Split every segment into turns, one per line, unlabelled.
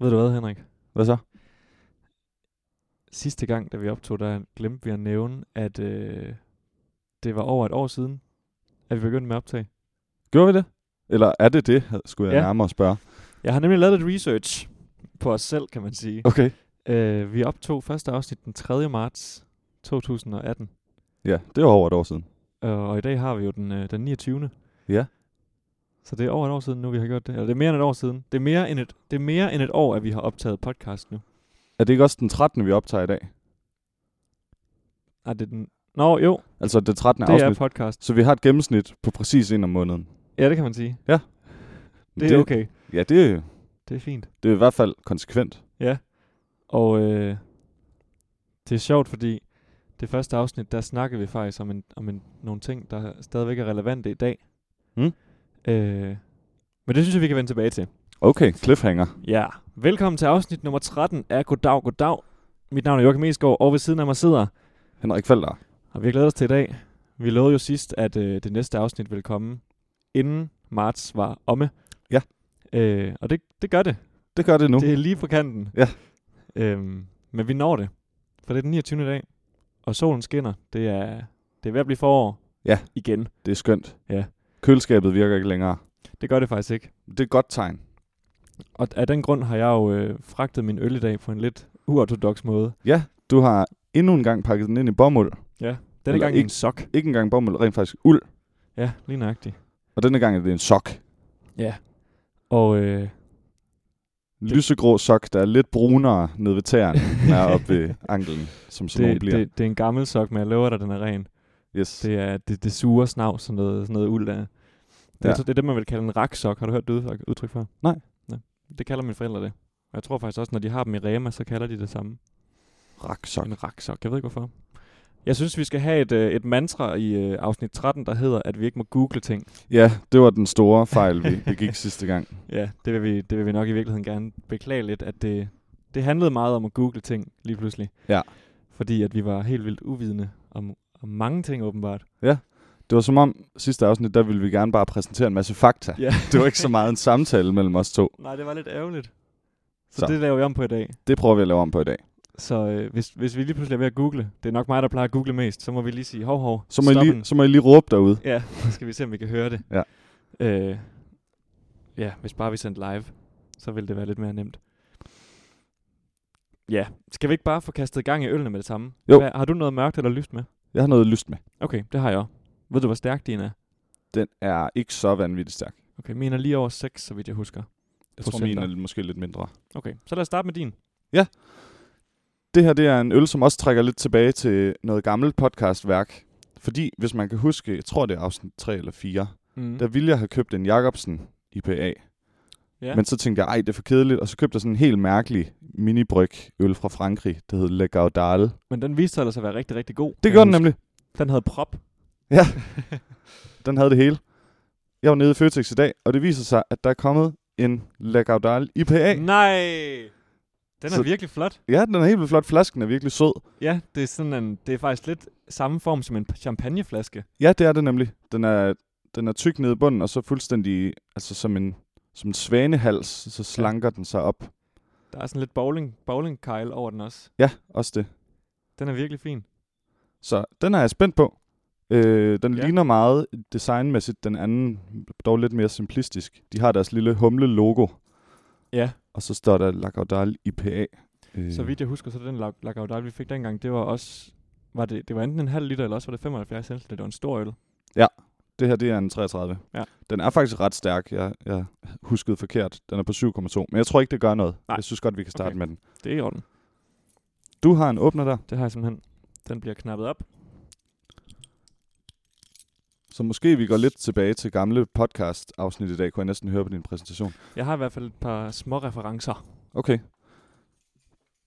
Ved du hvad, Henrik?
Hvad så?
Sidste gang, da vi optog, der glemte vi at nævne, at øh, det var over et år siden, at vi begyndte med at optage.
Gjorde vi det? Eller er det det, havde- skulle jeg
Ja.
ja. nærmere spørge.
Jeg har nemlig lavet lidt research på os selv, kan man sige.
Okay.
Øh, vi optog første afsnit den 3. marts 2018,
Ja, det var over et år siden.
øh, og i dag har vi jo den, øh, den 29.
Ja.
Så det er over et år siden nu, vi har gjort det. Eller det er mere end et år siden. Det er mere end et, det er mere end et år, at vi har optaget podcast nu.
Er det ikke også den 13. vi optager i dag?
Er Ah, det er den? Nå, jo,
Altså det 13.
det er
afsnit.
podcast.
Så vi har et gennemsnit på præcis en om måneden.
Ja, det kan man sige.
Men
Det er okay.
Ja, det,
Det er fint.
det er i hvert fald konsekvent.
Og øh, det er sjovt, fordi det første afsnit, der snakkede vi faktisk om, en, om en, nogle ting, der stadigvæk er relevante i dag.
Mm.
Øh, men det synes jeg, vi kan vende tilbage til.
Okay, cliffhanger.
Ja. Velkommen til afsnit nummer 13 af Goddag, Goddag. Mit navn er Joachim Esgaard, og ved siden af mig sidder,
Henrik Falder.
og vi glæder os til i dag. Vi lovede jo sidst, at øh, det næste afsnit ville komme, inden marts var omme.
Ja.
Øh, og det, det gør det.
Det gør det nu.
Det er lige på kanten.
Ja.
Øhm, men vi når det. For det er den 29. dag. Og solen skinner. Det er, det er ved at blive forår.
Ja.
Igen.
det er skønt.
Ja.
Køleskabet virker ikke længere.
Det gør det faktisk ikke.
Det er et godt tegn.
Og af den grund har jeg jo øh, fragtet min øl i dag på en lidt uortodox måde.
Du har endnu en gang pakket den ind i bomuld.
Denne
Eller
gang i en
ikke.
sok.
Ikke engang bomuld, rent faktisk uld.
Ja, lige nøjagtigt.
Og denne gang er det en sok.
Ja. Og øh,
Lysegrå sok, der er lidt brunere nede ved tæren, end er oppe ved anklen, som sådan nogen
det,
bliver.
det, det er en gammel sok, men jeg lover dig, den er ren.
yes.
Det er det, det sure snav, sådan noget, sådan noget uld der. Det, ja.
Ja.
det er det, man vil kalde en raksok. Har du hørt det udtryk- udtryk før?
Nej.
Ja. Det kalder mine forældre det. Og jeg tror faktisk også, når de har dem i Rema, så kalder de det samme.
Raksok.
En raksok. Jeg ved ikke hvorfor. Jeg synes, vi skal have et, øh, et mantra i øh, afsnit 13, der hedder, at vi ikke må google ting.
Ja, det var den store fejl, vi begik sidste gang.
Ja, det vil vi, det vil vi nok i virkeligheden gerne beklage lidt, at det, det handlede meget om at google ting lige pludselig.
Ja.
Fordi at vi var helt vildt uvidende om, om mange ting åbenbart.
Det var som om sidste afsnit, der ville vi gerne bare præsentere en masse fakta.
Ja.
Det var ikke så meget en samtale mellem os to.
Nej, det var lidt ærgerligt. Så, så.
Så.
det laver vi om på i dag.
Det prøver vi at lave om på i dag.
Så øh, hvis, hvis vi lige pludselig er ved at google, det er nok mig, der plejer at google mest, så må vi lige sige, hov, hov,
Så må, I
stop
lige,
en.
så må I lige råbe derude.
Ja, så skal vi se, om vi kan høre det.
Ja.
Øh, ja, hvis bare vi sendte live, så ville det være lidt mere nemt. Ja, skal vi ikke bare få kastet gang i ølene med det samme?
Jo.
Hvad, har du noget mørkt eller lyst med?
Jeg har noget lyst med.
Okay, det har jeg også. Ved du, hvor stærk din er?
Den er ikke så vanvittigt stærk.
Okay, min er lige over 6, så vidt jeg husker.
Jeg tror, min
Procenter.
er måske lidt mindre.
Okay, så lad os starte med din.
Det her det er en øl, som også trækker lidt tilbage til noget gammelt podcastværk. Fordi, hvis man kan huske, jeg tror det er afsnit 3 eller 4,
Mm.
der ville jeg have købt en Jacobsen IPA.
Ja.
Ja. Men så tænkte jeg, ej, det er for kedeligt. Og så købte jeg sådan en helt mærkelig minibryg øl fra Frankrig, der hed Le Gaudale. Det
Men den viste sig altså at være rigtig, rigtig god. kan
gjorde
jeg
den
huske.
nemlig.
Den havde prop.
Ja, den havde det hele. Jeg var nede i Føtex i dag, og det viser sig, at der er kommet en Le Gaudale IPA.
Nej! Den er
Så-
virkelig flot.
Ja, den er helt vildt flot. Flasken er virkelig sød.
Ja, det er sådan en, det er faktisk lidt samme form som en p- champagneflaske.
Ja, det er det nemlig. Den er, den er tyk nede i bunden, og så fuldstændig altså som en, som en svanehals, så slanker ja. den sig op.
Der er sådan lidt bowling, bowlingkejl over den også.
Ja, også det.
Den er virkelig fin.
Så den er jeg spændt på. Øh, den
Ja.
ja. ligner meget designmæssigt den anden, dog lidt mere simplistisk. De har deres lille humle-logo,
Ja,
og så står der Lagardal IPA. Øh,
så vidt jeg husker, så den lag- lagavdal, vi fik dengang, det var også... Var det, det var enten en halv liter, eller også var det 75 centiliter. Det var en stor øl.
Det her, det er en 33.
Ja.
Den er faktisk ret stærk. Jeg, jeg huskede forkert. Den er på 7,2, men jeg tror ikke, det gør noget.
Nej.
Jeg synes godt, vi kan starte
Okay.
okay. med den.
Det er i orden.
Du har en åbner der,
Det har jeg simpelthen. Den bliver knappet op.
så måske vi går lidt tilbage til gamle podcast-afsnit i dag, kunne jeg næsten høre på din præsentation.
Jeg har i hvert fald et par små referencer.
Okay.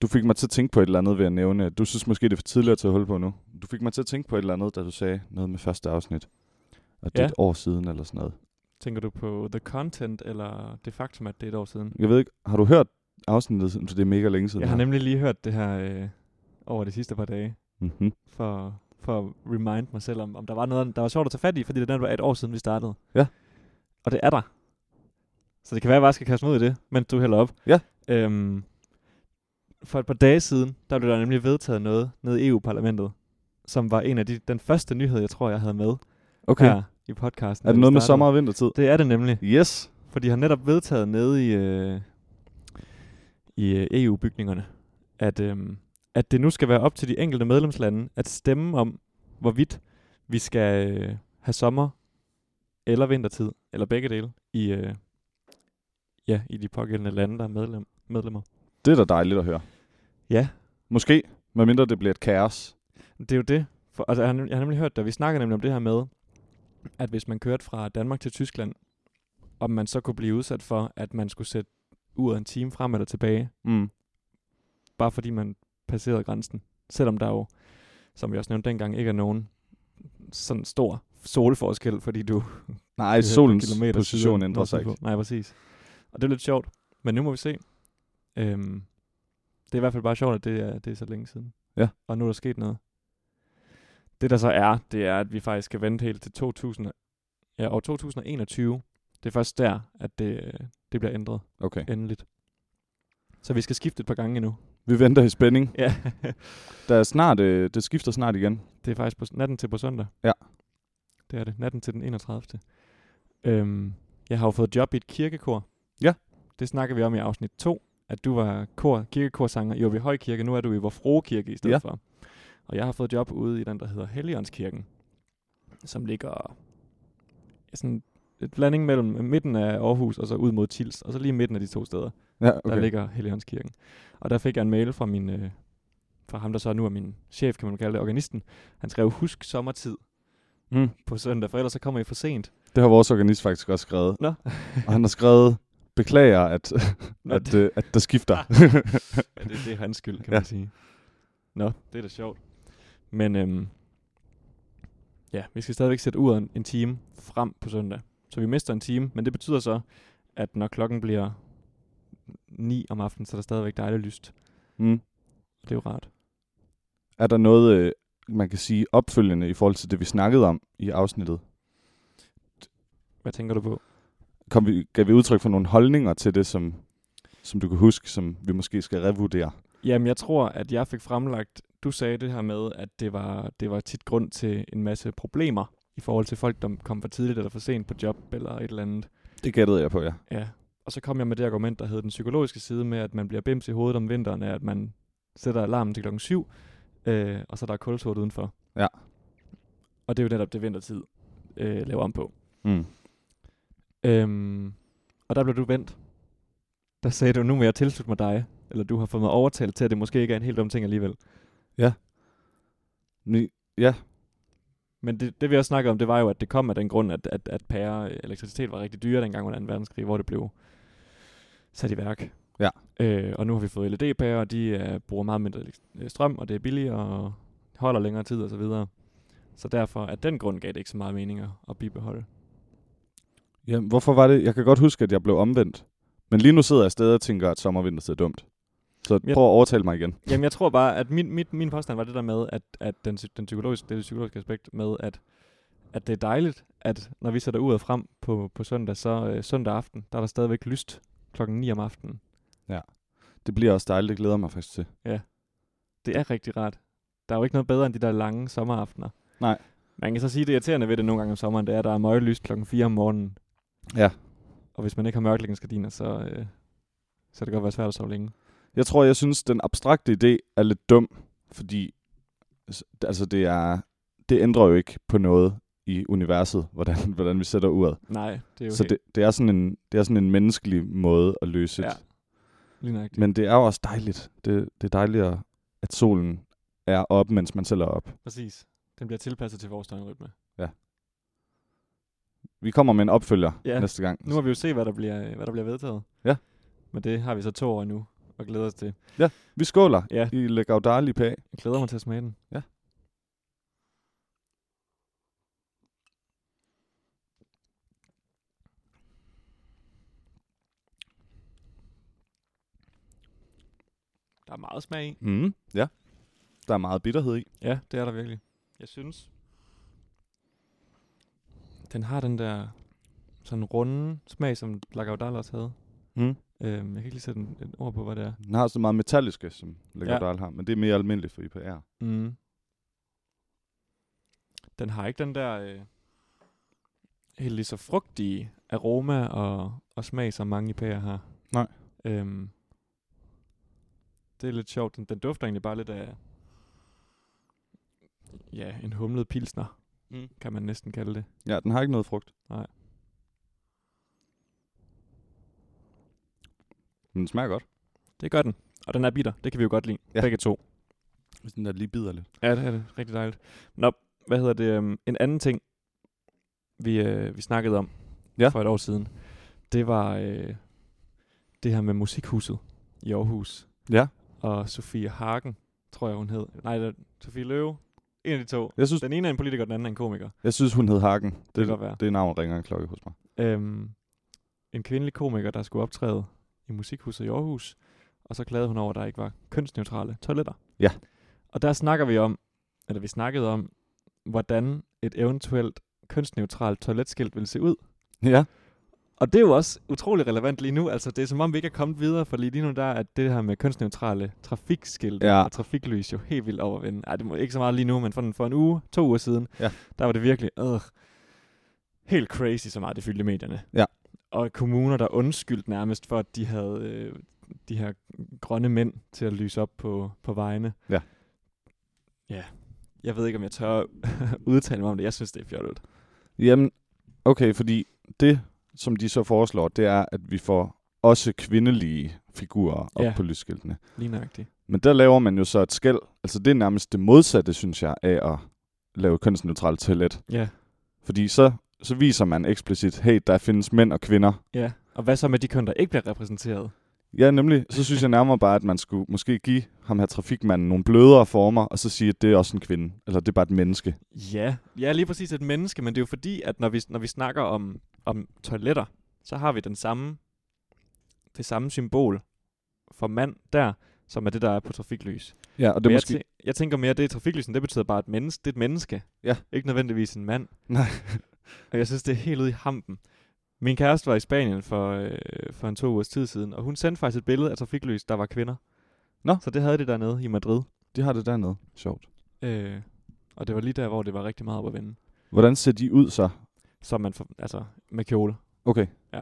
Du fik mig til at tænke på et eller andet ved at nævne. at Du synes måske, det er for tidligt at tage hul på nu. Du fik mig til at tænke på et eller andet, da du sagde noget med første afsnit. Og det er
Ja.
et år siden eller sådan noget.
Tænker du på the content, eller det faktum, at det er et år siden?
Jeg ved ikke, har du hørt afsnittet? Det er mega længe siden.
Jeg har nemlig lige hørt det her øh, over de sidste par dage.
mm-hmm.
for, for at remind mig selv om, om der var noget, der var sjovt at tage fat i, fordi det netop var et år siden, vi startede.
Ja.
Og det er der. Så det kan være, at jeg bare skal kaste mig ud i det, mens du hælder op.
Ja.
Øhm, for et par dage siden, der blev der nemlig vedtaget noget nede i EU-parlamentet, som var en af de, den første nyhed, jeg tror, jeg havde med
Okay.
her i podcasten.
Er
da vi
det noget med
startede.
sommer og vintertid?
Det er det nemlig,
Yes.
for de har netop vedtaget nede i, øh, i øh, EU-bygningerne, at, øh, at det nu skal være op til de enkelte medlemslande at stemme om, hvorvidt vi skal øh, have sommer eller vintertid, eller begge dele, i, øh, ja, i de pågældende lande, der er medlem, medlemmer.
Det er da dejligt at høre.
Ja,
Måske, medmindre det bliver et kaos.
Det er jo det. For, altså, jeg, har, nem- jeg har nemlig hørt, da vi snakker nemlig om det her med, at hvis man kørte fra Danmark til Tyskland, om man så kunne blive udsat for, at man skulle sætte uret en time frem eller tilbage,
Mm.
bare fordi man passerede grænsen. Selvom der jo, som vi også nævnte dengang, ikke er nogen sådan stor solforskel, fordi du...
Nej,
du er
solens
kilometer
position
syd-
ændrer sig ikke.
nordpå. Nej, præcis. Og det er lidt sjovt, men nu må vi se. Øhm, det er i hvert fald bare sjovt, at det er, det er så længe siden.
Ja.
Og nu er der sket noget. Det der så er, det er, at vi faktisk skal vente helt til 2000, ja, år 2021. Det er først der, at det, det bliver ændret
Okay.
endeligt. Så vi skal skifte et par gange endnu.
Vi venter i spænding.
Ja.
Der er snart, øh, det skifter snart igen.
Det er faktisk på, s- natten til på søndag.
Ja.
Det er det. Natten til den 31. Øhm, jeg har jo fået job i et kirkekor.
Ja.
Det snakker vi om i afsnit 2, at du var kor, kirkekorsanger i Åby Højkirke. Nu er du i Vor Frue Kirke i stedet
Ja.
for. Og jeg har fået job ude i den, der hedder Helligåndskirken, som ligger sådan et blanding mellem midten af Aarhus og så ud mod Tils, og så lige midten af de to steder
Ja,
okay. der
okay.
ligger Helligåndskirken. Og der fik jeg en mail fra min øh, fra ham, der så nu er min chef, kan man kalde det, organisten. Han skrev, husk sommertid
Mm.
på søndag, for ellers så kommer I for sent.
Det har vores organist faktisk også skrevet.
Nå.
Og han har skrevet, beklager, at, at, øh, at der skifter. Ah.
ja, det, det er hans skyld, kan
Ja.
man sige. Nå, det er da sjovt. Men øhm, ja, vi skal stadigvæk sætte uret en, en time frem på søndag. Så vi mister en time, men det betyder så, at når klokken bliver 9 om aftenen, så er der stadigvæk dejligt lyst.
mm.
Det er jo rart.
Er der noget, øh, man kan sige opfølgende i forhold til det, vi snakkede om i afsnittet?
Hvad tænker du på?
Kom vi, gav vi udtryk for nogle holdninger til det, som, som du kan huske, som vi måske skal revurdere?
Jamen, jeg tror, at jeg fik fremlagt, du sagde det her med, at det var, det var tit grund til en masse problemer i forhold til folk, der kom for tidligt eller for sent på job eller et eller andet.
Det gættede jeg på, ja.
Ja. Og så kom jeg med det argument, der hed den psykologiske side med, at man bliver bims i hovedet om vinteren, af at man sætter alarmen til klokken 7, øh, og så er der er kulsort udenfor.
Ja.
Og det er jo netop det vintertid øh, laver om på.
Mm.
Øhm, og der blev du vendt. Der sagde du, nu må jeg tilslutte mig dig. Eller du har fået mig overtalt til, at det måske ikke er en helt dum ting alligevel.
Ni- Ja,
Men det, det vi også snakkede om, det var jo, at det kom af den grund, at, at, at pære øh, elektricitet var rigtig dyre dengang under 2. verdenskrig, hvor det blev sat i værk.
Ja.
Øh, og nu har vi fået LED-pærer, og de øh, bruger meget mindre elekt- øh, strøm, og det er billigere, og holder længere tid og så videre. Så derfor, af den grund gav det ikke så meget mening at- at bibeholde.
Jamen, hvorfor var det? Jeg kan godt huske, at jeg blev omvendt. Men lige nu sidder jeg stadig og tænker, at sommervintertid er dumt. Så
Jeg-
prøv at overtale mig igen.
Jamen, jeg tror bare, at min, mit, min påstand var det der med, at, at den, psy- den psykologiske, det, er det psykologiske aspekt med, at, at det er dejligt, at når vi sætter uret frem på, på søndag, så øh, søndag aften, der er der stadigvæk lyst klokken 9 om aftenen.
Det bliver også dejligt, det glæder jeg mig faktisk til.
Det er rigtig rart. Der er jo ikke noget bedre end de der lange sommeraftener.
Nej.
Man kan så sige, det irriterende ved det nogle gange om sommeren, det er, at der er møgelyst klokken 4 om morgenen.
Ja.
Og hvis man ikke har mørklægningsgardiner, så, øh, så kan det godt være svært at sove længe.
Jeg tror, jeg synes, den abstrakte idé er lidt dum, fordi s- altså, det, er, det ændrer jo ikke på noget i universet, hvordan, hvordan vi sætter uret.
Nej, det er jo
Så det, det, er sådan en, det er sådan en menneskelig måde at løse
Ja.
det.
lige nøjagtigt.
Men det er jo også dejligt. Det, det er dejligt, at- at solen er op, mens man selv er op.
Præcis. Den bliver tilpasset til vores døgnrytme.
Vi kommer med en opfølger
Ja.
næste gang.
Nu må vi jo se, hvad der bliver, hvad der bliver vedtaget.
Ja.
Men det har vi så to år nu og glæder os til.
Vi skåler
Ja.
i Le Gaudal IPA.
Jeg glæder mig til at smage den.
Ja.
Der er meget smag i.
Mm, ja. Der er meget bitterhed i.
Ja, det er der virkelig. Jeg synes, den har den der sådan runde smag, som Lagavdal også havde.
Mm.
Øhm, jeg kan ikke lige sætte en, et ord på, hvad det er.
Den har sådan meget metalliske, som Lagardal
Ja.
ja. har, men det er mere almindeligt for IPR.
Mm. Den har ikke den der øh, helt lige så frugtige aroma og, og smag, som mange IPA'er har.
Nej.
Øhm, det er lidt sjovt. Den, den dufter egentlig bare lidt af ja, en humlet pilsner,
Mm.
kan man næsten kalde det.
Ja, den har ikke noget frugt.
Nej.
Men den smager godt.
Det gør den. Og den er bitter. Det kan vi jo godt lide.
Ja.
Begge to.
Hvis den der lige bider lidt.
Ja, det er det. Rigtig dejligt. Nå, hvad hedder det? øhm, En anden ting, vi, øh, vi snakkede om
Ja.
for et år siden, det var øh, det her med musikhuset i Aarhus.
Ja.
Og Sofie Hagen, tror jeg hun hed. Nej, det er Sofie Løve. En af de to.
Jeg synes,
Den ene er en politiker, den anden er en komiker.
jeg synes hun hed Hagen. Det,
kan godt være.
det er navn, ringer en klokke hos mig.
Øhm, en kvindelig komiker, der skulle optræde i Musikhuset i Aarhus, og så klagede hun over, at der ikke var kønsneutrale toiletter.
Ja.
Og der snakker vi om, eller vi snakkede om, hvordan et eventuelt kønsneutralt toiletskilt ville se ud.
Ja.
Og det er jo også utrolig relevant lige nu. Altså, det er som om, vi ikke er kommet videre, for lige nu der er det her med kønsneutrale trafikskilte
Ja.
og trafiklys jo helt vildt overvinde. Ej, det må ikke så meget lige nu, men for en, for en uge, to uger siden,
Ja.
der var det virkelig øh, helt crazy, så meget det fyldte medierne.
Ja.
Og kommuner, der undskyldte nærmest for, at de havde øh, de her grønne mænd til at lyse op på, på vejene.
Ja.
Ja. Jeg ved ikke, om jeg tør udtale mig om det. Jeg synes, det er fjollet.
Jamen, okay, fordi det, som de så foreslår, det er, at vi får også kvindelige figurer op
Ja.
på lysskiltene.
Lige nøjagtigt.
Men der laver man jo så et skæld. Altså, det er nærmest det modsatte, synes jeg, af at lave kønsneutralt toilet.
Ja.
Fordi så, så viser man eksplicit, hey, der findes mænd og kvinder.
Ja. Og hvad så med de køn, der ikke bliver repræsenteret?
Ja, nemlig, så synes jeg nærmere bare, at man skulle måske give ham her trafikmanden nogle blødere former, og så sige, at det er også en kvinde, eller det er bare et menneske.
Ja, jeg er lige præcis et menneske, men det er jo fordi, at når vi, når vi snakker om, om toiletter, så har vi den samme, det samme symbol for mand der, som er det, der er på trafiklys.
Ja, og det
Men
er
jeg,
måske...
tæ- jeg tænker mere, at det er trafiklysen, det betyder bare, at menneske, det er et menneske.
Ja.
Ikke nødvendigvis en mand.
Nej.
Og jeg synes, det er helt ude i hampen. Min kæreste var i Spanien for, øh, for en to ugers tid siden, og hun sendte faktisk et billede af trafiklys, der var kvinder.
Nå.
Så det havde de dernede i Madrid.
De har det dernede. Sjovt.
Øh, og det var lige der, hvor det var rigtig meget op at vende.
Hvordan ser de ud så?
Så man får, altså med kjole.
Okay.
Ja.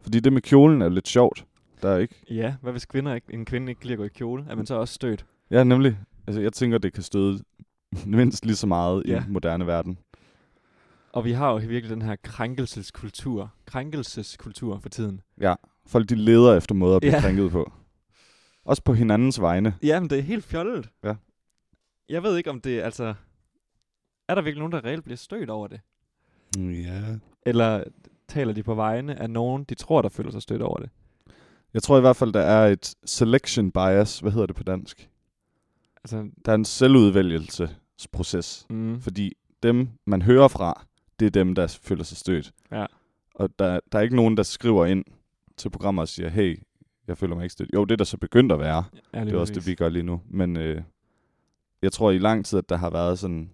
Fordi det med kjolen er jo lidt sjovt. Der er ikke...
Ja, hvad hvis kvinder ikke, en kvinde ikke kan lide at gå i kjole? Er man så også stødt?
Ja, nemlig. Altså, jeg tænker, det kan støde mindst lige så meget ja. i
Ja.
den moderne verden.
Og vi har jo virkelig den her krænkelseskultur. Krænkelseskultur for tiden.
Folk, de leder efter måder at blive
Ja.
ja. krænket på. Også på hinandens vegne.
Ja, men det er helt fjollet.
Ja.
Jeg ved ikke, om det altså... Er der virkelig nogen, der reelt bliver stødt over det?
Mm, Ja.
Eller taler de på vegne af nogen, de tror, der føler sig stødt over det?
Jeg tror i hvert fald, der er et selection bias. Hvad hedder det på dansk?
Altså,
Der er en selvudvælgelsesproces.
mm,
Fordi dem, man hører fra, det er dem, der føler sig stødt.
Ja.
Og der, der er ikke nogen, der skriver ind til programmer og siger, hey, jeg føler mig ikke stødt. Jo, det er der så begyndt at være.
ja,
Det er også det, vi gør lige nu. Men øh, jeg tror i lang tid, at der har været sådan...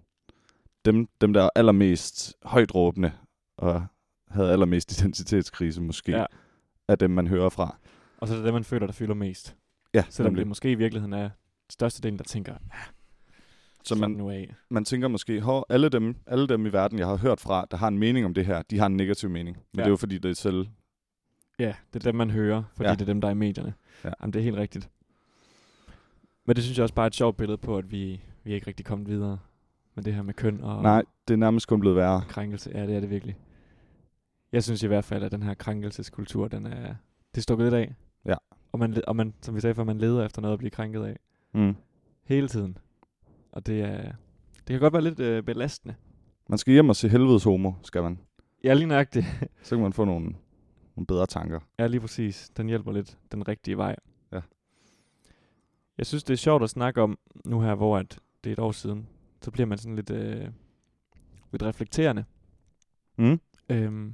Dem, dem der er allermest højt råbende og havde allermest identitetskrise måske,
Ja.
ja. er dem, man hører fra.
Og så er det det, man føler, der fylder mest.
Ja,
Selvom det
nemlig.
måske i virkeligheden er størstedelen, der tænker,
Så
man
man,
nu af.
man tænker måske, hov, alle dem, alle dem i verden, jeg har hørt fra, der har en mening om det her, de har en negativ mening. Men
Ja.
ja. det er jo fordi, det er selv...
Ja, det er dem, man hører, fordi ja.
Ja.
det er dem, der er i medierne. Ja.
Ja.
Jamen, det er helt rigtigt. Men det synes jeg også bare er et sjovt billede på, at vi, vi er ikke rigtig kommet videre med det her med køn og
Nej, det er nærmest kun blevet værre.
krænkelse. Ja, det er det virkelig. Jeg synes i hvert fald, at den her krænkelseskultur, den er, det er stukket lidt af.
Ja.
Og, man, le- og man, som vi sagde før, man leder efter noget at blive krænket af.
Mm.
Hele tiden. Og det er, det kan godt være lidt øh, belastende.
Man skal hjem og se helvedes homo, skal man.
Ja, lige nøjagtigt.
Så kan man få nogle, nogle bedre tanker.
Ja, lige præcis. Den hjælper lidt den rigtige vej.
Ja.
Jeg synes, det er sjovt at snakke om nu her, hvor at det er et år siden. Så bliver man sådan lidt, øh, lidt reflekterende,
Mm.
øhm,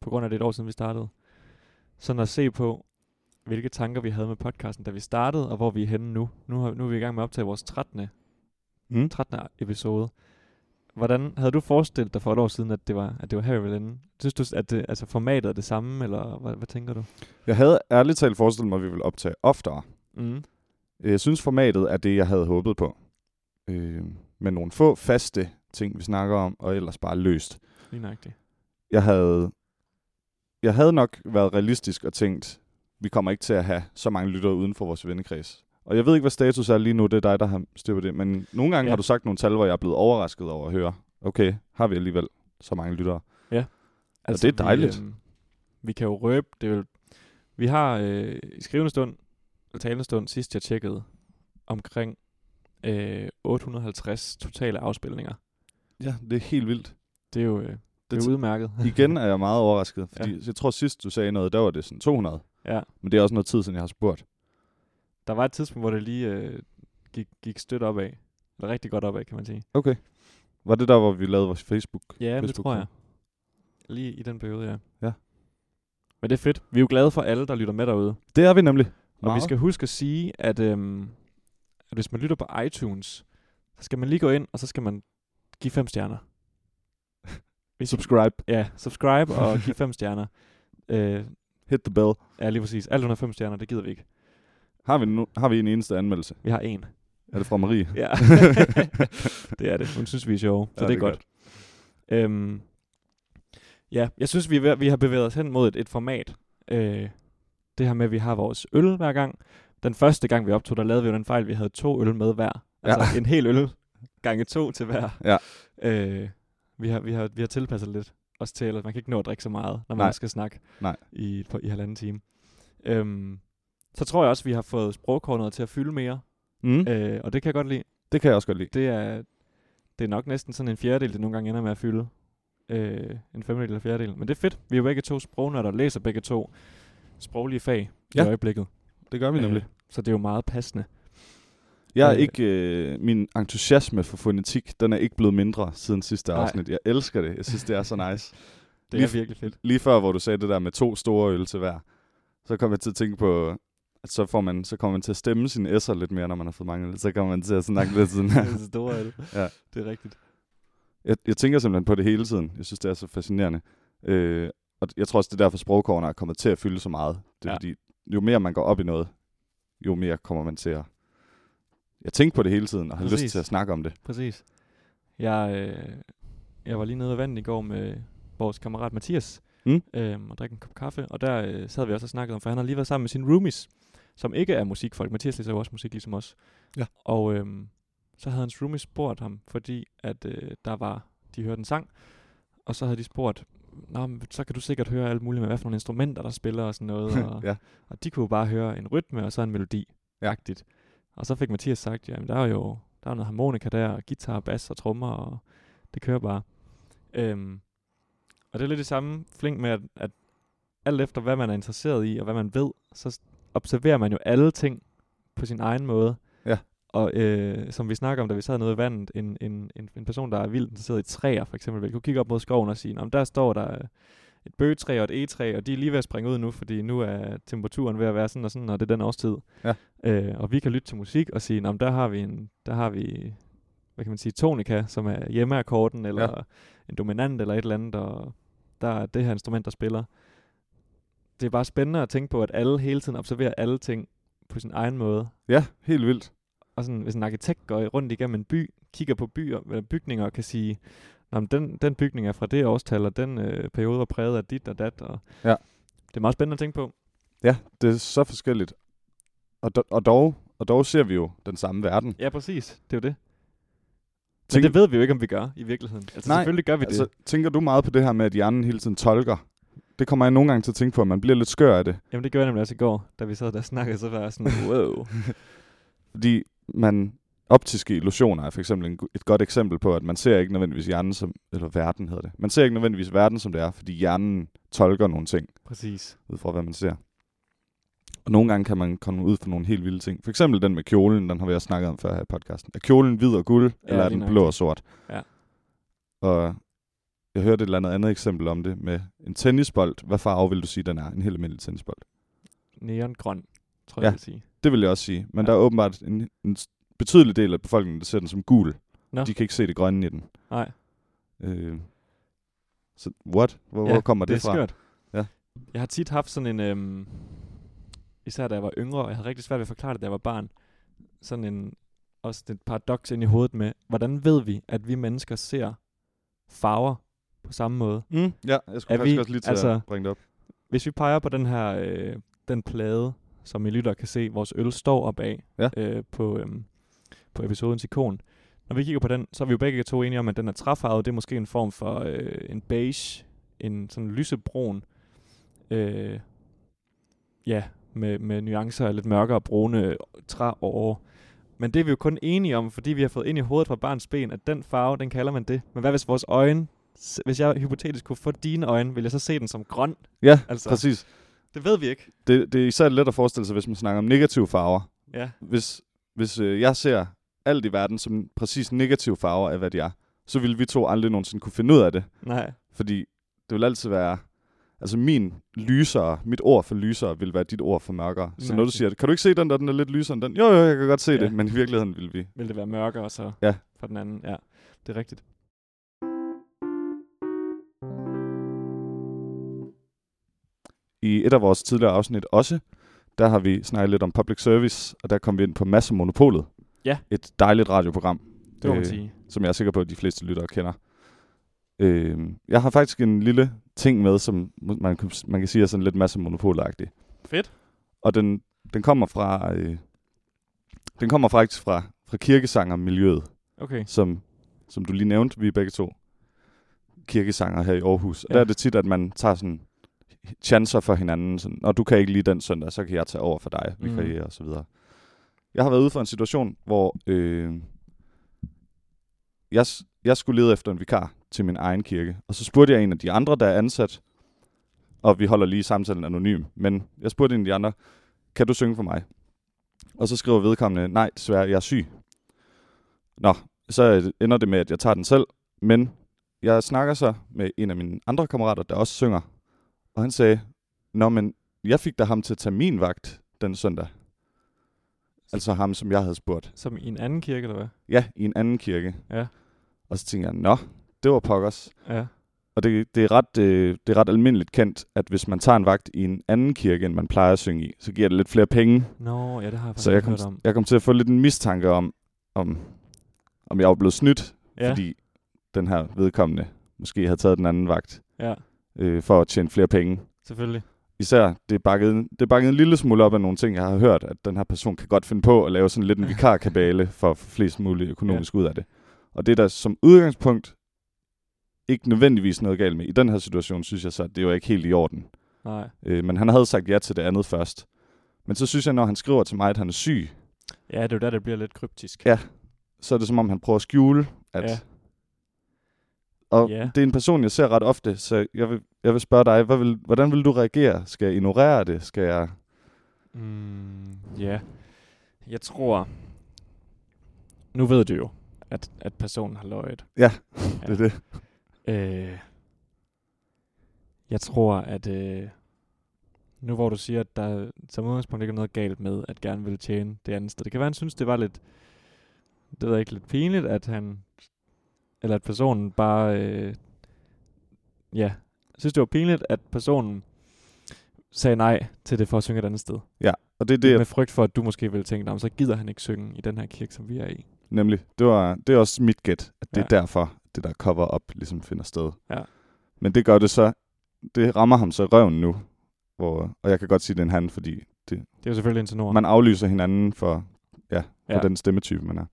på grund af det er et år siden, vi startede. Sådan at se på, hvilke tanker vi havde med podcasten, da vi startede, og hvor vi er henne nu. Nu, har, nu er vi i gang med at optage vores 13.
Mm.
13. episode. Hvordan havde du forestillet dig for et år siden, at det var, at det var her, vi ville ende? Synes du, at det, altså formatet er det samme, eller hvad, hvad tænker du?
Jeg havde ærligt talt forestillet mig, at vi ville optage oftere.
Mm.
Jeg synes, formatet er det, jeg havde håbet på. Øh, med nogle få faste ting, vi snakker om, og ellers bare løst.
Lige nøjagtigt.
Jeg havde, jeg havde nok været realistisk og tænkt, vi kommer ikke til at have så mange lyttere uden for vores vennekreds. Og jeg ved ikke, hvad status er lige nu, det er dig, der har styr på det, men nogle gange
Ja.
ja. har du sagt nogle tal, hvor jeg er blevet overrasket over at høre, okay, har vi alligevel så mange lyttere? det er dejligt.
Vi, øh, vi kan jo røbe, det er vel, vi har øh, i skrivende stund, eller talende stund, sidst jeg tjekkede, omkring øh, 850 totale afspilninger.
Ja, det er helt vildt.
Det er jo, øh, det er
t-
jo udmærket.
Igen er jeg meget overrasket, fordi ja. jeg tror sidst, du sagde noget, der var det sådan 200.
ja.
Men det er også noget tid siden, jeg har spurgt.
Der var et tidspunkt, hvor det lige øh, gik, gik stødt opad. Eller rigtig godt opad, kan man sige.
Okay. Var det der, hvor vi lavede vores Facebook?
Ja, men det
Facebook
tror jeg. Lige i den periode, ja.
Ja.
Men det er fedt. Vi er jo glade for alle, der lytter med derude.
Det er vi nemlig.
Og vi skal huske at sige, at, øhm, at hvis man lytter på iTunes, så skal man lige gå ind, og så skal man give fem stjerner. Hvis I-
subscribe,
ja, subscribe og give fem stjerner. Øh,
hit the bell.
ja, lige præcis. Alt under fem stjerner, det gider vi ikke.
Har vi, nu, har vi en eneste anmeldelse?
Vi har en.
Er det fra Marie?
Ja, det er det. Hun synes, vi er sjove, så
Ja,
ja, det er godt. Øhm, ja, jeg synes, vi, er ved, vi har bevæget os hen mod et, et format. Øh, det her med, at vi har vores øl hver gang. Den første gang, vi optog, der lavede vi jo den fejl, vi havde to øl med hver. Altså ja. en hel øl gange to til hver.
Ja.
Øh, vi, har, vi, har, vi har tilpasset lidt også til, at man kan ikke nå at drikke så meget, når man
Nej.
Nej. skal snakke
Nej.
I, på, i halvanden time. Øhm, så tror jeg også, vi har fået sprogkornet til at fylde mere,
Mm,
øh, og det kan jeg godt lide.
det kan jeg også godt lide.
Det er, det er nok næsten sådan en fjerdedel, det nogle gange ender med at fylde. Øh, en femtedel eller fjerdedel. Men det er fedt. Vi er jo begge to sprognørder og læser begge to sproglige fag ja.
Ja.
i øjeblikket.
Det gør vi nemlig.
Øh, så det er jo meget passende.
Jeg er
øh,
ikke, øh, min entusiasme for fonetik, den er ikke blevet mindre siden sidste
Nej.
afsnit. Jeg elsker det. Jeg synes, det er så nice.
Det
Lige
er virkelig fedt.
Lige før, hvor du sagde det der med to store øl til hver, så kom jeg til at tænke på, at så, får man, så kommer man til at stemme sine S'er lidt mere, når man har fået mange øl. Så kommer man til at snakke lidt sådan her.
det er så store er det.
Ja.
Det er rigtigt.
Jeg, jeg tænker simpelthen på det hele tiden. Jeg synes, det er så fascinerende. Øh, og jeg tror også, det er derfor, sprogkornet er kommet til at fylde så meget. Det
Ja.
er ja. fordi, jo mere man går op i noget, jo mere kommer man til at... Jeg tænker på det hele tiden, og har lyst
Præcis.
til at snakke om det.
Præcis. Jeg, øh, jeg var lige nede ved vandet i går med vores kammerat Mathias
Mm.
øhm, og drikke en kop kaffe, og der øh, sad vi også og snakkede om, for han har lige været sammen med sine roomies, som ikke er musikfolk. Mathias læser jo også musik ligesom os.
Ja.
Og øhm, så havde hans roomies spurgt ham, fordi at øh, der var, de hørte en sang, og så havde de spurgt, Nå, men så kan du sikkert høre alt muligt med, hvad for nogle instrumenter, der spiller og sådan noget. Og,
ja.
og de kunne jo bare høre en rytme og så en melodi.
Ja.
Agtigt. Og så fik Mathias sagt, jamen der er jo der er noget harmonika der, og guitar, bass og trommer, og det kører bare. Øhm, og det er lidt det samme flink med, at, at alt efter hvad man er interesseret i, og hvad man ved, så s- observerer man jo alle ting på sin egen måde.
Ja.
Og øh, som vi snakker om, da vi sad nede i vandet, en, en, en, en person, der er vildt interesseret i træer, for eksempel, vil kunne kigge op mod skoven og sige, om der står der øh, et bøgetræ og et egetræ, og de er lige ved at springe ud nu, fordi nu er temperaturen ved at være sådan og sådan, og det er den årstid.
Ja.
Øh, og vi kan lytte til musik og sige, om der har vi en, der har vi, hvad kan man sige, tonika, som er hjemmeakkorden, eller ja. en dominant, eller et eller andet, og der er det her instrument, der spiller. Det er bare spændende at tænke på, at alle hele tiden observerer alle ting på sin egen måde.
Ja, helt vildt.
Og sådan, hvis en arkitekt går rundt igennem en by, kigger på byer, eller bygninger og kan sige, Nå, men den, den bygning er fra det årstal, og den øh, periode var præget af dit og dat. Og
Ja.
Det er meget spændende at tænke på.
Ja, det er så forskelligt. Og, do, og, dog, og dog ser vi jo den samme verden.
Ja, præcis. Det er jo det. Men
Tænk-
det ved vi jo ikke, om vi gør i virkeligheden. Altså
Nej,
selvfølgelig gør vi
Altså,
det.
tænker du meget på det her med, at hjernen hele tiden tolker? Det kommer jeg nogle gange til at tænke på, at man bliver lidt skør af det.
Jamen det gjorde jeg nemlig også i går, da vi sad der og snakkede, så var jeg sådan, wow.
Fordi man optiske illusioner er for eksempel en, gu- et godt eksempel på, at man ser ikke nødvendigvis hjernen som, eller verden hedder det. Man ser ikke nødvendigvis verden som det er, fordi hjernen tolker nogle ting
præcis.
ud fra, hvad man ser. Og nogle gange kan man komme ud for nogle helt vilde ting. For eksempel den med kjolen, den har vi også snakket om før her i podcasten. Er kjolen hvid og guld,
Ja,
ja, eller er
lige
den
nøjagtigt.
blå og sort?
Ja.
Og jeg hørte et eller andet andet eksempel om det med en tennisbold. Hvad farve vil du sige, den er? En helt almindelig tennisbold.
Neongrøn, tror jeg,
Ja.
jeg vil sige.
Det vil jeg også sige. Men
Ja.
ja. der er åbenbart en, en s- betydelig del af befolkningen, der ser den som gul.
Nå.
De kan ikke se det grønne i den.
Nej.
Øh, så what? Hvor,
Ja,
hvor kommer det,
det er
fra?
skørt.
Ja.
Jeg har tit haft sådan en, øhm, især da jeg var yngre, og jeg havde rigtig svært ved at forklare det, da jeg var barn, sådan en, også et paradoks ind i hovedet med, hvordan ved vi, at vi mennesker ser farver på samme måde?
Mm, ja, jeg skulle
Er
er faktisk
vi-
vi, også lige til altså,
altså-
at bringe det op.
Hvis vi peger på den her, øh, den plade, som I lytter kan se, vores øl står op af
Ja.
øh, på, øhm, på episodens ikon. Når vi kigger på den, så er vi jo begge to enige om, at den er træfarvet. Det er måske en form for øh, en beige, en sådan lysebrun, øh, ja, med, med nuancer af lidt mørkere brune øh, træåre. Men det er vi jo kun enige om, fordi vi har fået ind i hovedet fra barns ben, at den farve, den kalder man det. Men hvad hvis vores øjne, s- hvis jeg hypotetisk kunne få dine øjne, vil jeg så se den som grøn?
Ja,
Altså.
altså. præcis.
Det ved vi ikke.
Det, det er især let at forestille sig, hvis man snakker om negative farver.
Ja.
Hvis, hvis øh, jeg ser alt i verden som præcis negative farver af, hvad de er, så ville vi to aldrig nogensinde kunne finde ud af det.
Nej.
Fordi det vil altid være... Altså min lysere, mit ord for lysere, vil være dit ord for mørkere. Så når du
Mærkeligt.
siger, kan du ikke se den der, den er lidt lysere end den? Jo, jo, jeg kan godt se
Ja.
ja. det, men i virkeligheden vil vi.
Vil det være mørkere så
Ja.
for den anden? Ja, det er rigtigt.
I et af vores tidligere afsnit også, der har vi snakket lidt om public service, og der kom vi ind på Massemonopolet.
Ja.
Et dejligt radioprogram.
Det må man
Øh,
sige.
som jeg er sikker på, at de fleste lyttere kender. Øh, jeg har faktisk en lille ting med, som må- man, kan- man kan sige er sådan lidt masse monopolagtig.
Fedt.
Og den, den kommer fra... Øh, den kommer faktisk fra, fra kirkesangermiljøet,
Okay.
som, som du lige nævnte, vi er begge to kirkesanger her i Aarhus. Og
Ja.
der er det tit, at man tager sådan chancer for hinanden. Sådan, Når du kan ikke lige den søndag, så kan jeg tage over for dig, vi
Mm.
mm. og så videre. Jeg har været ude for en situation, hvor øh, jeg, s- jeg skulle lede efter en vikar til min egen kirke. Og så spurgte jeg en af de andre, der er ansat, og vi holder lige samtalen anonym, men jeg spurgte en af de andre, kan du synge for mig? Og så skriver vedkommende, nej, desværre, jeg er syg. Nå, så øh, ender det med, at jeg tager den selv, men jeg snakker så med en af mine andre kammerater, der også synger, og han sagde, Nå, men jeg fik da ham til at tage min vagt den søndag. Altså ham, som jeg havde spurgt.
Som i en anden kirke, eller hvad?
Ja, i en anden kirke.
Ja.
Og så tænkte jeg, nå, det var pokkers.
Ja.
Og det, det, er ret, øh, det er ret almindeligt kendt, at hvis man tager en vagt i en anden kirke, end man plejer at synge i, så giver det lidt flere penge.
Nå, ja, det har jeg faktisk
Så jeg
ikke
kom,
hørt om.
jeg kom til at få lidt en mistanke om, om, om jeg var blevet snydt,
Ja,
ja. fordi den her vedkommende måske havde taget den anden vagt
ja,
øh, for at tjene flere penge.
selvfølgelig.
især, det er, bakket, det er bakket en lille smule op af nogle ting, jeg har hørt, at den her person kan godt finde på at lave sådan lidt en vikarkabale for at få flest muligt økonomisk ja. ud af det. Og det er der som udgangspunkt ikke nødvendigvis noget galt med. I den her situation synes jeg så, at det var ikke helt i orden.
Nej.
Øh, men han havde sagt ja til det andet først. Men så synes jeg, når han skriver til mig, at han er syg,
Ja, det er jo der, det bliver lidt kryptisk.
Ja. så er det som om, han prøver at skjule, at...
Ja.
Ja. Og
Ja.
ja. det er en person, jeg ser ret ofte, så jeg vil, jeg vil spørge dig, hvad vil, hvordan vil du reagere? Skal jeg ignorere det? Skal jeg...
Mm, ja. Jeg tror... Nu ved du jo, at, at personen har løjet.
Ja. Det er det.
Øh, jeg tror, at øh, nu hvor du siger, at der som udgangspunkt ikke er noget galt med, at gerne vil tjene det andet sted. Det kan være, han synes, det var lidt, det ved jeg ikke, lidt pinligt, at han, eller at personen bare, øh, ja, synes det var pinligt, at personen sagde nej til det for at synge et andet sted.
Ja, og det er det,
Det
jeg
Med frygt for, at du måske ville tænke, "Nå, men så gider han ikke synge i den her kirke, som vi er i.
Nemlig. Det, var, det er også mit gæt, at det
Ja.
er derfor, det der cover op ligesom finder sted.
Ja.
Men det gør det så, det rammer ham så i røven nu. Hvor, og jeg kan godt sige, det er en han, fordi
Det er jo selvfølgelig en tenor.
man aflyser hinanden for, ja, for
Ja.
ja. den stemmetype, man er.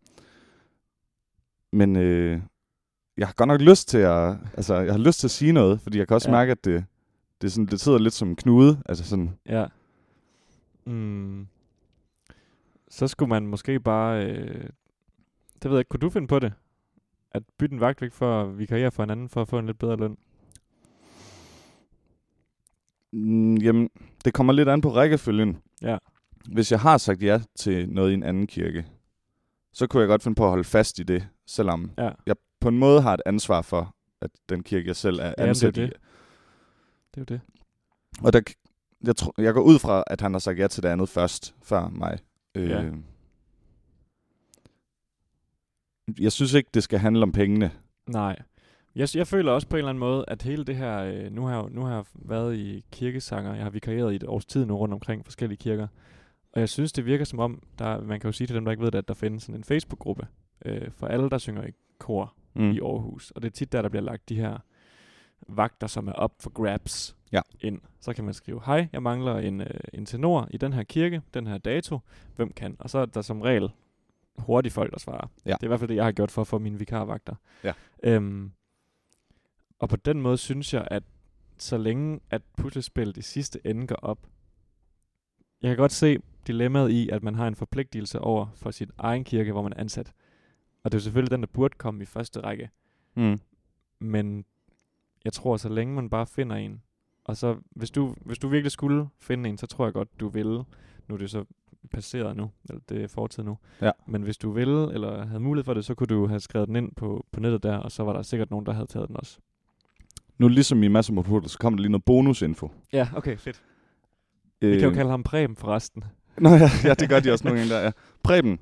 Men øh, jeg har godt nok lyst til at, altså, jeg har lyst til at sige noget, fordi jeg kan også
Ja.
ja. mærke, at det, det, er sådan, det sidder lidt som en knude. Altså sådan,
Ja. Mm. Så skulle man måske bare... Øh, det ved jeg ikke, kunne du finde på det? At bytte en vagt væk for at vikariere for en anden, for at få en lidt bedre løn?
Mm, jamen, det kommer lidt an på rækkefølgen.
Ja.
Hvis jeg har sagt ja til noget i en anden kirke, så kunne jeg godt finde på at holde fast i det, selvom
Ja.
jeg på en måde har et ansvar for, at den kirke, jeg selv er
er jo
ansat
det.
i.
Det er jo det.
Og der, k- jeg, tror, jeg går ud fra, at han har sagt ja til det andet først, før mig. Øh,
Ja.
Jeg synes ikke, det skal handle om pengene.
Nej. Jeg, jeg føler også på en eller anden måde, at hele det her, øh, nu har jeg, jo- nu har jeg været i kirkesanger, jeg har vikarieret i et års tid nu rundt omkring forskellige kirker, og jeg synes, det virker som om, der, man kan jo sige til dem, der ikke ved det, at der findes sådan en Facebook-gruppe øh, for alle, der synger i kor mm. i Aarhus, og det er tit der, der bliver lagt de her vagter, som er op for grabs
Ja.
ind. Så kan man skrive, hej, jeg mangler en, øh, en tenor i den her kirke, den her dato, hvem kan? Og så er der som regel hurtigt folk, der svarer.
Ja.
Det er i hvert fald det, jeg har gjort for at få mine vikarvagter.
Ja.
Øhm, og på den måde synes jeg, at så længe at puslespillet i sidste ende går op, jeg kan godt se dilemmaet i, at man har en forpligtelse over for sin egen kirke, hvor man er ansat. Og det er jo selvfølgelig den, der burde komme i første række.
Mm.
Men jeg tror, så længe man bare finder en, og så hvis du, hvis du virkelig skulle finde en, så tror jeg godt, du ville. Nu er det så passeret nu, eller det er fortid nu.
Ja.
Men hvis du ville, eller havde mulighed for det, så kunne du have skrevet den ind på, på nettet der, og så var der sikkert nogen, der havde taget den også.
Nu ligesom i masser af Hotel, så kom der lige noget bonusinfo. Øh,
Ja, okay, fedt. Vi kan jo kalde ham Preben forresten.
Nå ja, ja, det gør de også nogle gange der, ja. Preben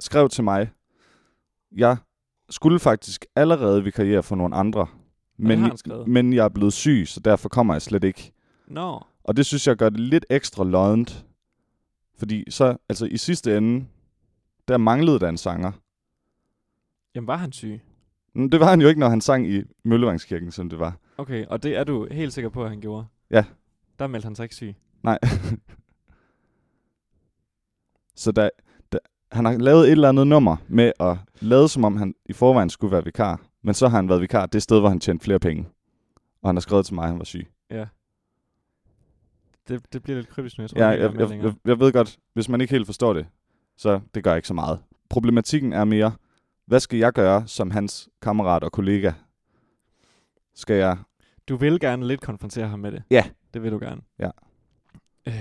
skrev til mig, jeg skulle faktisk allerede vikariere for nogle andre, men,
har han skrevet.
men jeg er blevet syg, så derfor kommer jeg slet ikke.
Nå,
Og det synes jeg gør det lidt ekstra loddent, fordi så, altså i sidste ende, der manglede der en sanger.
jamen var han syg?
Men det var han jo ikke, når han sang i Møllevangskirken, som det var.
Okay, og det er du helt sikker på, at han gjorde?
Ja.
Der meldte han sig ikke syg.
Nej. så der, der, han har lavet et eller andet nummer med at lade, som om han i forvejen skulle være vikar. Men så har han været vikar det sted, hvor han tjente flere penge. Og han har skrevet til mig, at han var syg.
Ja. Det, det bliver lidt kryptisk nu, jeg tror.
Ja,
ikke, der er
jeg, jeg,
meldinger.
jeg, jeg ved godt, hvis man ikke helt forstår det, så det gør ikke så meget. Problematikken er mere, hvad skal jeg gøre som hans kammerat og kollega? Skal jeg...
Du vil gerne lidt konfrontere ham med det.
Ja.
Det vil du gerne.
Ja.
Øh,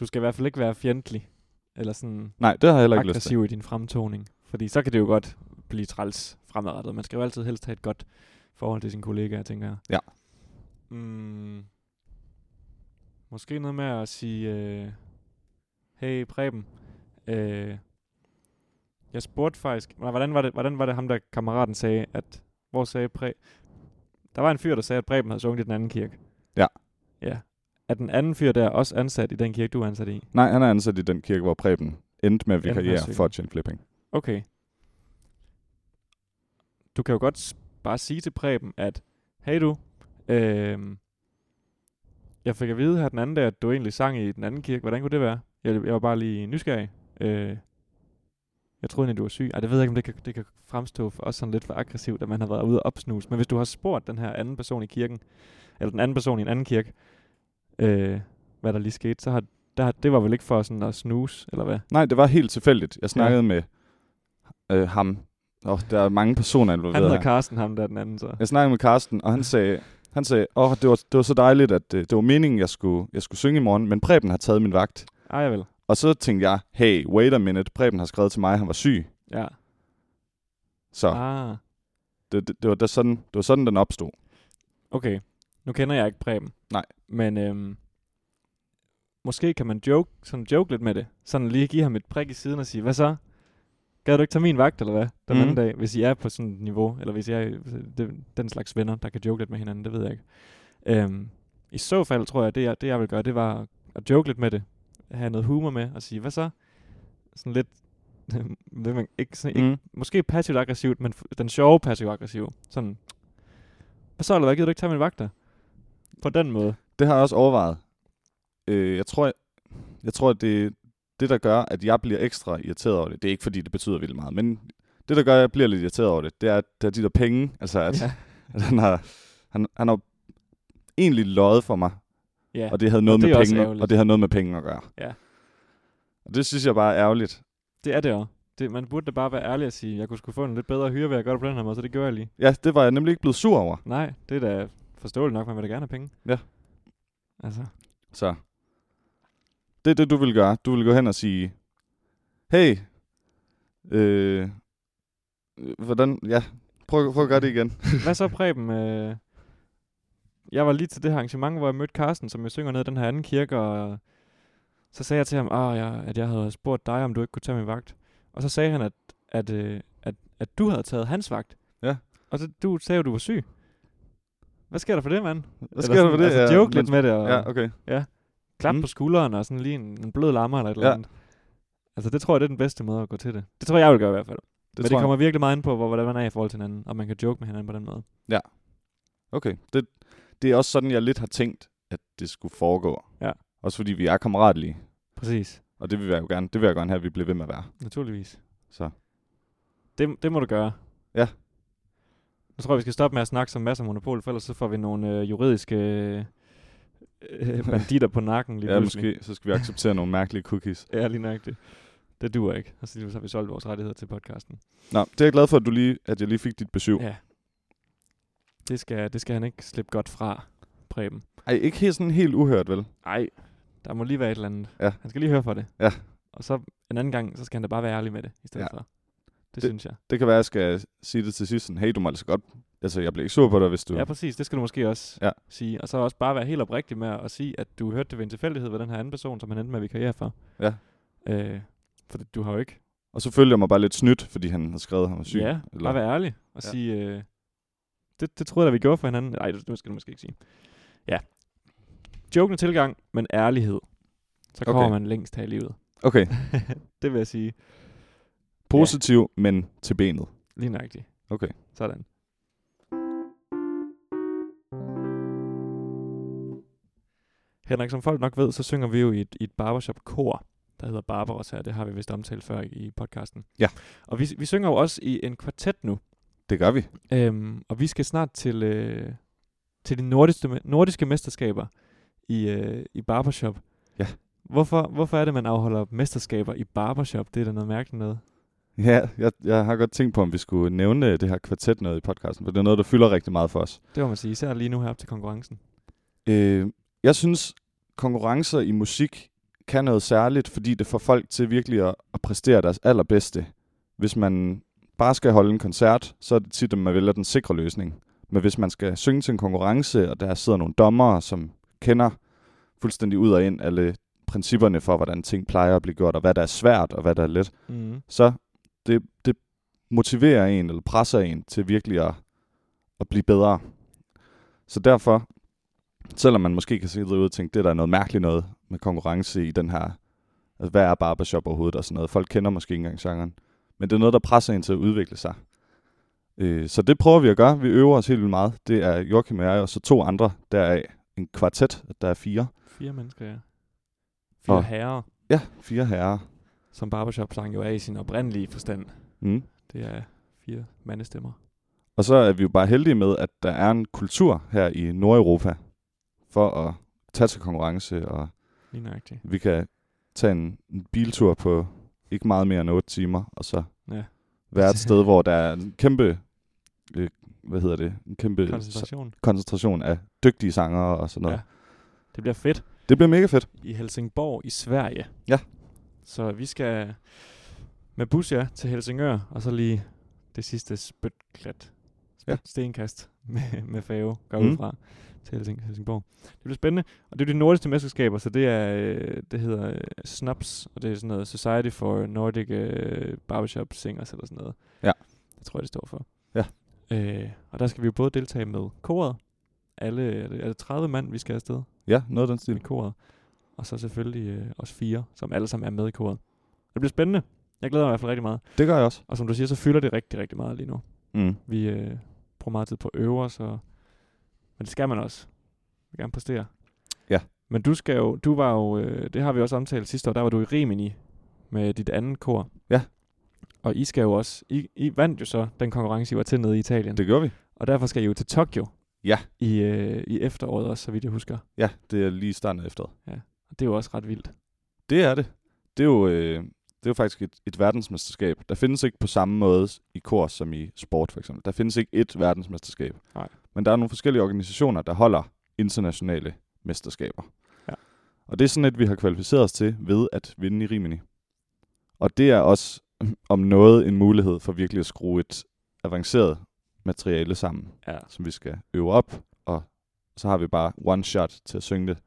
du skal i hvert fald ikke være fjendtlig, eller sådan
Nej, det har jeg heller ikke lyst til.
aggressiv i din fremtoning. Fordi så kan det jo godt blive træls fremadrettet. Man skal jo altid helst have et godt forhold til sine kollegaer, tænker jeg.
Ja.
Mm, måske noget med at sige, øh, hey Preben, øh, jeg spurgte faktisk, nej, hvordan, var det, hvordan var det ham, der kammeraten sagde, at, hvor sagde Preben, der var en fyr, der sagde, at Preben havde sunget i den anden kirke.
Ja.
Ja. Er den anden fyr der også ansat i den kirke, du er ansat i?
Nej, han er ansat i den kirke, hvor Preben endte med at
Endte med at
vikariere
søge.
for at tjene flere penge.
Okay. Du kan jo godt s- bare sige til Preben, at hey du, øhm, jeg fik at vide her den anden dag, at du egentlig sang i den anden kirke. Hvordan kunne det være? Jeg, jeg var bare lige nysgerrig. Øh, jeg troede egentlig, du var syg. Ej, det ved jeg ikke, om det kan, det kan fremstå for os sådan lidt for aggressivt, at man har været ude og opsnuse. Men hvis du har spurgt den her anden person i kirken, eller den anden person i en anden kirke, øh, hvad der lige skete, så har der, det var vel ikke for sådan at snuse, eller hvad?
Nej, det var helt tilfældigt. Jeg snakkede ja. med øh, ham. Og der er mange personer
Han
involveret
hedder
her.
Carsten, ham der er den anden, så.
Jeg snakkede med Karsten, og han sagde, han sagde, åh, oh, det, var, det var så dejligt, at øh, det var meningen, jeg skulle, jeg skulle synge i morgen, men Preben har taget min vagt.
Ej, vel.
Og så tænkte jeg, hey, wait a minute, Preben har skrevet til mig, at han var syg.
Ja.
Så ah.
Ah,
det, det, det, var, det, sådan, det var sådan, den opstod.
okay. Nu kender jeg ikke Preben.
Nej.
Men øhm, måske kan man joke, sådan joke lidt med det. Sådan lige give ham et prik i siden og sige, hvad så? Gad du ikke tage min vagt, eller hvad? Den
Mhm.
anden dag, hvis I er på sådan et niveau, eller hvis I er det, den slags venner, der kan joke lidt med hinanden, det ved jeg ikke. Øhm, I så fald tror jeg, det jeg, det jeg vil gøre, det var at joke lidt med det. Have noget humor med og sige, hvad så? Sådan lidt, ved man ikke, sådan,
Mm.
måske passivt aggressivt, men f- den sjove passivt aggressiv. Sådan, hvad så, eller hvad? Gider du ikke tage mine vagter? På den måde.
Det har jeg også overvejet. Øh, jeg tror, jeg, jeg tror at det, det, der gør, at jeg bliver ekstra irriteret over det, det er ikke, fordi det betyder vildt meget, men det, der gør, at jeg bliver lidt irriteret over det, det er, at det er de der penge, altså at, ja.
ja.
at han, har, han, han har egentlig løjet for mig,
ja.
og det havde noget,
det er
med
også
penge,
ærgerligt.
og det havde noget med penge at gøre.
Ja.
Og det synes jeg bare er ærgerligt.
Det er det også. Det, man burde da bare være ærlig og sige, jeg kunne sgu få en lidt bedre hyre ved at gøre det på den her måde, så det gør jeg lige.
Ja, det var jeg nemlig ikke blevet sur over.
Nej, det er da forståeligt nok, man vil da gerne have penge.
Ja.
Altså,
Så det er det, du vil gøre. Du vil gå hen og sige, hey, øh, øh, hvordan, ja, prøv, prøv at gøre det igen.
hvad så Preben? Øh, jeg var lige til det her arrangement, hvor jeg mødte Carsten, som jeg synger ned i den her anden kirke, og så sagde jeg til ham, ah, jeg, at jeg havde spurgt dig, om du ikke kunne tage min vagt. Og så sagde han, at, at, øh, at, at du havde taget hans vagt.
Ja.
Og så, du sagde jo, du var syg. Hvad sker der for det, mand?
Hvad sker der for det?
Altså,
Ja,
joke lidt
men-
med det, og ja.
Ja, okay.
klap
Mm.
på skulderen, og sådan lige en, en blød lammer eller et eller
Ja.
andet. Altså, det tror jeg, det er den bedste måde at gå til det. Det tror jeg, jeg vil gøre i hvert fald. Det Men
tror
det
jeg.
kommer virkelig meget ind på, hvor, hvordan man er i forhold til hinanden, og man kan joke med hinanden på den måde.
Okay, det, det er også sådan, jeg lidt har tænkt, at det skulle foregå.
Ja.
Også fordi vi er kammeratlige,
Præcis.
og det vil jeg jo gerne, det vil jeg gerne have, at vi bliver ved med at være.
Naturligvis.
Så
Det, det må du gøre.
Ja.
Nu tror jeg, vi skal stoppe med at snakke som masser af monopol, for ellers så får vi nogle øh, juridiske øh, øh, banditter på nakken lige
ja,
pludselig.
måske så skal vi acceptere nogle mærkelige cookies.
Ja, lige nøjagtigt. Det duer ikke. Og så har vi solgt vores rettigheder til podcasten.
Nå, det er jeg glad for, at, du lige, at jeg lige fik dit besøg.
Ja. Det skal, det skal han ikke slippe godt fra, Preben.
Ej, ikke helt sådan helt uhørt, vel?
Nej. Der må lige være et eller andet.
Ja.
Han skal lige høre for det.
Ja.
Og så en anden gang, så skal han da bare være ærlig med det, i stedet
Ja.
ja. for. Det, det
Det-
synes jeg.
Det kan være, at jeg skal sige det til sidst. Sådan, hey, du må altså godt... Altså, jeg bliver ikke sur på dig, hvis du...
Ja, præcis. Det skal du måske også
Ja.
ja. sige. Og så også bare være helt oprigtig med at sige, at du hørte det ved en tilfældighed ved den her anden person, som han endte med at vikariere for.
Ja.
Øh, for det- du har jo ikke...
Og så følte jeg mig bare lidt snydt, fordi han havde skrevet, at han var syg.
ja,
eller-
bare være ærlig og
Ja.
ja. sige... Øh, det, det troede jeg, da vi gjorde for hinanden. Nej, det det skal du måske ikke sige. Ja. Jokende tilgang, men ærlighed. Så
Okay.
kommer man længst her i livet.
Okay,
det vil jeg sige.
positiv, ja. men til benet.
Lige nøjagtigt.
Okay.
Sådan. Henrik, som folk nok ved, så synger vi jo i et, i et barbershop-kor, der hedder Barbaros her. Det har vi vist omtalt før i podcasten.
Ja.
Og vi, vi synger jo også i en kvartet nu.
Det gør vi.
Øhm, og vi skal snart til, øh, til de nordiske, nordiske mesterskaber i, øh, i barbershop.
Ja.
Hvorfor, hvorfor er det, man afholder mesterskaber i barbershop? Det er da noget mærkeligt noget.
Ja, jeg, jeg har godt tænkt på, om vi skulle nævne øh, det her kvartet noget i podcasten, for det er noget, der fylder rigtig meget for os.
Det må man sige, især lige nu her op til konkurrencen.
Øh, jeg synes, konkurrencer i musik kan noget særligt, fordi det får folk til virkelig at, at præstere deres allerbedste. Hvis man bare skal holde en koncert, så er det tit, at man vælger den sikre løsning. Men hvis man skal synge til en konkurrence, og der sidder nogle dommere, som kender fuldstændig ud og ind alle principperne for, hvordan ting plejer at blive gjort, og hvad der er svært, og hvad der er let,
Mm.
så det, det motiverer en, eller presser en til virkelig at, at blive bedre. Så derfor, selvom man måske kan sidde ud og tænke, det der er noget mærkeligt noget med konkurrence i den her, altså hvad er barbershop overhovedet og sådan noget, folk kender måske ikke engang genren, men det er noget, der presser en til at udvikle sig. Øh, så det prøver vi at gøre, vi øver os helt vildt meget. Det er Joachim og jeg, og så to andre deraf, en kvartet, der er fire.
Fire mennesker, ja. Fire
Og-
og. herrer,
Ja, fire herrer.
som barbershop-sang jo er i sin oprindelige forstand.
Mm.
Det er fire mandestemmer.
Og så er vi jo bare heldige med, at der er en kultur her i Nordeuropa for at tage til konkurrence, og
Lige nøjagtigt.
vi kan tage en, en biltur på ikke meget mere end 8 timer, og så
Ja.
være et sted, hvor der er en kæmpe, øh, hvad hedder det, en kæmpe s-
Koncentration.
koncentration af dygtige sangere og sådan noget. Ja.
Ja. Det bliver fedt.
Det bliver mega fedt.
I Helsingborg i Sverige.
Ja.
Så vi skal med bus, ja, til Helsingør, og så lige det sidste spytklat.
Ja.
Ja. Stenkast med, med fave, går
Mm.
mm. ud fra, til Helsing, Helsingborg. Det bliver spændende, og det er de nordiske mesterskaber, så det er, øh, det hedder øh, SNAPS, og det er sådan noget Society for Nordic øh, Barbershop Singers, eller sådan noget.
Ja.
Det tror jeg, det står for.
Ja.
Øh, og der skal vi jo både deltage med koret, alle, er det, er det 30 mand, vi skal afsted?
Ja, noget af den
med
stil.
koret. Og så selvfølgelig øh, os fire, som alle sammen er med i koret. Det bliver spændende. Jeg glæder mig i hvert fald rigtig meget.
Det gør jeg også.
Og som du siger, så fylder det rigtig, rigtig meget lige nu.
Mm.
Vi øh, bruger meget tid på at øve os, og... men det skal man også. Vi vil gerne præstere.
Ja.
Men du skal jo, du var jo, øh, det har vi også omtalt sidste år, der var du i Rimini med dit andet kor.
Ja.
Og I skal jo også, I, I vandt jo så den konkurrence, I var til nede i Italien.
Det gør vi.
Og derfor skal I jo til Tokyo.
Ja.
I, øh, I efteråret også, så vidt jeg husker.
Ja, det er lige starten af efteråret.
Og det er jo også ret vildt.
Det er det. Det er jo, øh, det er jo faktisk et, et verdensmesterskab. Der findes ikke på samme måde i kor som i sport, for eksempel. Der findes ikke et verdensmesterskab.
Nej.
Men der er nogle forskellige organisationer, der holder internationale mesterskaber.
Ja.
Og det er sådan et, vi har kvalificeret os til ved at vinde i Rimini. Og det er også om noget en mulighed for virkelig at skrue et avanceret materiale sammen,
Ja.
som vi skal øve op, og så har vi bare one shot til at synge det,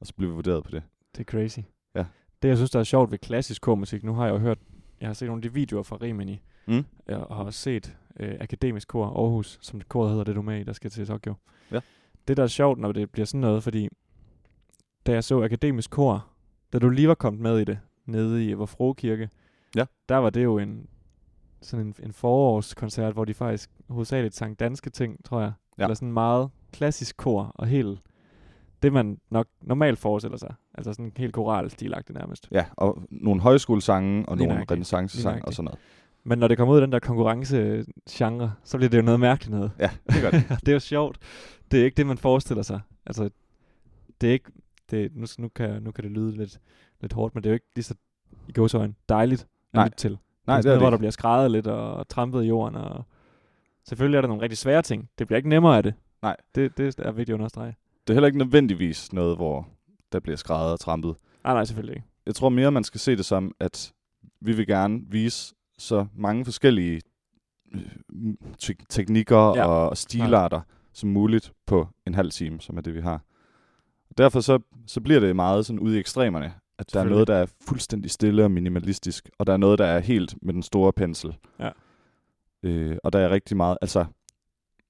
og så bliver vi vurderet på det.
Det er crazy.
Ja.
Det, jeg synes, der er sjovt ved klassisk kormusik, nu har jeg jo hørt, jeg har set nogle af de videoer fra Rimini,
Mm.
øh, og har også set øh, Akademisk Kor Aarhus, som det kor hedder, det du er med i, der skal til Tokyo.
Ja.
Det, der er sjovt, når det bliver sådan noget, fordi da jeg så Akademisk Kor, da du lige var kommet med i det, nede i Vor Kirke,
Ja.
der var det jo en, sådan en, en forårskoncert, hvor de faktisk hovedsageligt sang danske ting, tror jeg.
Ja.
Eller sådan meget klassisk kor og helt det, man nok normalt forestiller sig. Altså sådan helt koralstilagtigt nærmest.
Ja, og nogle højskolesange og
Lige
nogle
nøjagtigt.
renaissancesange
Lige
og sådan noget.
Men når det kommer ud af den der konkurrencegenre, så bliver det jo noget mærkeligt noget.
Ja, det gør det.
det er jo sjovt. Det er ikke det, man forestiller sig. Altså, det er ikke... Det, nu, nu, kan, nu kan det lyde lidt, lidt hårdt, men det er jo ikke lige så i gåsøjne dejligt at
Nej.
lytte til.
Nej, det
sådan noget,
er
hvor der
det ikke.
bliver skrevet lidt og trampet i jorden. Og selvfølgelig er der nogle rigtig svære ting. Det bliver ikke nemmere af det.
Nej.
Det, det er vigtigt at understrege.
Det er heller ikke nødvendigvis noget, hvor der bliver skrevet og trampet.
Nej, nej, selvfølgelig ikke.
Jeg tror mere, man skal se det som, at vi vil gerne vise så mange forskellige øh, te- teknikker
Ja,
ja, og stilarter som muligt på en halv time, som er det, vi har. Derfor så, så bliver det meget sådan ude i ekstremerne, at der er
Selvfølgelig.
noget, der er fuldstændig stille og minimalistisk, og der er noget, der er helt med den store pensel.
Ja.
Øh, og der er rigtig meget, altså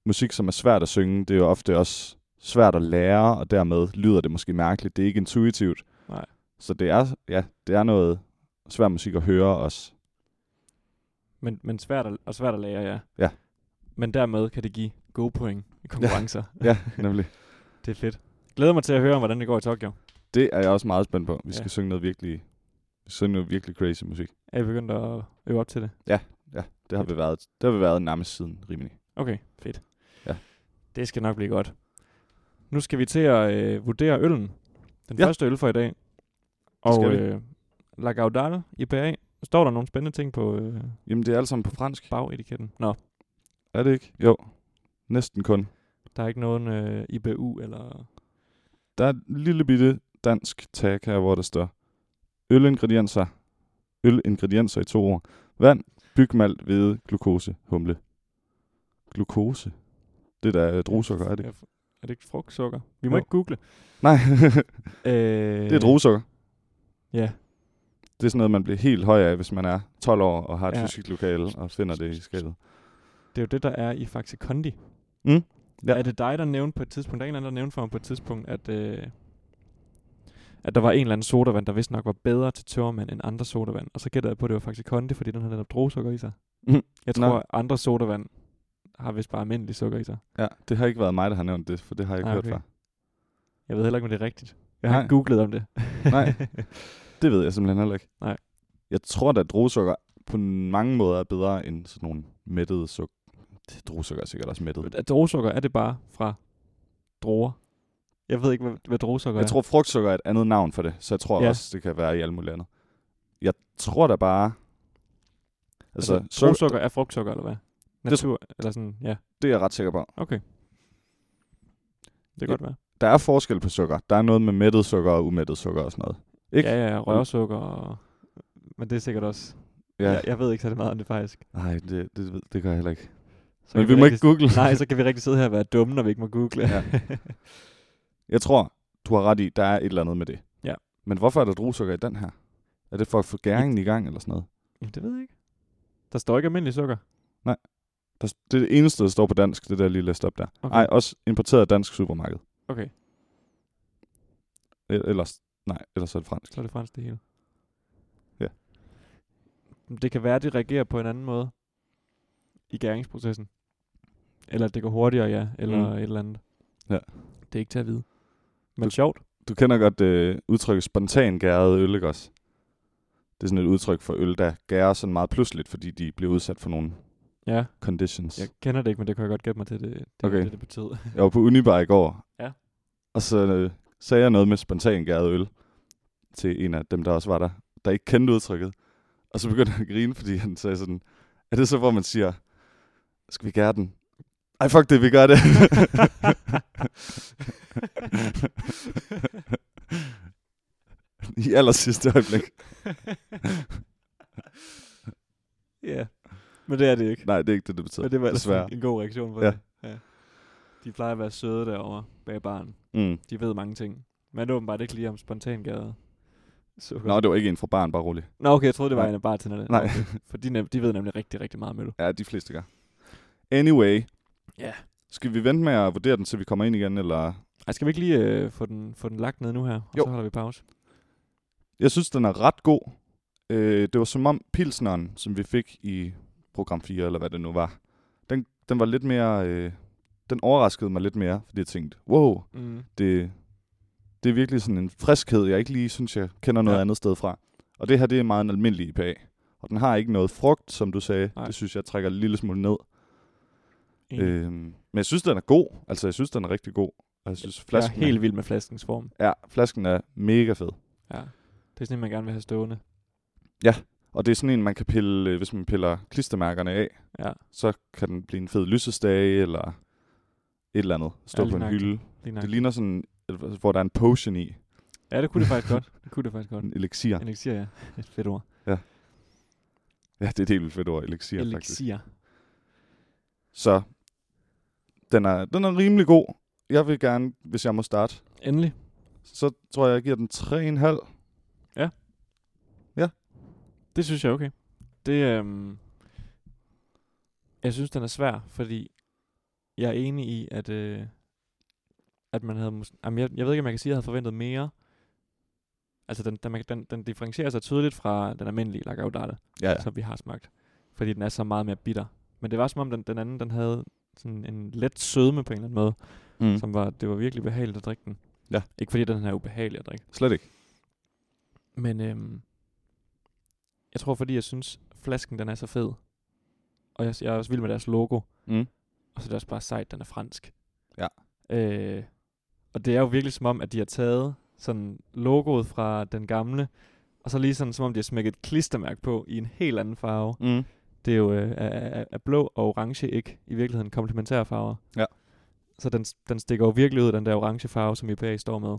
musik, som er svært at synge, det er jo ofte også svært at lære, og dermed lyder det måske mærkeligt. Det er ikke intuitivt.
Nej.
Så det er, ja, det er noget svær musik at høre også.
Men, men svært at, og svært at lære, ja.
Ja.
Men dermed kan det give gode point i konkurrencer.
Ja, nemlig.
det er fedt. Glæder mig til at høre, om, hvordan det går i Tokyo.
Det er jeg også meget spændt på. Vi
Ja.
skal synge noget virkelig, vi skal synge noget virkelig crazy musik.
Er I begyndt at øve op til det?
Det har vi været, det har vi været nærmest siden Rimini.
Okay, fedt.
Ja.
Det skal nok blive godt. Nu skal vi til at øh, vurdere øllen. Den
Ja.
ja. første øl for i dag.
Det skal
Og
vi.
øh, La Gaudale IPA. Står der nogle spændende ting på øh,
Jamen, det er alt sammen på fransk.
bagetiketten? Nå,
Er det ikke? Jo. Næsten kun.
der er ikke nogen øh, IBU eller...
Der er et lille bitte dansk tag her, hvor der står ølingredienser. Ølingredienser i to ord. Vand, bygmalt, hvede, glukose, humle. Glukose? Det der druesukker, er det?
Ja,
ikke?
f- Er det ikke frugtsukker? Vi må
Jo.
ikke google.
Nej,
Øh,
det er druesukker.
Ja,
Det er sådan noget, man bliver helt høj af, hvis man er 12 år og har et
Ja.
ja. fysiklokale og finder det i skabet.
det er jo det, der er i Faxe Kondi.
Mm,
Ja.
ja.
Er det dig, der nævnte på et tidspunkt, der er en eller anden, der nævnte for mig på et tidspunkt, at, øh, at der var en eller anden sodavand, der vist nok var bedre til tørmand end andre sodavand. Og så gættede jeg på, at det var faktisk Kondi, fordi den havde netop drosukker i sig.
Mhm.
Jeg
Nå.
tror, at andre sodavand har vist bare almindelig sukker i sig.
Ja, det har ikke været mig, der har nævnt det, for det har jeg ikke
Ah,
ah, hørt
okay.
før.
Jeg ved heller ikke, om det er rigtigt. Jeg har
Nej.
ikke googlet om det.
Nej, det ved jeg simpelthen heller ikke.
Nej.
Jeg tror, at druesukker på mange måder er bedre end sådan nogle mættede sukker. Druesukker er sikkert også mættet.
At drosukker er det bare fra droger. Jeg ved ikke, hvad, hvad drosukker
Jeg tror, frugtsukker er et andet navn for det, så jeg tror
Ja.
ja. også, det kan være i alt muligt andet. Jeg tror da bare...
er. Altså,
Altså,
altså
sukker,
drosukker er frugtsukker, eller hvad?
Det-
Natur, det, eller sådan, ja.
det er jeg ret sikker på.
Okay. Det kan
Ja,
godt være.
Der er forskel på sukker. Der er noget med mættet sukker og umættet sukker og sådan noget. Ikke?
Ja, ja, rørsukker og... Men det er sikkert også... Ja. Jeg, jeg ved ikke særlig meget om det faktisk.
Nej, det, det, ved- det gør jeg heller ikke.
Så
Så Men
kan
vi må
rigtig-
ikke google.
Nej, så kan vi rigtig sidde her og være dumme, når vi ikke må google.
Ja. Jeg tror, du har ret i, der er et eller andet med det.
Ja.
Men hvorfor er der druesukker i den her? Er det for at få gæringen i gang eller sådan noget?
Jamen, det ved jeg ikke. Der står ikke almindelig sukker.
Der, s- det er det eneste, der står på dansk, det der lille stop der.
Okay.
Nej, okay. også importeret af dansk supermarked.
Okay,
E- Ellers, nej, ellers er det fransk.
så er det fransk det hele.
Ja.
Det kan være, at de reagerer på en anden måde i gæringsprocessen. Eller at det går hurtigere, ja. Eller
Mm.
et eller andet.
Ja.
Det er ikke til at vide. Men sjovt.
Du kender godt øh, udtrykket spontan gæret øl, ikke også? Det er sådan et udtryk for øl, der gærer sådan meget pludseligt, fordi de bliver udsat for nogle
Ja,
conditions.
jeg kender det ikke, men det kan jeg godt gætte mig til, det, det,
Okay.
det, det betød.
Jeg var på Unibar i går.
Ja.
Og så øh, sagde jeg noget med spontan gæret øl til en af dem, der også var der, der ikke kendte udtrykket. Og så begyndte han at grine, fordi han sagde sådan, er det så, hvor man siger, skal vi gære den? Ej, fuck det, vi gør det. I aller sidste øjeblik.
ja, men det er det ikke.
Nej, det er ikke det, det betyder.
Men det var ellers
desværre.
en, en god reaktion på
Ja.
det. Ja. De plejer at være søde derovre bag barn.
Mm.
De ved mange ting. Men det er åbenbart ikke lige om spontangade Så
Nå, det var ikke en fra barn, bare rolig.
Nå, okay, jeg troede, det var
Nej.
en af bartenderne.
Nej.
Okay. For de, nem- de ved nemlig rigtig, rigtig meget om øl.
Ja, de fleste gør. Anyway.
Ja.
Skal vi vente med at vurdere den, til vi kommer ind igen, eller...
Ej, skal vi ikke lige øh, få, den, få den lagt ned nu her, og
Jo.
så holder vi pause?
Jeg synes, den er ret god. Øh, det var som om pilsneren, som vi fik i program 4, eller hvad det nu var, den, den var lidt mere... Øh, den overraskede mig lidt mere, fordi jeg tænkte, wow,
Mm.
det, det er virkelig sådan en friskhed, jeg ikke lige synes, jeg kender noget
Ja.
ja. andet sted fra. Og det her, det er meget en almindelig IPA. Og den har ikke noget frugt, som du sagde.
Nej.
Nej. Det synes jeg trækker en lille smule ned.
Øh,
Øhm, men jeg synes, den er god. Altså, jeg synes, den er rigtig god. Og jeg synes,
jeg er
flasken,
helt vild med flaskens form.
er, ja, flasken er mega fed.
Ja. Det er sådan en, man gerne vil have stående.
Og det er sådan en, man kan pille, øh, hvis man piller klistermærkerne af,
Ja,
så kan den blive en fed lysestage, eller et eller andet. Stå
Ja,
ja,
lige
på en
nøjagtigt.
hylde.
lige
Det
nok.
ligner sådan, et- hvor der er en potion i.
Ja, det kunne det faktisk godt. Det kunne det faktisk godt.
En elixir.
Elixir, ja. Et fedt ord.
Ja, det er et helt vildt fedt ord, elixir, faktisk.
Elixir.
Så den er, den er rimelig god. Jeg vil gerne, hvis jeg må starte,
Endelig.
så tror jeg, jeg giver den 3,5.
Det synes jeg er okay. Det, øhm, jeg synes, den er svær, fordi jeg er enig i, at, øh, at man havde... Mås- Jamen, jeg, jeg ved ikke, om jeg kan sige, at jeg havde forventet mere. Altså, den, den, den, den differencierer sig tydeligt fra den almindelige Lagavdarte,
Ja, ja.
ja. som vi har smagt. Fordi den er så meget mere bitter. Men det var som om, den, den anden den havde sådan en let sødme på en eller anden måde. Mm.
Mm.
Som var, det var virkelig behageligt at drikke den.
Ja.
Ikke fordi den her er ubehagelig at drikke.
Slet ikke.
Men øhm, jeg tror, fordi jeg synes, flasken den er så fed. Og jeg, jeg er også vild med deres logo.
Mm.
Og så er det også bare sejt, den er fransk.
Ja.
Øh, og det er jo virkelig som om, at de har taget sådan logoet fra den gamle, og så lige sådan, som om de har smækket et klistermærke på i en helt anden farve.
Mm.
Det er jo øh, er, er, er blå og orange ikke i virkeligheden komplementære farver.
Ja.
Så den, den stikker jo virkelig ud, den der orange farve, som IPA står med.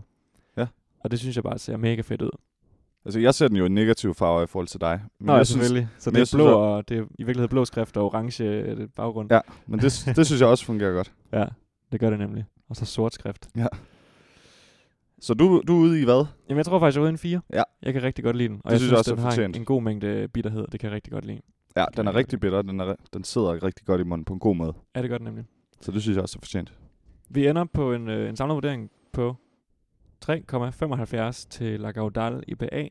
Ja.
Og det synes jeg bare ser mega fedt ud.
Altså, jeg ser den jo i negativ farve i forhold til dig. Men
Nå,
jeg
ja,
synes,
selvfølgelig. Så
men
det
jeg
er
synes
blå,
også-
og det er i virkeligheden blå skrift og orange øh, baggrund.
Ja. men det, det synes jeg også fungerer godt.
Ja. ja, det gør det nemlig. Og så sort skrift.
Så du, du er ude i hvad?
Jamen, jeg tror faktisk, jeg er ude en 4.
Ja.
Jeg kan rigtig godt lide den. Og
Det
jeg
synes
synes,
jeg også
den
er
har en,
fortjent.
en god mængde bitterhed. Det kan jeg rigtig godt lide.
Ja,
Det kan
den
jeg
er
godt
rigtig bitter. Den, er, den sidder rigtig godt i munden på en god måde.
Ja, det gør den nemlig.
Så det synes jeg også er fortjent.
Vi ender på en, øh, en samlet vurdering på 3,75 til La Gaudal IPA.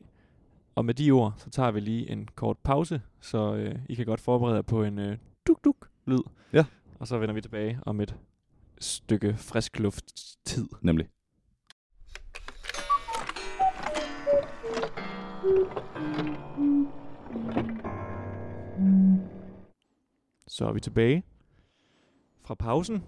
Og med de ord, så tager vi lige en kort pause, så øh, I kan godt forberede jer på en øh, duk-duk-lyd.
Ja.
Og så vender vi tilbage om et stykke frisk luft-tid.
Nemlig.
Så er vi tilbage fra pausen.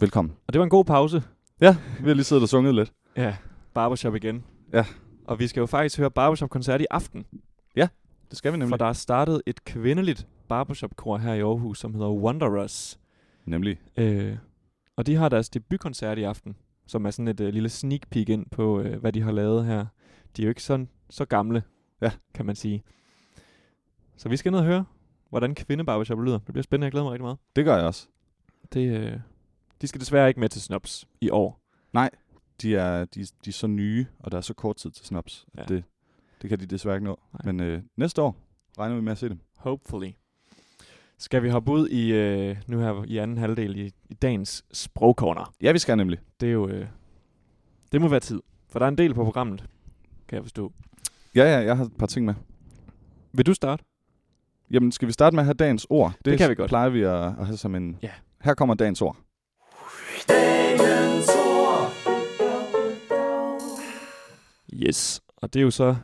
Velkommen.
Og det var en god pause.
Ja, vi har lige siddet og sunget lidt.
Ja, barbershop igen.
Ja.
Og vi skal jo faktisk høre barbershop-koncert i aften.
Det skal vi
For
nemlig.
der er startet et kvindeligt barbershop-kor her i Aarhus, som hedder Wanderers.
Nemlig.
Øh, og de har deres debutkoncert i aften, som er sådan et øh, lille sneak peek ind på, øh, hvad de har lavet her. De er jo ikke sådan, så gamle,
Ja.
kan man sige. Så vi skal ned og høre, hvordan kvindebarbershop lyder. Det bliver spændende, jeg glæder mig rigtig meget.
Det gør jeg også.
Det, øh, de skal desværre ikke med til Snops i år.
De er, de, de er så nye, og der er så kort tid til snaps.
Ja.
Ja. Det, det kan de desværre ikke nå.
Nej.
Nej. Men øh, næste år regner vi med at se dem.
Hopefully. Skal vi hoppe ud i øh, nu her i anden halvdel i, i dagens sprogcorner?
Ja, vi skal nemlig.
Det er jo øh, det må være tid, for der er en del på programmet, kan jeg forstå.
Ja, ja, jeg har et par ting med.
Vil du starte?
Jamen, skal vi starte med at have dagens ord? Det,
kan vi godt.
plejer vi at, at have som en...
Ja.
Her kommer dagens ord.
Yes. Og det er jo så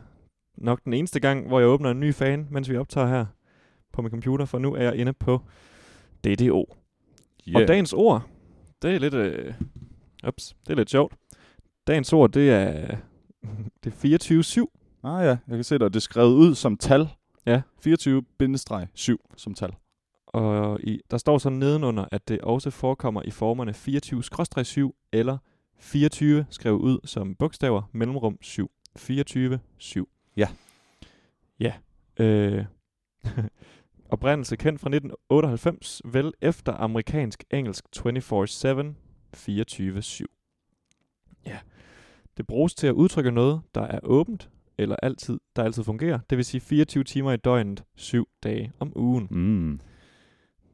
nok den eneste gang, hvor jeg åbner en ny fan, mens vi optager her på min computer, for nu er jeg inde på DDO. Yeah. Og dagens ord, det er lidt... Øh, ups, det er lidt sjovt. Dagens ord, det er, det er 24-7.
Ah ja, jeg kan se dig. Det er skrevet ud som tal.
Ja.
24-7 som tal.
Og i, der står så nedenunder, at det også forekommer i formerne 24-7 eller 24 skrevet ud som bogstaver mellemrum 7. 24-7.
Ja.
Ja. Øh, oprindelse kendt fra 1998, vel efter amerikansk-engelsk 24-7, 24-7. Ja. Det bruges til at udtrykke noget, der er åbent, eller altid, der altid fungerer. Det vil sige 24 timer i døgnet, 7 dage om ugen.
Mm.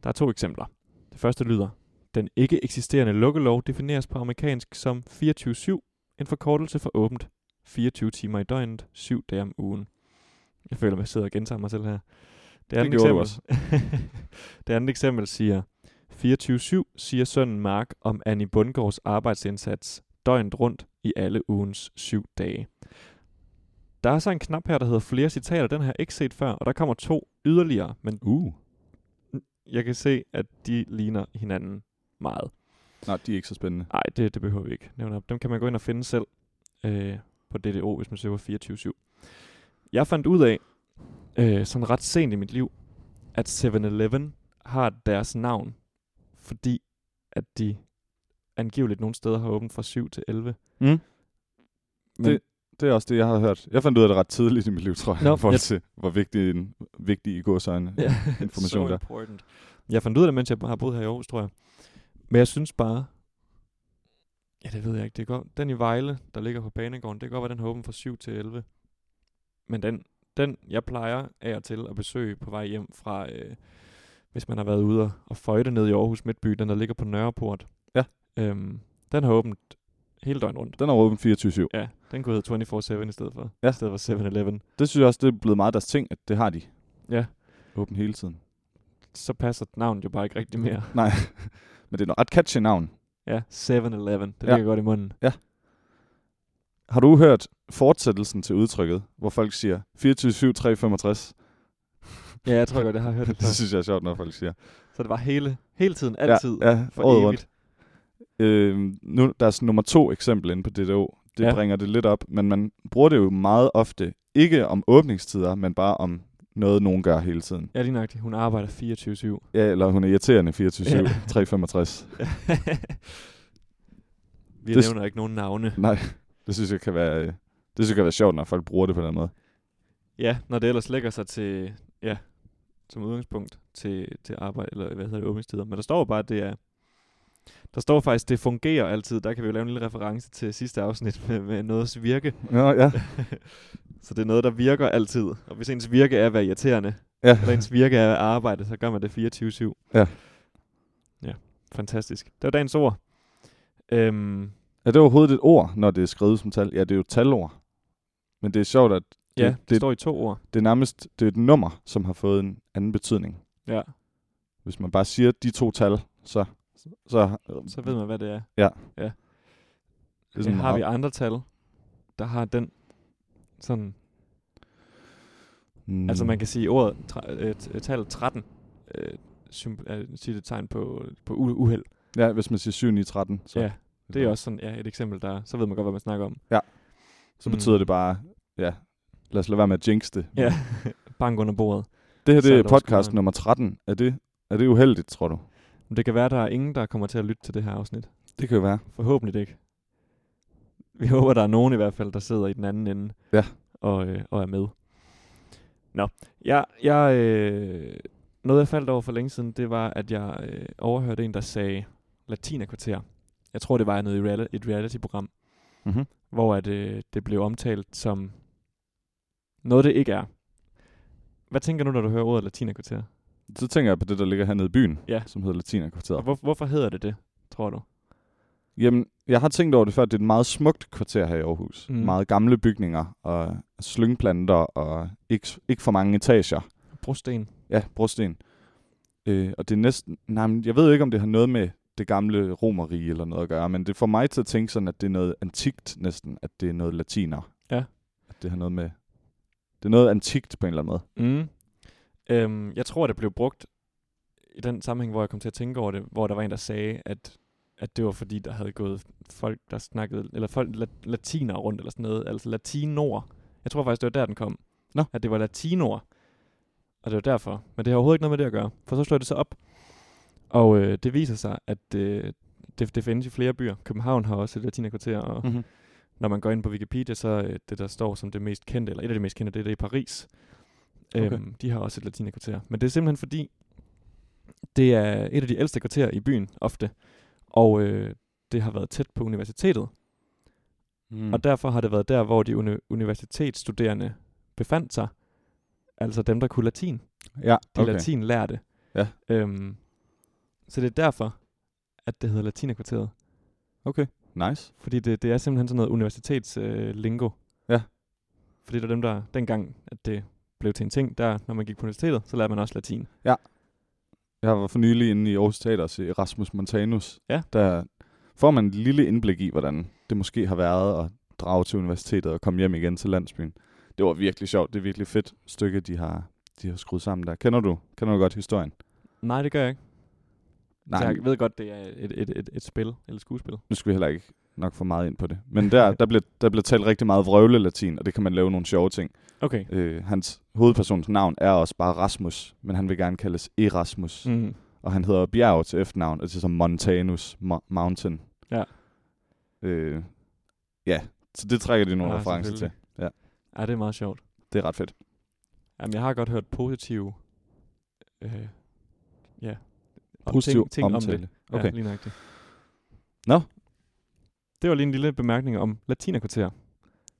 Der er to eksempler. Det første lyder, den ikke eksisterende lukkelov defineres på amerikansk som 24-7, en forkortelse for åbent 24 timer i døgnet, 7 dage om ugen. Jeg føler, at jeg sidder og gentager mig selv her. Det andet
gjorde du
eksempel, det andet eksempel siger, 24-7 siger sønnen Mark om Annie Bundgaards arbejdsindsats døgnet rundt i alle ugens syv dage. Der er så en knap her, der hedder flere citater. Den har jeg ikke set før, og der kommer to yderligere, men
Uh.
jeg kan se, at de ligner hinanden meget.
Nej, de er ikke så spændende.
Nej, det, det behøver vi ikke nævne op. Dem kan man gå ind og finde selv øh, på DDO, hvis man søger 24-7. Jeg fandt ud af, øh, sådan ret sent i mit liv, at 7-Eleven har deres navn, fordi at de angiveligt nogle steder har åbent fra 7 til 11.
Mm.
Men
Det- Det er også det, jeg har hørt. Jeg fandt ud af det ret tidligt i mit liv, tror jeg,
Nå,
i forhold
jeg-
til, hvor vigtig, en, vigtig i går så en
ja,
information
so
der.
important. Jeg fandt ud af det, mens jeg har boet her i Aarhus, tror jeg. Men jeg synes bare, ja, det ved jeg ikke. Det går, den i Vejle, der ligger på banegården, det kan godt være, den har åben fra 7 til 11. Men den, den jeg plejer af og til at besøge på vej hjem fra, øh, hvis man har været ude og- og føjte ned i Aarhus Midtby, den der ligger på Nørreport.
Ja.
Øhm, den har åbent hele døgnet rundt.
Den er åben 24-7.
Ja, den kunne hedde 24-7 i stedet for.
Ja.
I stedet for 7-Eleven.
Det synes jeg også, det er blevet meget deres ting, at det har de.
Ja.
Åben hele tiden.
Så passer navnet jo bare ikke rigtig mere.
Nej, men det er et ret catchy navn.
Ja, 7-Eleven. Det
Ja.
ligger godt i munden.
Har du hørt fortsættelsen til udtrykket, hvor folk siger 24-7-365?
Ja, jeg tror godt, jeg har hørt det
Det
før.
synes jeg er sjovt, når folk siger.
Så det var hele, hele tiden, altid, ja,
Ja, ja
for
året
evigt.
rundt. Øh, nu deres nummer to eksempel inde på DDO, det
Ja.
ja. bringer det lidt op, men man bruger det jo meget ofte, ikke om åbningstider, men bare om noget, nogen gør hele tiden.
Ja, lige nøjagtigt. Hun arbejder 24-7.
Ja, eller hun er irriterende 24-7,
Ja.
ja. 365.
Vi
Det-
nævner ikke nogen navne.
Nej, det synes jeg kan være, øh, det synes jeg kan være sjovt, når folk bruger det på den måde.
Ja, når det ellers lægger sig til, ja, som udgangspunkt til, til arbejde, eller hvad hedder det, åbningstider. Men der står jo bare, at det er, der står faktisk, det fungerer altid. Der kan vi jo lave en lille reference til sidste afsnit med, med nogets virke.
Nå, ja.
Så det er noget, der virker altid. Og hvis ens virke er at være irriterende,
ja.
eller ens virke er at arbejde, så gør man det 24-7.
Ja.
Ja, fantastisk. Det var dagens ord. Øhm,
Er det overhovedet et ord, når det er skrevet som tal? Ja, det er jo et talord. Men det er sjovt, at
ja, det,
det-
står i to ord.
det er nærmest det er et nummer, som har fået en anden betydning.
Ja,
Hvis man bare siger de to tal, så, så,
så ved man, hvad det er.
Ja.
ja.
Det er
Det
sådan
har vi
meget-
andre tal, der har den sådan...
Mm.
Mm. Altså man kan sige ordet, tra- øh, t- øh, tallet 13, øh, symb- øh, siger det et tegn på, på u- uheld.
Ja, hvis man siger 7, 9, 13, så,
Så. Ja,
Mm.
det er også sådan ja, et eksempel, der... Så ved man godt, hvad man snakker om.
så
Mm.
betyder det bare, ja, lad os lade være med at jinx det.
Ja, bank under bordet.
Det her
Så er
det er
det også
podcast
skummeren.
nummer 13. Er det, er det uheldigt, tror du?
Men det kan være, der er ingen, der kommer til at lytte til det her afsnit.
Det kan jo være.
Forhåbentlig ikke. Vi håber, der er nogen i hvert fald, der sidder i den anden ende
Ja.
og, øh, og er med. Nå, jeg, jeg, øh, noget jeg faldt over for længe siden, det var, at jeg øh, overhørte en, der sagde latinakvarter. Jeg tror, det var nede i reali- et reality-program,
Mm-hmm.
hvor at, øh, det blev omtalt som noget, det ikke er. Hvad tænker du, når du hører ordet latinakvarter?
Så tænker jeg på det, der ligger hernede i byen,
Ja.
som hedder
Og
Latinakvarteret.
hvor, hvorfor hedder det det, tror du?
Jamen, jeg har tænkt over det før, at det er et meget smukt kvarter her i Aarhus.
Mm.
Mm. Meget gamle bygninger og slyngplanter og ikke, ikke for mange etager.
Brosten.
Ja, brosten. Øh, og det er næsten... Nej, men jeg ved ikke, om det har noget med det gamle romerige eller noget at gøre, men det får mig til at tænke sådan, at det er noget antikt næsten, at det er noget latiner.
Ja.
At det har noget med... Det er noget antikt på en eller anden måde.
Mm. Øhm, jeg tror, det blev brugt i den sammenhæng, hvor jeg kom til at tænke over det, hvor der var en, der sagde, at, at det var fordi, der havde gået folk, der snakkede, eller folk la- latiner rundt, eller sådan noget, altså latinoer. Jeg tror faktisk, det var der, den kom.
Nå.
At det var latinoer. Og det var derfor. Men det har overhovedet ikke noget med det at gøre, for så slår det så op. Og øh, det viser sig, at øh, det, det findes i flere byer. København har også et latinakvarter, og
Mm-hmm.
når man går ind på Wikipedia, så øh, det, der står som det mest kendte, eller et af de mest kendte, det er det i Paris. Okay.
Okay.
Øhm, de har også et latinakvarter. Men det er simpelthen fordi, det er et af de ældste kvarterer i byen ofte, og øh, det har været tæt på universitetet.
Mm.
Og derfor har det været der, hvor de uni- universitetsstuderende befandt sig. Altså dem, der kunne latin.
ja,
De okay. latinlærte.
Ja.
Øhm, så det er derfor, at det hedder latinerkvarteret.
Okay, nice.
Fordi det, det er simpelthen sådan noget universitetslingo. Øh, lingo.
Ja.
Fordi det var dem, der dengang, at det blev til en ting, der, når man gik på universitetet, så lærte man også latin.
Jeg var for nylig inde i Aarhus Teater og se Erasmus Montanus.
Ja.
Der får man et lille indblik i, hvordan det måske har været at drage til universitetet og komme hjem igen til landsbyen. Det var virkelig sjovt. Det er virkelig fedt stykke, de har, de har skruet sammen der. Kender du, kender du godt historien?
Nej, det gør jeg ikke.
Nej.
Så jeg ved godt, det er et, et, et, et spil, eller skuespil.
Nu skal vi heller ikke nok for meget ind på det. Men der, der, blev, der blev talt rigtig meget vrøvle-latin, og det kan man lave nogle sjove ting.
Okay.
Øh, hans hovedpersons navn er også bare Rasmus, men han vil gerne kaldes Erasmus. Mm.
Mm.
Og han hedder Bjerg til efternavn, og det er så Montanus Mo- Mountain.
Ja.
Øh, ja, så det trækker de nogle
Ja,
ja, referencer til.
selvfølgelig.
Ja,
Ja, det er meget sjovt.
det er ret fedt.
Jamen, jeg har godt hørt positive... Øh, ja. Om
Positiv
ting, ting
omtale.
om det. Ja,
Okay.
lige nøjagtigt.
Nå.
Det var lige en lille bemærkning om latinerkvarter.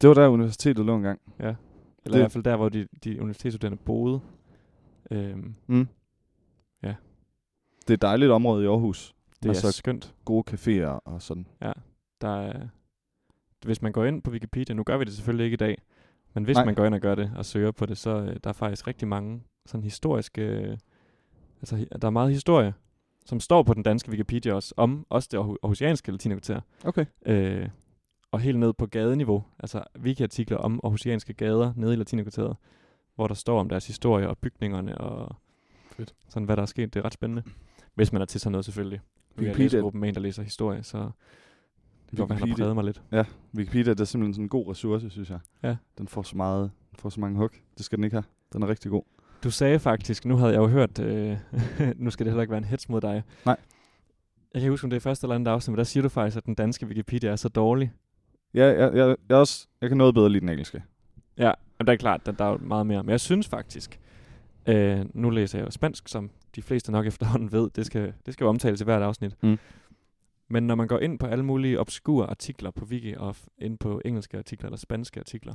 Det var der, universitetet lå engang.
Eller det. i
Det-
hvert fald der, hvor de, de universitetsstuderende boede. Øhm,
Mm.
Ja.
Det er et dejligt område i Aarhus.
det er
Altså-
så skønt.
Gode caféer og sådan.
Der er, hvis man går ind på Wikipedia, nu gør vi det selvfølgelig ikke i dag, men hvis
Nej.
Nej. man går ind og gør det og søger på det, så øh, der er faktisk rigtig mange sådan historiske... Øh, altså, hi- der er meget historie, som står på den danske Wikipedia også, om også det aarhu- aarhusianske latinakvarter.
Okay.
Øh, og helt ned på gadeniveau, altså wiki-artikler om aarhusianske gader nede i latinakvarteret, hvor der står om deres historie og bygningerne og
Fedt.
sådan, hvad der er sket. Det er ret spændende. Hvis man er til sådan noget selvfølgelig. Nu er jeg i
Wikipedia-
læsegruppen med en, der læser historie, så det kan godt være, han har
Wikipedia-
præget mig lidt.
Wikipedia det er simpelthen sådan en god ressource, synes jeg.
Ja.
Den får så, meget, den får så mange hug. Det skal den ikke have. Den er rigtig god.
Du sagde faktisk, nu havde jeg jo hørt, øh, nu skal det heller ikke være en hets mod dig.
Nej.
Jeg kan ikke huske, om det er i første eller andet afsnit, men der siger du faktisk, at den danske Wikipedia er så dårlig.
Ja, jeg, jeg, jeg, også, jeg kan noget bedre lide den engelske.
Ja, men det er klart, at der er jo meget mere. Men jeg synes faktisk, øh, nu læser jeg jo spansk, som de fleste nok efterhånden ved, det skal, det skal jo omtales i hvert afsnit.
Mm.
Men når man går ind på alle mulige obskure artikler på Wiki, og f- ind på engelske artikler eller spanske artikler,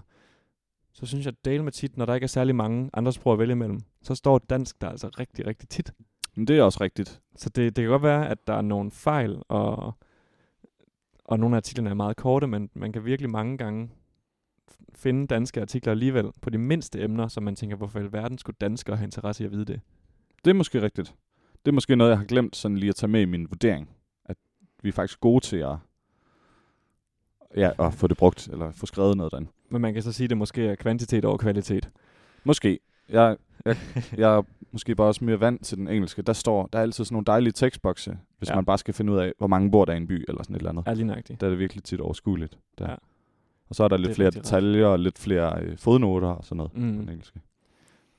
så synes jeg, at dale med tit, når der ikke er særlig mange andre sprog at vælge imellem, så står dansk der altså rigtig, rigtig tit.
Men det er også rigtigt.
Så det, det kan godt være, at der er nogle fejl, og, og nogle af artiklerne er meget korte, men man kan virkelig mange gange f- finde danske artikler alligevel på de mindste emner, som man tænker, hvorfor i alverden skulle danskere have interesse i at vide det?
Det er måske rigtigt. Det er måske noget, jeg har glemt sådan lige at tage med i min vurdering. At vi er faktisk gode til at, ja, at få det brugt, eller få skrevet noget derinde.
Men man kan så sige, at det måske er kvantitet over kvalitet.
Måske. Jeg, jeg, jeg er måske bare også mere vant til den engelske. Der står, der er altid sådan nogle dejlige tekstbokse, hvis
Ja.
ja. man bare skal finde ud af, hvor mange bor der i en by, eller sådan et eller andet.
Er lige nøjagtigt.
der er det virkelig tit overskueligt. Der.
Ja.
Ja. Og så er der lidt
Det er
flere
rigtig rart.
detaljer og lidt flere øh, fodnoter og sådan noget mm. på
Mm.
den engelske.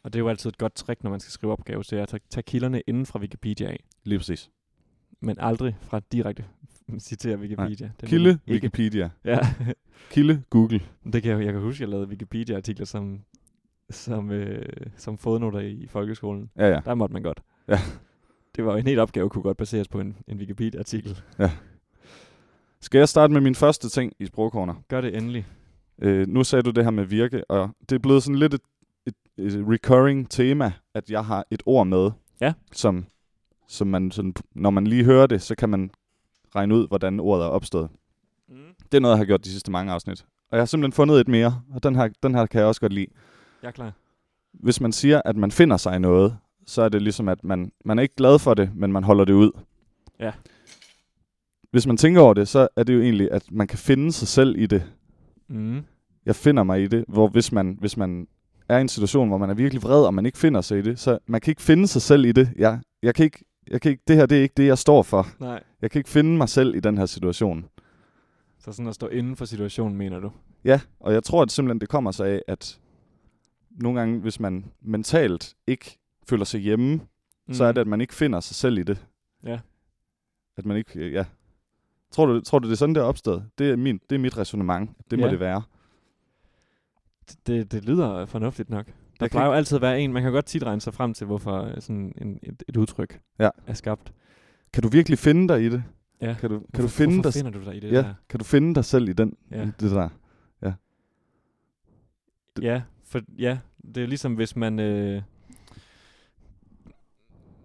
Og det er jo altid et godt trick, når man skal skrive opgave, så er at tage- tage kilderne inden fra Wikipedia af,
Lige præcis.
men aldrig fra direkte citere Wikipedia. Det må
Kilde
man ikke.
Wikipedia.
Ja,
Kilde Google.
Det kan jeg, jeg kan huske, jeg lavede Wikipedia-artikler som, som, øh, som fodnoter i, i folkeskolen.
Ja, ja.
Der måtte man godt.
Ja.
Det var jo en helt opgave, kunne godt baseres på en, en Wikipedia-artikel.
Skal jeg starte med min første ting i sprogcorner?
Gør det endelig.
Øh, nu sagde du det her med virke, og det er blevet sådan lidt et, et, et recurring tema, at jeg har et ord med,
Ja.
som, som man sådan, når man lige hører det, så kan man regne ud, hvordan ordet er opstået.
Mm.
Det er noget, jeg har gjort de sidste mange afsnit. Og jeg har simpelthen fundet et mere, og den her, den her kan jeg også godt lide.
Jeg er klar.
hvis man siger, at man finder sig i noget, så er det ligesom, at man, man er ikke glad for det, men man holder det ud.
Ja.
Hvis man tænker over det, så er det jo egentlig, at man kan finde sig selv i det.
Mm.
Jeg finder mig i det, hvor hvis man, hvis man er i en situation, hvor man er virkelig vred, og man ikke finder sig i det, så man kan ikke finde sig selv i det. Jeg, jeg kan ikke, jeg kan ikke, det her det er ikke det, jeg står for.
Nej.
Jeg kan ikke finde mig selv i den her situation.
Så sådan at stå inden for situationen, mener du?
Ja, og jeg tror at simpelthen, det kommer sig af, at nogle gange, hvis man mentalt ikke føler sig hjemme, mm. så er det, at man ikke finder sig selv i det.
Ja.
At man ikke, øh, ja. Tror du, tror du det er sådan, det er opstået? Det er, min, det er mit resonemang. Det må
Ja.
det være.
Det, det lyder fornuftigt nok. Der
Jeg kan
plejer jo altid at være en, man kan godt tit regne sig frem til, hvorfor øh, sådan en, et, et udtryk
Ja.
er skabt.
Kan du virkelig finde dig i det?
Ja.
Kan du, kan du
Hvorfor-
finde
hvorfor
dig
finder du dig i det
ja,
der?
kan du finde dig selv i den,
Ja.
ja. det der? det-
Ja, for ja, det er ligesom hvis man øh,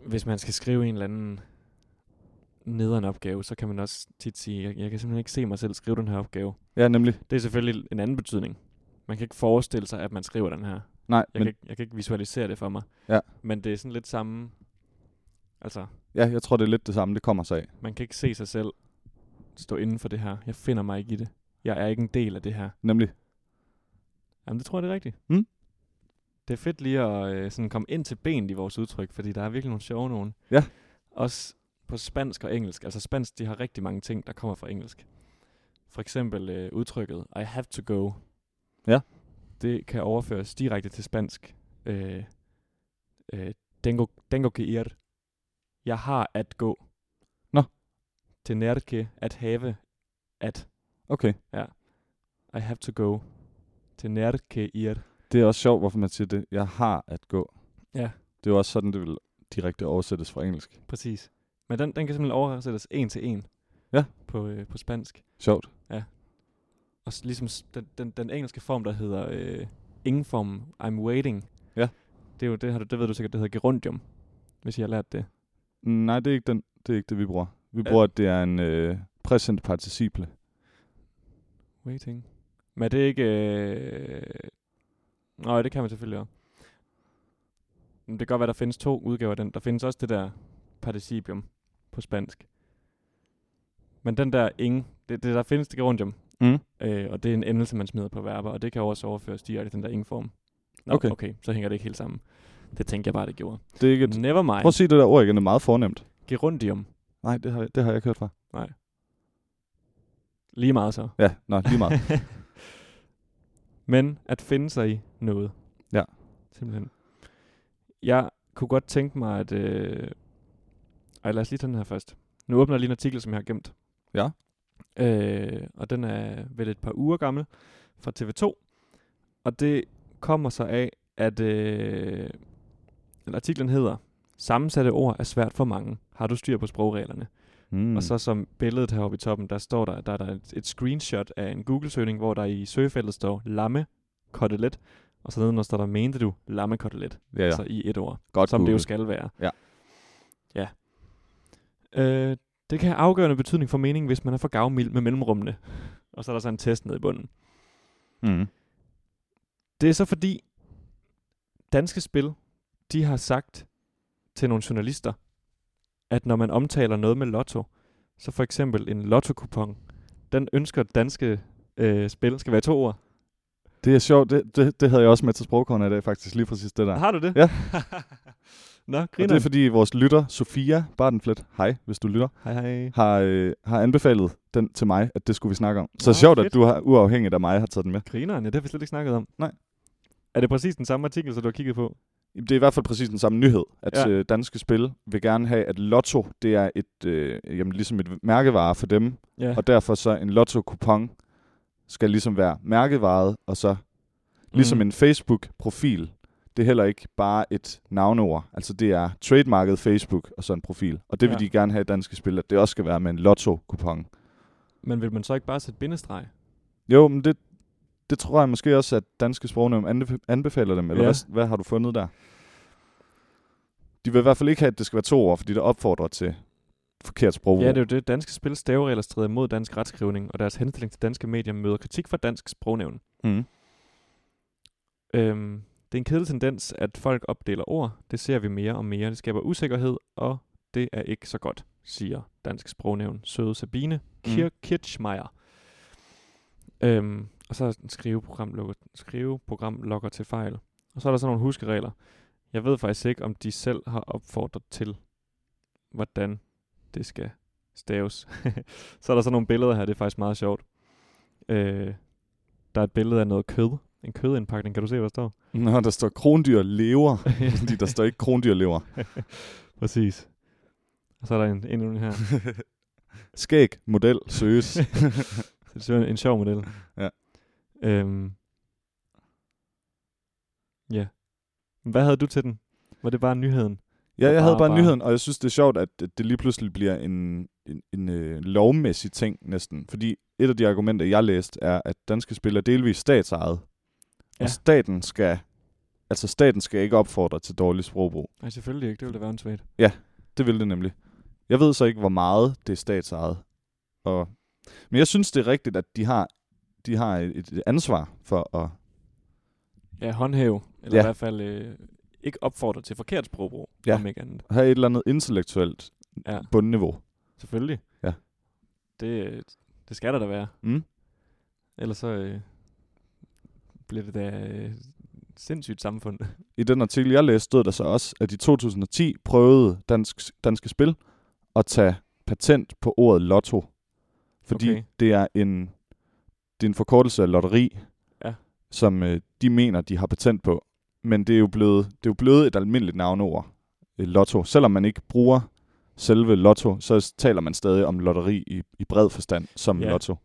hvis man skal skrive en eller anden nederen opgave, så kan man også tit sige, jeg, jeg kan simpelthen ikke se mig selv skrive den her opgave.
Ja, nemlig.
Det er selvfølgelig en anden betydning. Man kan ikke forestille sig, at man skriver den her.
Nej,
Jeg,
men
kan, ikke, jeg kan ikke visualisere det for mig.
Ja.
Men det er sådan lidt samme... Altså,
ja, jeg tror, det er lidt det samme. Det kommer sig af.
man kan ikke se sig selv stå inden for det her. Jeg finder mig ikke i det. Jeg er ikke en del af det her.
Nemlig.
Jamen, det tror jeg, det er rigtigt.
Mm.
Det er fedt lige at øh, sådan komme ind til benet i vores udtryk, fordi der er virkelig nogle sjove nogen.
Ja.
Også på spansk og engelsk. Altså spansk, de har rigtig mange ting, der kommer fra engelsk. For eksempel øh, udtrykket, I have to go.
Ja.
Det kan overføres direkte til spansk. Øh, øh, tengo, tengo que ir. Jeg har at gå.
Nå.
Tener que, at have, at.
Okay.
I have to go. Tener que ir.
Det er også sjovt, hvorfor man siger det. Jeg har at gå.
Ja.
Det er jo også sådan, det vil direkte oversættes fra engelsk.
Præcis. Men den, den kan simpelthen oversættes en til en
Ja.
på, øh, på spansk.
Sjovt.
Og s- ligesom s- den, den, den engelske form, der hedder øh, ingen form, I'm waiting.
Ja.
Det, er jo, det, har du, det ved du sikkert, det hedder gerundium, hvis jeg har lært det.
Nej, det er ikke, den, det er ikke det, vi bruger. Vi
Ja.
bruger, at det er en øh, present participle.
Waiting. Men er det ikke... Øh... Nej, det kan man selvfølgelig også. Men det kan godt være, der findes to udgaver af den. Der findes også det der participium på spansk. Men den der ingen, det, det der findes det gerundium,
Mm.
Øh, og det er en endelse, man smider på verber, og det kan jo også overføres direkte til den der ingen form. Nå, okay.
Okay.
okay, så hænger det ikke helt sammen. Det tænkte jeg bare, det gjorde.
Det er ikke et...
Never
Prøv at
mind.
sige det der ord igen. Det er meget fornemt.
Gerundium.
Nej, det har, det har jeg ikke hørt fra.
Lige meget så.
Ja, nej, lige meget.
Men at finde sig i noget.
Ja.
Simpelthen. Jeg kunne godt tænke mig, at... Øh... Ej, lad os lige tage den her først. Nu åbner jeg lige en artikel, som jeg har gemt.
Ja.
Øh, og den er vel et par uger gammel fra TV2. Og det kommer så af, at øh... eller artiklen hedder Sammensatte ord er svært for mange. Har du styr på sprogreglerne?
Mm.
Og så som billedet heroppe i toppen, der står der, der er der et, et screenshot af en Google-søgning, hvor der i søgefeltet står lamme kotelet, og så nedenunder står der, mente du lamme kotelet,
ja,
ja.
ja.
altså i et ord,
Godt
som det jo
googlet.
skal være.
Ja.
Ja. Øh, det kan have afgørende betydning for meningen, hvis man er for gavmild med mellemrummene. og så er der så en test nede i bunden.
Mm.
Det er så fordi, Danske Spil, de har sagt til nogle journalister, at når man omtaler noget med lotto, så for eksempel en lottokupon, den ønsker Danske øh, Spil skal være to ord.
Det er sjovt. Det, det, det havde jeg også med til sprogkornet i dag, faktisk. Lige præcis det der.
Har du det?
Ja.
Nå,
Og
griner
det er fordi vores lytter, Sofia Bartenflet, hej hvis du lytter,
Hej, hej.
har, øh, har anbefalet den til mig, at det skulle vi snakke om. Så
Nå,
sjovt,
fedt.
at du har, uafhængigt af mig har taget den med.
Grineren, ja, det har vi slet ikke snakket om.
Nej.
Er det præcis den samme artikel, som du har kigget på?
Det er i hvert fald præcis den samme nyhed, at
Ja.
ja. øh, danske spil vil gerne have, at Lotto det er et, øh, jamen, ligesom et mærkevare for dem,
Ja.
ja. og derfor så en Lotto-kupon skal ligesom være mærkevaret, og så ligesom en Facebook-profil, det er heller ikke bare et navneord. Altså det er trademarket Facebook og så en profil. Og det vil
Ja.
de gerne have i danske spil, at det også skal være med en lotto-kupon.
Men vil man så ikke bare sætte bindestreg?
Jo, men det, det tror jeg måske også, at danske sprognævn anbef- anbefaler dem. Eller
Ja.
ja. hvad, hvad har du fundet der? De vil i hvert fald ikke have, at det skal være to ord, fordi det opfordrer til forkert sprogbrug.
Ja, det er jo det. Danske spil staveregler strider mod dansk retskrivning, og deres henstilling til danske medier møder kritik fra dansk sprognævn.
mm.
Øhm, det er en kedelig tendens, at folk opdeler ord. Det ser vi mere og mere. Det skaber usikkerhed, og det er ikke så godt, siger Dansk Sprognævn Søde Sabine Kir- mm. Kirchmeier. Øhm, og så er der en skriveprogram lukker, skriveprogram lokker til fejl. Og så er der sådan nogle huskeregler. Jeg ved faktisk ikke, om de selv har opfordret til, hvordan det skal staves. så er der sådan nogle billeder her, det er faktisk meget sjovt. Øh, der er et billede af noget kød. En kødindpakning, kan du se, hvad der står?
Mm. Nå, der står krondyr lever, fordi der står ikke krondyr lever.
Præcis. Og så er der en, endnu en her.
Skæg model søges.
Så det er en, en sjov model.
Ja.
Øhm. Ja. Hvad havde du til den? Var det bare nyheden?
Ja,
Og
jeg havde
bare-
bare,
bare-
nyheden, og jeg synes, det er sjovt, at at det lige pludselig bliver en, en, en øh, lovmæssig ting næsten. Fordi et af de argumenter, jeg læste, er, at danske spil er delvis statsejet.
Ja.
Ja. Og staten skal, altså staten skal ikke opfordre til dårlig sprogbrug.
Nej, selvfølgelig ikke. Det ville da være en svagt.
Det vil det nemlig. Jeg ved så ikke, hvor meget det er statsejet. Og, men jeg synes, det er rigtigt, at de har, de har et, et ansvar for at...
Ja, håndhæve. Eller
Ja.
i hvert fald øh, ikke opfordre til forkert sprogbrug,
Ja.
ja. om ikke andet.
have et eller andet intellektuelt
Ja.
bundniveau.
Selvfølgelig.
Ja.
Det, øh, det skal der da være.
Mm.
Ellers så øh, bliver det da øh, sindssygt samfund.
I den artikel, jeg læste, stod der så også, at i 2010 prøvede dansk, Danske Spil at tage patent på ordet lotto. Fordi
Okay.
okay. det, er en, det er en forkortelse af lotteri,
Ja.
som øh, de mener, de har patent på. Men det er jo blevet, det er jo blevet et almindeligt navneord, øh, lotto. Selvom man ikke bruger selve lotto, så s- taler man stadig om lotteri i, i bred forstand som
Ja.
lotto.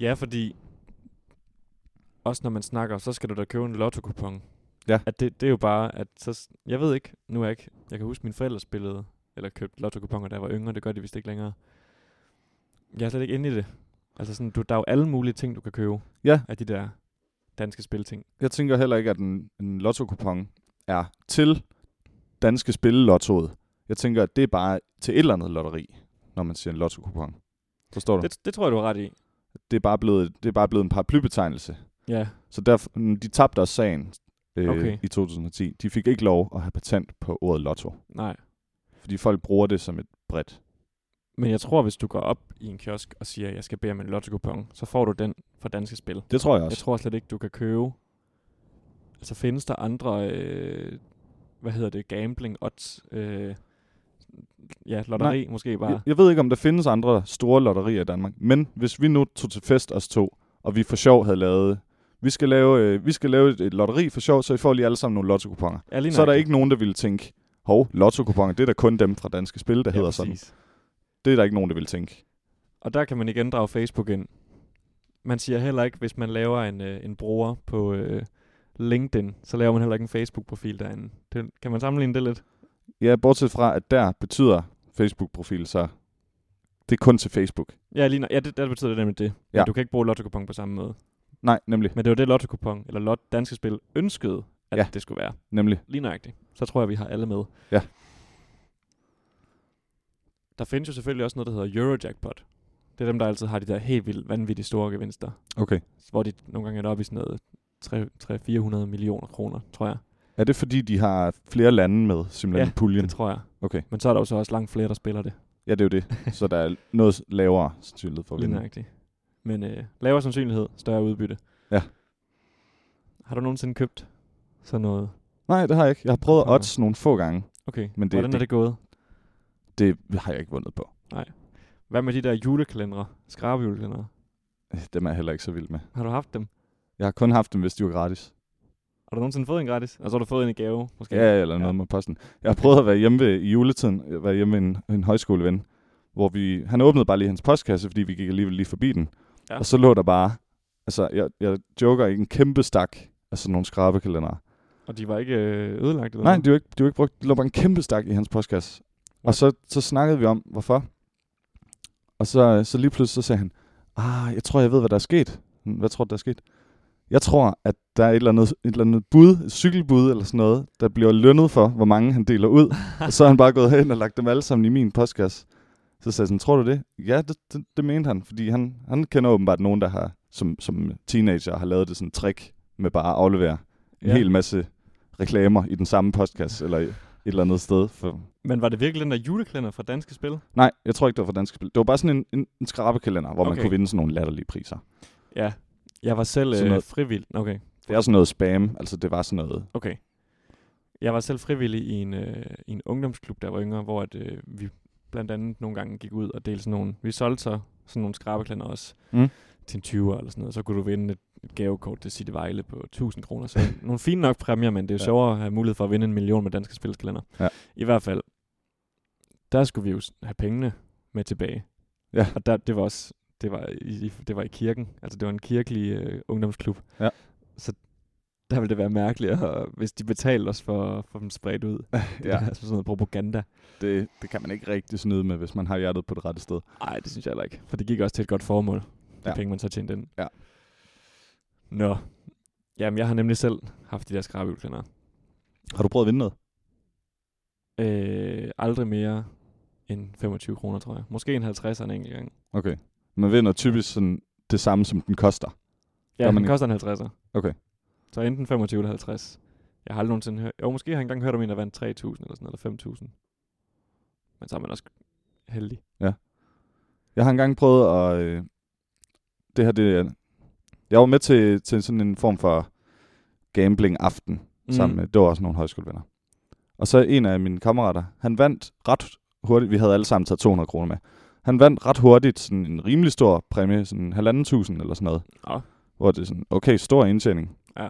Ja, fordi også når man snakker, så skal du da købe en lotto-kupon.
Ja.
At det, det er jo bare, at så, s- jeg ved ikke, nu er jeg ikke, jeg kan huske, mine forældre spillede, eller købte lotto-kuponer, da jeg var yngre, det gør de vist ikke længere. Jeg er slet ikke inde i det. Altså sådan, du, der er jo alle mulige ting, du kan købe
Ja.
af de der danske spilting.
Jeg tænker heller ikke, at en, en lottokupon er til danske spillelottoet. Jeg tænker, at det er bare til et eller andet lotteri, når man siger en lottokupon. Forstår du? Det,
Det, det tror jeg, du har ret i.
det, er, bare blevet, det er bare blevet en paraplybetegnelse.
Ja,
Så derfor, mm, de tabte også sagen øh, okay.
Okay.
i 2010. De fik ikke lov at have patent på ordet lotto,
nej.
fordi folk bruger det som et bredt.
Men jeg tror, hvis du går op i en kiosk og siger, jeg skal bede om en lotto-kupon, så får du den fra danske spil.
Det tror jeg
Jeg
også.
tror slet ikke, du kan købe... Altså findes der andre, øh, hvad hedder det, gambling odds? Øh, ja, lotteri Nej. måske bare.
Jeg, jeg ved ikke, om der findes andre store lotterier i Danmark, men hvis vi nu tog til fest os to, og vi for sjov havde lavet, vi skal lave, øh, vi skal lave et, et lotteri for sjov, så I får lige alle sammen nogle lottokuponer.
Ja, lige
Så er der
nøjagtigt.
ikke nogen, der ville tænke, hov, lottokuponer, det er da kun dem fra Danske Spil, der ja,
ja,
hedder sådan.
præcis.
Det er der ikke nogen, der ville tænke.
Og der kan man igen drage Facebook ind. Man siger heller ikke, hvis man laver en, øh, en bruger på øh, LinkedIn, så laver man heller ikke en Facebook-profil derinde. Det, kan man sammenligne det lidt?
Ja, bortset fra, at der betyder Facebook-profil, så det er kun til Facebook.
Ja, lige nø- ja det, der betyder det nemlig det. Ja.
Ja.
Men du kan ikke bruge lotto på samme måde.
Nej, nemlig.
Men det var det lotto eller lot, Danske Spil ønskede, at
Ja.
ja. det skulle være.
nemlig.
Lige nøjagtigt. Så tror jeg, vi har alle med.
Ja.
Der findes jo selvfølgelig også noget, der hedder Eurojackpot. Det er dem, der altid har de der helt vildt vanvittigt store gevinster.
Okay.
Hvor de nogle gange er deroppe i sådan noget 300-400 millioner kroner, tror jeg.
Er det fordi, de har flere lande med simpelthen
Ja,
ja, puljen?
Det tror jeg.
Okay.
Men så er der jo så også langt flere, der spiller det.
Ja, det er jo det. så der er noget lavere sandsynlighed for at
Lige
vinde.
nøjagtigt. Men øh, lavere sandsynlighed, større udbytte.
Ja.
Har du nogensinde købt sådan noget?
Nej, det har jeg ikke. Jeg har prøvet
Okay.
odds nogle få gange.
Okay,
Men det-
hvordan er
det-
det gået?
Det har jeg ikke vundet på.
Hvad med de der julekalendere? Skrabejulekalendere?
Øh, Dem er jeg heller ikke så vild med.
Har du haft dem?
Jeg har kun haft dem, hvis de var gratis.
Har du nogensinde fået en gratis? Og så har du fået en i gave, måske?
Ja, eller
Ja.
noget med posten. Jeg har prøvet at være hjemme ved, i juletiden, øh, være hjemme ved en, en højskoleven, hvor vi, han åbnede bare lige hans postkasse, fordi vi gik alligevel lige forbi den. Ja.
Ja.
Og så lå der bare, altså jeg, jeg joker ikke, en kæmpe stak af sådan nogle skrabekalendere.
Og de var ikke øh, ødelagt? Eller
Nej,
noget?
de var ikke, de var ikke brugt. De lå bare en kæmpe stak i hans postkasse. Og
What?
så, så snakkede vi om, hvorfor. Og så, så lige pludselig så sagde han, ah, jeg tror, jeg ved, hvad der er sket. "Hm, Hvad tror du, der er sket? Jeg tror, at der er et eller andet, et eller andet bud, et cykelbud eller sådan noget, der bliver lønnet for, hvor mange han deler ud. og så er han bare gået hen og lagt dem alle sammen i min postkasse. Så sagde jeg sådan, tror du det? Ja, det, det, det mente han, fordi han, han kender åbenbart nogen, der har, som, som teenager har lavet det sådan trick med bare at aflevere en
Ja.
ja. hel masse reklamer i den samme postkasse, eller et eller andet sted. For...
Men var det virkelig den der julekalender fra Danske Spil?
Nej, jeg tror ikke, det var for danske spil. Det var bare sådan en, en, en skrabekalender, hvor okay. man
Okay.
kunne vinde sådan nogle latterlige priser.
Ja. Jeg var selv
Sådan
øh,
noget.
frivillig. Okay.
Det er sådan noget spam, altså det var sådan noget.
Okay. Jeg var selv frivillig i en, øh, i en ungdomsklub, der var yngre, hvor at, øh, vi blandt andet nogle gange gik ud og delte sådan nogle... Vi solgte så sådan nogle skrabeklænder også
Mm.
til en 20'er eller sådan noget. Så kunne du vinde et, et gavekort til City Vejle på 1000 kroner. Så nogle fine nok præmier, men det er jo
Ja.
ja. sjovere at have mulighed for at vinde en million med danske spilskalender.
Ja.
I hvert fald, der skulle vi jo s- have pengene med tilbage.
Ja.
Og der, det var også det var, i, i- det var i kirken. Altså det var en kirkelig øh, ungdomsklub.
Ja.
Så der ville det være mærkeligt, og hvis de betalte os for, for dem spredt ud. Det ja. er
Ja,
altså sådan noget propaganda.
det, det kan man ikke rigtig snyde med, hvis man har hjertet på det rette sted.
Nej, det synes jeg heller ikke. For det gik også til et godt formål, de
Ja.
ja. penge, man så tjente ind.
Ja.
Nå. Jamen, jeg har nemlig selv haft de der skrabehjulkalendere.
Har du prøvet at vinde noget?
Øh, aldrig mere end 25 kroner, tror jeg. Måske en 50'er en enkelt gang.
Okay. Man vinder typisk sådan det samme, som den koster.
Ja,
Der er
den
man
man...
ikke-
koster en 50'er.
Okay.
Så enten 25 eller 50. Jeg har aldrig nogensinde hørt... Jo, måske har jeg engang hørt om en, der vandt 3.000 eller sådan noget, eller 5.000. Men så er man også heldig.
Jeg har engang prøvet at... Øh, det her, det er- Jeg var med til, til sådan en form for gambling-aften mm. sammen med... Det var også nogle højskolevenner. Og så en af mine kammerater, han vandt ret hurtigt... Vi havde alle sammen taget 200 kroner med. Han vandt ret hurtigt sådan en rimelig stor præmie, sådan halvanden tusind eller sådan noget.
Nå.
Hvor det er sådan, okay, stor indtjening.
Ja.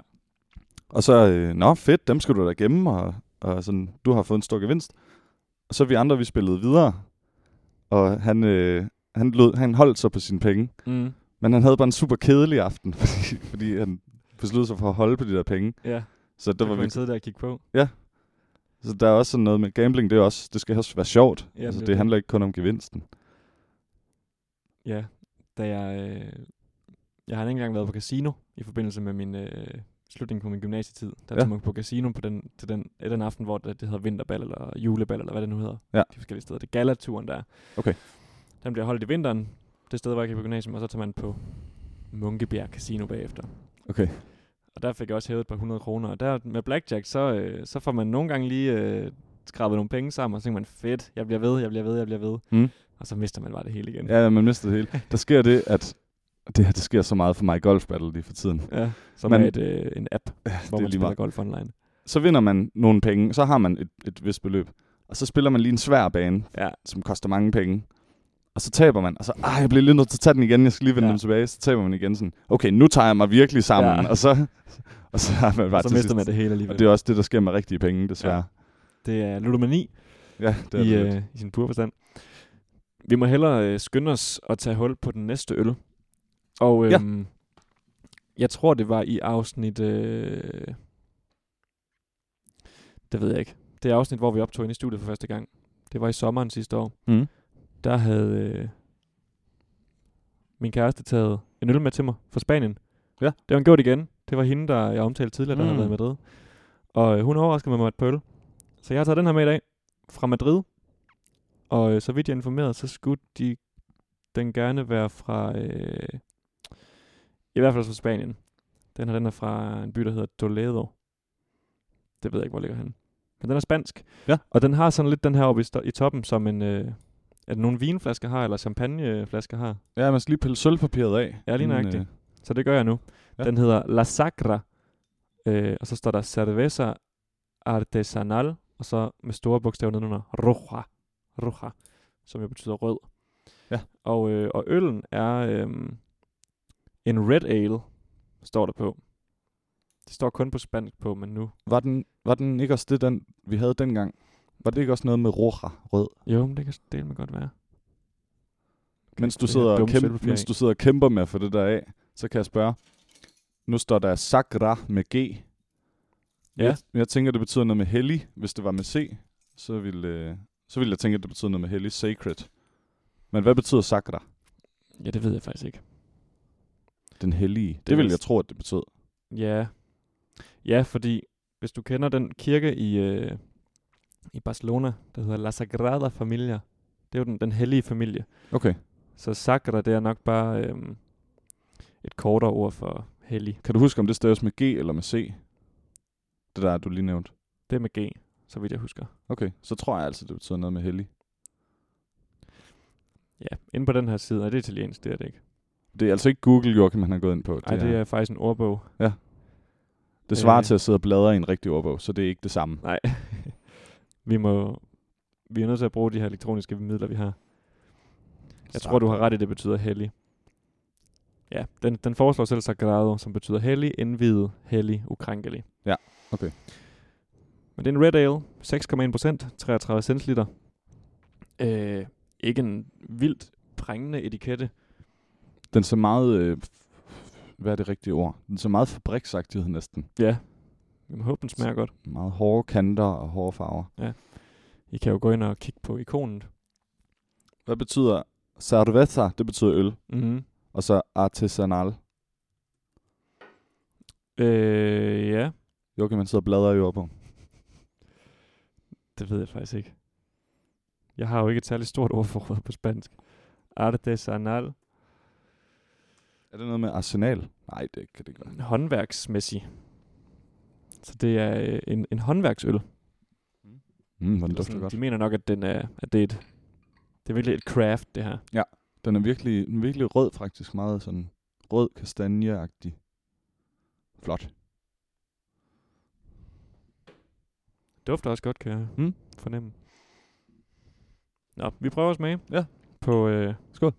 Og så, øh, nå fedt, dem skal du da gemme, og, og sådan, du har fået en stor gevinst. Og så vi andre, vi spillede videre, og han, øh, han, lød, han holdt sig på sine penge.
Mm.
Men han havde bare en super kedelig aften, fordi, fordi han besluttede sig for at holde på de der penge.
Ja,
Så,
der
der
var
var
man
vi,
sidde der og kigge på.
så der er også sådan noget med gambling, det, er også, det skal også være sjovt.
Ja,
Ja, altså,
det er
det,
det.
handler ikke kun om gevinsten.
Ja, da jeg... Øh, jeg har ikke engang været på casino i forbindelse med min øh, slutning på min gymnasietid. Der
Ja.
ja. tog man på casino på den, til den, øh, den aften, hvor det, det hedder vinterbal eller julebal, eller hvad det nu hedder.
Ja.
De forskellige steder. Det er galaturen der. er.
Okay.
Den bliver holdt i vinteren, det sted, hvor jeg gik på gymnasium, og så tager man på Munkebjerg Casino bagefter.
Okay.
Og der fik jeg også hævet et par hundrede kroner. Og der med blackjack, så, øh, så får man nogle gange lige øh, skrabet nogle penge sammen, og så tænker man, fedt, jeg bliver ved, jeg bliver ved, jeg bliver ved.
Mm.
Og så mister man bare det hele igen.
Ja, man mistede det hele. Der sker det, at det her, det sker så meget for mig i Golf Battle lige for tiden.
Ja, som
Man-
man, er et, øh, en app, hvor
det er
man
lige
spiller
meget.
golf online.
så vinder man nogle penge, så har man et, et vist beløb. Og så spiller man lige en svær bane,
Ja.
som koster mange penge. Og så taber man, og så, ah, jeg bliver lige nødt til at tage den igen, jeg skal lige vende
Ja.
ja. den tilbage. Så taber man igen sådan, okay, nu tager jeg mig virkelig sammen.
Ja.
Ja. Og, så, og så har man bare
Og så
til
mister
sidst-
man det hele alligevel.
Og det er også det, der sker med rigtige penge, desværre.
Det er ludomani
Ja, ja det er
i,
det lidt.
øh, i sin pure forstand. Vi må hellere øh, skynde os at tage hul på den næste øl. Og
Ja.
øhm, ja. jeg tror, det var i afsnit... Øh, det ved jeg ikke. Det er afsnit, hvor vi optog ind i studiet for første gang. Det var i sommeren sidste år.
Mm.
Der havde øh, min kæreste taget en øl med til mig fra Spanien.
Ja.
Det var en gjort igen. Det var hende, der jeg omtalte tidligere, der mm. havde
Mm.
været i Madrid. Og øh, hun overraskede mig med et par øl. Så jeg har taget den her med i dag fra Madrid. Og øh, så vidt jeg er informeret, så skulle de, den gerne være fra... Øh, I hvert fald fra Spanien. Den her den er fra en by, der hedder Toledo. Det ved jeg ikke, hvor ligger han. Men den er spansk.
Ja.
Og den har sådan lidt den her oppe i, sto- i toppen, som en... Øh, er det nogle vinflasker har, eller champagneflasker har?
Ja, man skal lige pille sølvpapiret af.
Ja, lige
inden,
nøjagtigt. Så det gør jeg nu.
Ja.
Ja. Den hedder La Sacra, øh, og så står der Cerveza Artesanal, og så med store bogstaver nedenunder Roja, Roja som jo betyder rød.
Ja.
Og, øh, og øllen er øh, en red ale, står der på. Det står kun på spansk på, men nu...
var, den, var den ikke også det, den, vi havde dengang? Var det ikke også noget med roja, rød?
Jo, men det kan dele med godt være.
Mens du,
det her
sidder og
dumme
kæmper,
sølvpapir
mens
af.
du sidder og kæmper med at få det der af, så kan jeg spørge. Nu står der Sakra med G.
Ja.
Jeg, jeg tænker, det betyder noget med hellig. Hvis det var med C, så ville, øh, så ville jeg tænke, at det betyder noget med hellig. Sacred. Men hvad betyder Sakra?
Ja, det ved jeg faktisk ikke.
Den hellige. Det,
er
det ville
vist-
jeg tro, at det betød.
Ja. Ja, fordi hvis du kender den kirke i, øh, i Barcelona, der hedder La Sagrada Familia, det er jo den, den hellige familie.
Okay.
Så Sagra, det er nok bare øh, et kortere ord for hellig.
Kan du huske, om det staves med G eller med C? Det der, du lige nævnte.
Det er med G, så vidt jeg husker.
Okay, så tror jeg altså, det betyder noget med hellig.
Ja, inde på den her side, er det italiensk, det er det ikke.
Det er altså ikke Google, Joachim, han har gået ind på.
Nej, det er faktisk en ordbog.
det svarer
øh,
til at sidde og bladre i en rigtig ordbog, så det er ikke det samme.
Nej. vi må... Vi er nødt til at bruge de her elektroniske midler, vi har. Jeg tror, du har ret i, det betyder hellig. Ja, den, den foreslår selv Sagrado, som betyder hellig, indvidet, hellig, ukrænkelig.
Ja, okay.
Men det er en Red Ale, 6,1 procent, 33 centiliter. Øh, ikke en vildt prængende etikette.
Den er så meget... Øh, f- hvad er det rigtige ord? Den er så meget fabriksagtighed næsten.
Ja, Jeg håber, den smager godt.
Meget hårde kanter og hårde farver.
I kan jo gå ind og kigge på ikonet.
Hvad betyder cerveza? Det betyder øl.
Mm-hmm.
Og så artisanal.
Øh, ja,
Jo, kan man sidde og bladre i ord på.
det ved jeg faktisk ikke. Jeg har jo ikke et særligt stort ordforråd på spansk. Artesanal.
Er det noget med arsenal? Nej, det kan det ikke være.
Håndværksmæssig. Så det er øh, en, en håndværksøl.
Mm, hvor den
Eller
dufter
sådan,
godt.
de mener nok, at, den er, at det er et, det er virkelig et craft, det her.
Den er virkelig, den er virkelig rød faktisk. Meget sådan rød kastanjeagtig. Flot.
Dufter også godt, kan jeg
Mm.
mm. fornemme. Nå, vi prøver at smage.
Ja.
På øh,
Skål.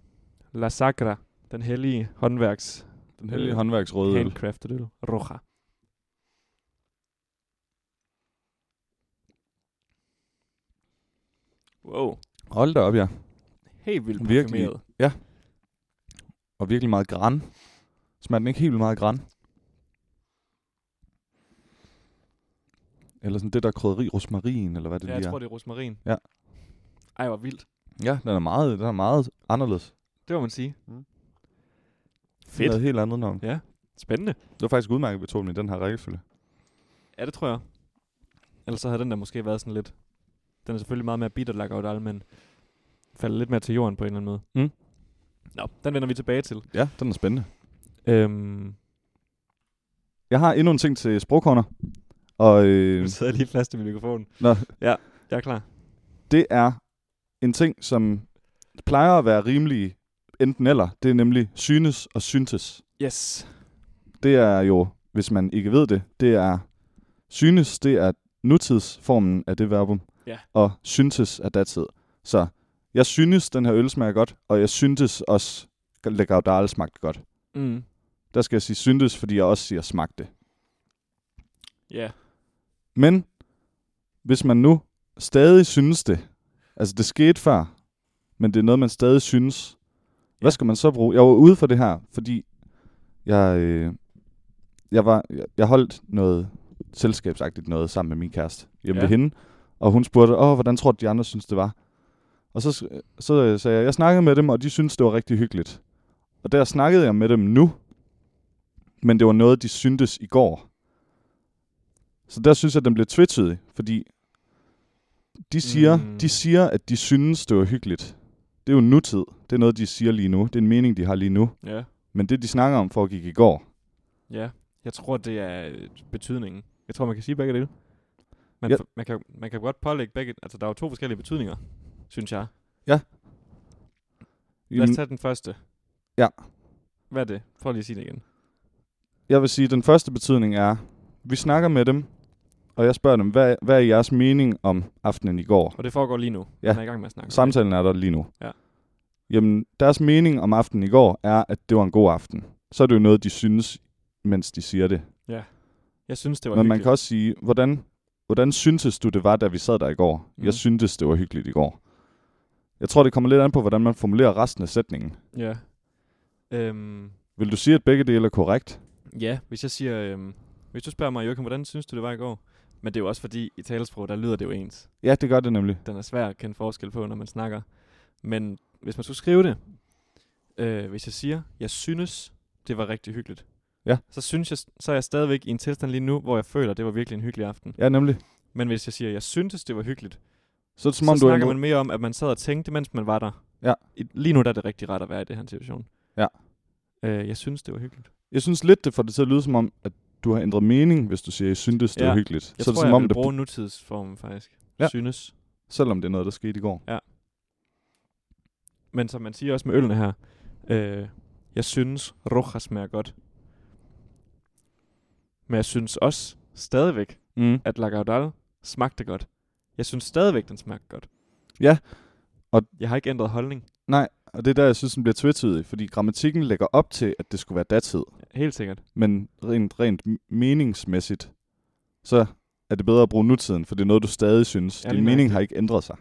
La Sagra, den hellige håndværks
Den heldige
Øh,
håndværksrøde øl.
handcrafted øl. Roja. Wow.
Hold da op, ja.
Helt vildt
Virkelig.
parfumeret.
Og virkelig meget græn. Smager den ikke helt vildt meget græn? Eller sådan det der krydderi, rosmarin, eller hvad
Ja,
det lige
jeg
er.
tror, det er rosmarin.
Ja.
Ej, hvor vildt.
Ja, den er meget, den er meget anderledes.
Det må man sige.
Mm. Den er
Fedt.
Noget helt andet navn.
Spændende.
Det var faktisk udmærket, at vi tog den i den her rækkefølge.
Ja, det tror jeg. Ellers så havde den der måske været sådan lidt... Den er selvfølgelig meget mere bitter lagt men falder lidt mere til jorden på en eller anden måde.
Mm.
Nå, den vender vi tilbage til.
Ja, den er spændende.
Øhm,
Jeg har endnu en ting til sprogkorner. Og øh,
nu sidder jeg lige fast i min mikrofon.
Nå.
Ja, jeg er klar.
det er en ting, som plejer at være rimelig enten eller. Det er nemlig synes og syntes.
Yes.
Det er jo, hvis man ikke ved det, det er synes, det er nutidsformen af det verbum.
Ja.
Og syntes er datid. Så jeg synes, den her øl smager godt, og jeg syntes også, Le Gaudale smagte godt.
Mm.
Der skal jeg sige syntes, fordi jeg også siger smagte.
Ja.
Men hvis man nu stadig synes det, altså det skete før, men det er noget, man stadig synes, hvad skal man så bruge? Jeg var ude for det her, fordi jeg, øh, jeg, var, jeg, jeg holdt noget selskabsagtigt noget sammen med min kæreste hjemme ja.
Ja.
ved hende, og hun spurgte, Åh, hvordan tror du, de andre synes, det var? Og så, s- så øh, sagde jeg, jeg snakkede med dem, og de syntes, det var rigtig hyggeligt. Og der snakkede jeg med dem nu, men det var noget, de syntes i går. Så der synes jeg, den blev tvetydig, fordi de siger, mm.
Mm.
de siger, at de synes, det var hyggeligt. Det er jo nutid. Det er noget, de siger lige nu. Det er en mening, de har lige nu.
Ja.
Men det, de snakker om, foregik i går.
Ja. Jeg tror, det er øh, betydningen. Jeg tror, man kan sige begge dele. Man,
Ja.
ja. man, kan, man kan godt pålægge begge... Altså, der er jo to forskellige betydninger, synes jeg. Lad os tage den første.
Ja.
Hvad er det? Prøv lige at sige det igen.
Jeg vil sige, at den første betydning er, vi snakker med dem, og jeg spørger dem, hvad, hvad er jeres mening om aftenen i går?
Og det foregår lige nu.
Ja.
Man er i gang med at snakke.
Samtalen er der lige nu.
Ja.
Jamen, deres mening om aftenen i går er, at det var en god aften. Så er det jo noget, de synes, mens de siger det.
Jeg synes, det var
Men man
hyggeligt.
kan også sige, hvordan, hvordan syntes du, det var, da vi sad der i går? Mm.
Mhm.
Jeg syntes, det var hyggeligt i går. Jeg tror, det kommer lidt an på, hvordan man formulerer resten af sætningen.
Ja. Øhm,
Vil du sige, at begge dele er korrekt?
ja, hvis jeg siger... Øhm, hvis du spørger mig, Joachim, hvordan synes du, det var i går? Men det er jo også fordi, i talesprog, der lyder det jo ens.
Ja, det gør det nemlig.
Den er svær at kende forskel på, når man snakker. Men hvis man skulle skrive det, øh, hvis jeg siger, jeg synes, det var rigtig hyggeligt.
Ja.
Så synes jeg, så er jeg stadigvæk i en tilstand lige nu, hvor jeg føler, det var virkelig en hyggelig aften.
Ja, nemlig.
Men hvis jeg siger, jeg syntes, det var hyggeligt,
Så er det som
så
om, du
snakker
er
man mere om, at man sad og tænkte, mens man var der.
Ja.
I, lige nu der er det rigtig ret at være i det her situation.
Ja.
Øh, jeg synes, det var hyggeligt.
Jeg synes lidt, det får det til at lyde som om, at du har ændret mening, hvis du siger, at I syntes, det
Ja.
var hyggeligt.
Jeg
så er
så
det
tror,
som
jeg
om,
vil
det,
bruge nutidsformen faktisk.
Ja.
Ja. Synes.
selvom det er noget, der skete i går.
Men som man siger også med ølene her, øh, jeg synes, roja smager godt. Men jeg synes også stadigvæk,
Mm.
at La Gaudal smagte godt. Jeg synes stadigvæk, den smagte godt.
Ja. Og-
jeg har ikke ændret holdning.
Og det er der, jeg synes, den bliver tvetydig, fordi grammatikken lægger op til, at det skulle være datid.
Helt sikkert.
Men rent, rent meningsmæssigt, så er det bedre at bruge nutiden, for det er noget, du stadig synes.
Ja,
Din
lige
mening
nøjagtigt.
har ikke ændret sig.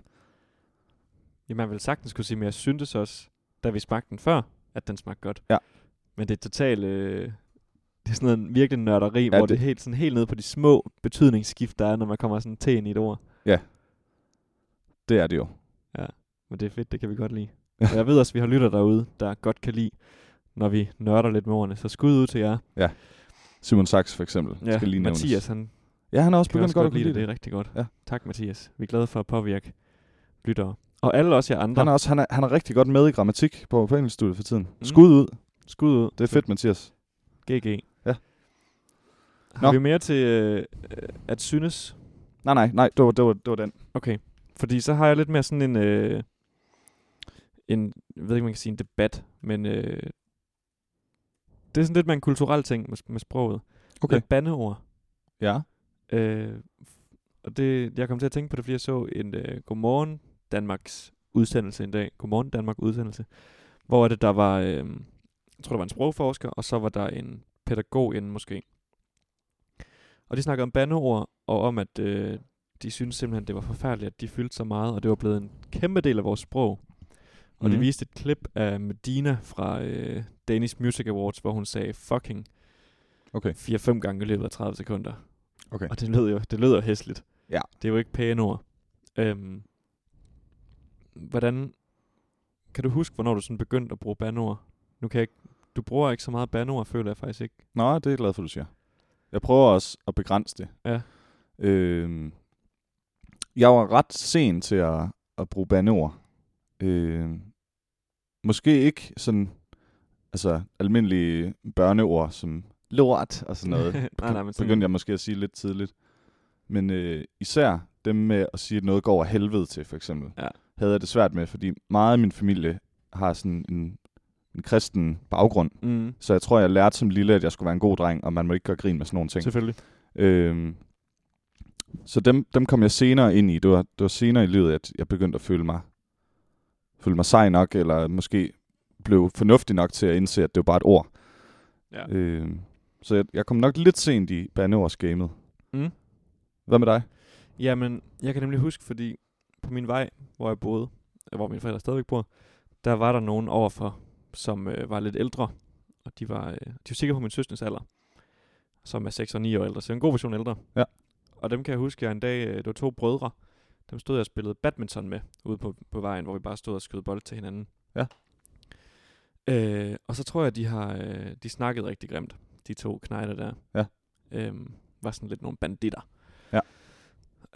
Ja, man ville sagtens kunne sige, men jeg syntes også, da vi smagte den før, at den smagte godt.
Ja.
Men det er totalt øh, Det er sådan noget virkelig nørderi, ja, hvor det, det er helt, sådan helt nede på de små betydningsskift, der er, når man kommer sådan til ind i et ord.
Det er det jo.
Men det er fedt, det kan vi godt lide. Og jeg ved også, at vi har lytter derude, der godt kan lide, når vi nørder lidt med ordene. Så skud ud til jer.
Simon Sachs for eksempel. Ja, skal lige nævnes.
Mathias, han
Ja, han er også
kan
begyndt
også
godt
godt
at kunne
lide det.
lide
Det er
det.
rigtig godt.
Ja.
Tak, Mathias. Vi er glade for at påvirke lyttere. Og alle også jer andre.
Han er, også, han, er, han er rigtig godt med i grammatik på, på engelskstudiet for tiden.
Mm.
Mm. Skud ud.
Skud ud.
Det er fedt, Mathias.
GG.
Ja.
Har
Nå.
vi mere til øh, øh, at synes?
Nej, nej, nej. Det var, det var, det var den.
Okay. Fordi så har jeg lidt mere sådan en... Øh, en jeg ved ikke, man kan sige en debat, men... Øh, det er sådan lidt mere en kulturel ting med, med sproget. Med bandeord.
Ja.
Øh, og det, jeg kom til at tænke på det, fordi jeg så en øh, Godmorgen Danmarks udsendelse en dag. Godmorgen Danmark udsendelse. Hvor er det, der var, øh, jeg tror der var en sprogforsker, og så var der en pædagog inden måske. Og de snakkede om bandeord, og om at øh, de syntes simpelthen, det var forfærdeligt, at de fyldte så meget, og det var blevet en kæmpe del af vores sprog. Og mm. de
Mhm.
viste et klip af Medina fra øh, Danish Music Awards, hvor hun sagde fucking
Okay.
4-5 gange i løbet af 30 sekunder.
Okay.
Og det lød jo, det lød jo hæsligt.
Ja.
Det er jo ikke pæne ord. Øhm, hvordan, kan du huske, hvornår du sådan begyndte at bruge banord? Nu kan jeg ikke, du bruger ikke så meget banord, føler jeg faktisk ikke.
Nå, det er jeg glad for, du siger. Jeg prøver også at begrænse det.
Ja.
Øhm, jeg var ret sen til at, at bruge bandeord. Øhm, måske ikke sådan altså almindelige børneord som lort og sådan noget.
nej, nej, men sådan,
begyndte jeg måske at sige lidt tidligt. Men øh, især dem med at sige, at noget går over helvede til, for eksempel,
Ja.
havde jeg det svært med, fordi meget af min familie har sådan en, en kristen baggrund.
Mm,
Så jeg tror, jeg lærte som lille, at jeg skulle være en god dreng, og man må ikke gøre grin med sådan nogle ting.
selvfølgelig.
Øhm, så dem, dem kom jeg senere ind i. Det var, det var senere i livet, at jeg begyndte at føle mig, føle mig sej nok, eller måske blev fornuftig nok til at indse, at det var bare et ord.
Ja.
Øhm, så jeg, jeg kom nok lidt sent i bandeordsgamet.
Mm.
Hvad med dig?
Jamen, jeg kan nemlig huske, fordi på min vej, hvor jeg boede, øh, hvor mine forældre stadigvæk bor, der var der nogen overfor, som øh, var lidt ældre, og de var, øh, de var sikkert på min søsters alder, som er 6 og 9 år ældre, så en god version ældre.
Ja.
Og dem kan jeg huske, jeg en dag, øh, det var to brødre, dem stod jeg og spillede badminton med ude på, på vejen, hvor vi bare stod og skød bold til hinanden.
Ja.
Øh, og så tror jeg, de har øh, de snakkede rigtig grimt, de to knejder der.
Ja.
Øhm, var sådan lidt nogle banditter.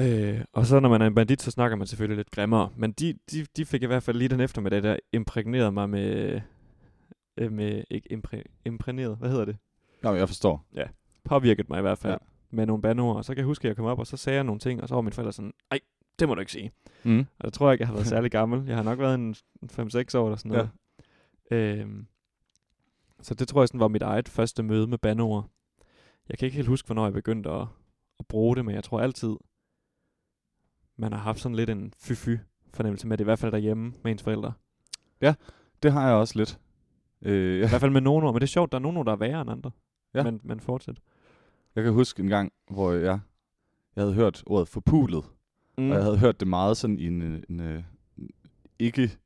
Øh, og så når man er en bandit, så snakker man selvfølgelig lidt grimmere. Men de, de, de fik i hvert fald lige den eftermiddag, der imprægnerede mig med... øh, med ikke impræ, imprægneret, hvad hedder det?
Nå, jeg forstår.
Påvirket mig i hvert fald
Ja.
ja. med nogle bandeord. Og så kan jeg huske, at jeg kom op, og så sagde jeg nogle ting, og så var min forældre sådan, nej, det må du ikke sige.
Mm.
Og der tror jeg ikke, jeg har været særlig gammel. Jeg har nok været en 5-6 år eller sådan noget. Ja. Øhm, så det tror jeg sådan var mit eget første møde med bandeord. Jeg kan ikke helt huske, hvornår jeg begyndte at, at bruge det, men jeg tror altid, man har haft sådan lidt en fy-fy fornemmelse med det, i hvert fald derhjemme med ens forældre.
Det har jeg også lidt. Øh,
I hvert fald med nogle ord, men det er sjovt, der er nogle ord, der er værre end andre.
Ja.
Men, men fortsæt.
jeg kan huske en gang, hvor jeg, jeg havde hørt ordet forpulet.
Mm.
Og jeg havde hørt det meget sådan i en, øh, en, øh, en ikke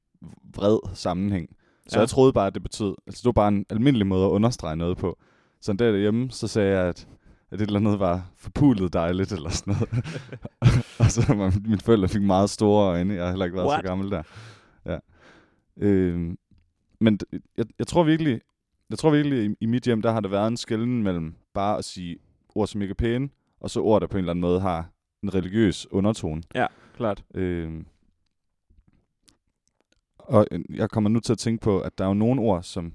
vred sammenhæng. Så
Ja.
ja. jeg troede bare, at det betød... Altså, det var bare en almindelig måde at understrege noget på. Så en dag derhjemme, så sagde jeg, at, at et eller andet var forpulet dejligt, eller sådan noget. og så var min- mine forældre fik meget store øjne. Jeg har heller ikke været
What?
så gammel der. Ja. Øhm, men d- jeg, jeg tror virkelig, jeg tror virkelig i, i mit hjem, der har der været en skælden mellem bare at sige ord, som ikke er pæne, og så ord, der på en eller anden måde har en religiøs undertone.
klart.
Øh, og øh, jeg kommer nu til at tænke på, at der er jo nogle ord, som,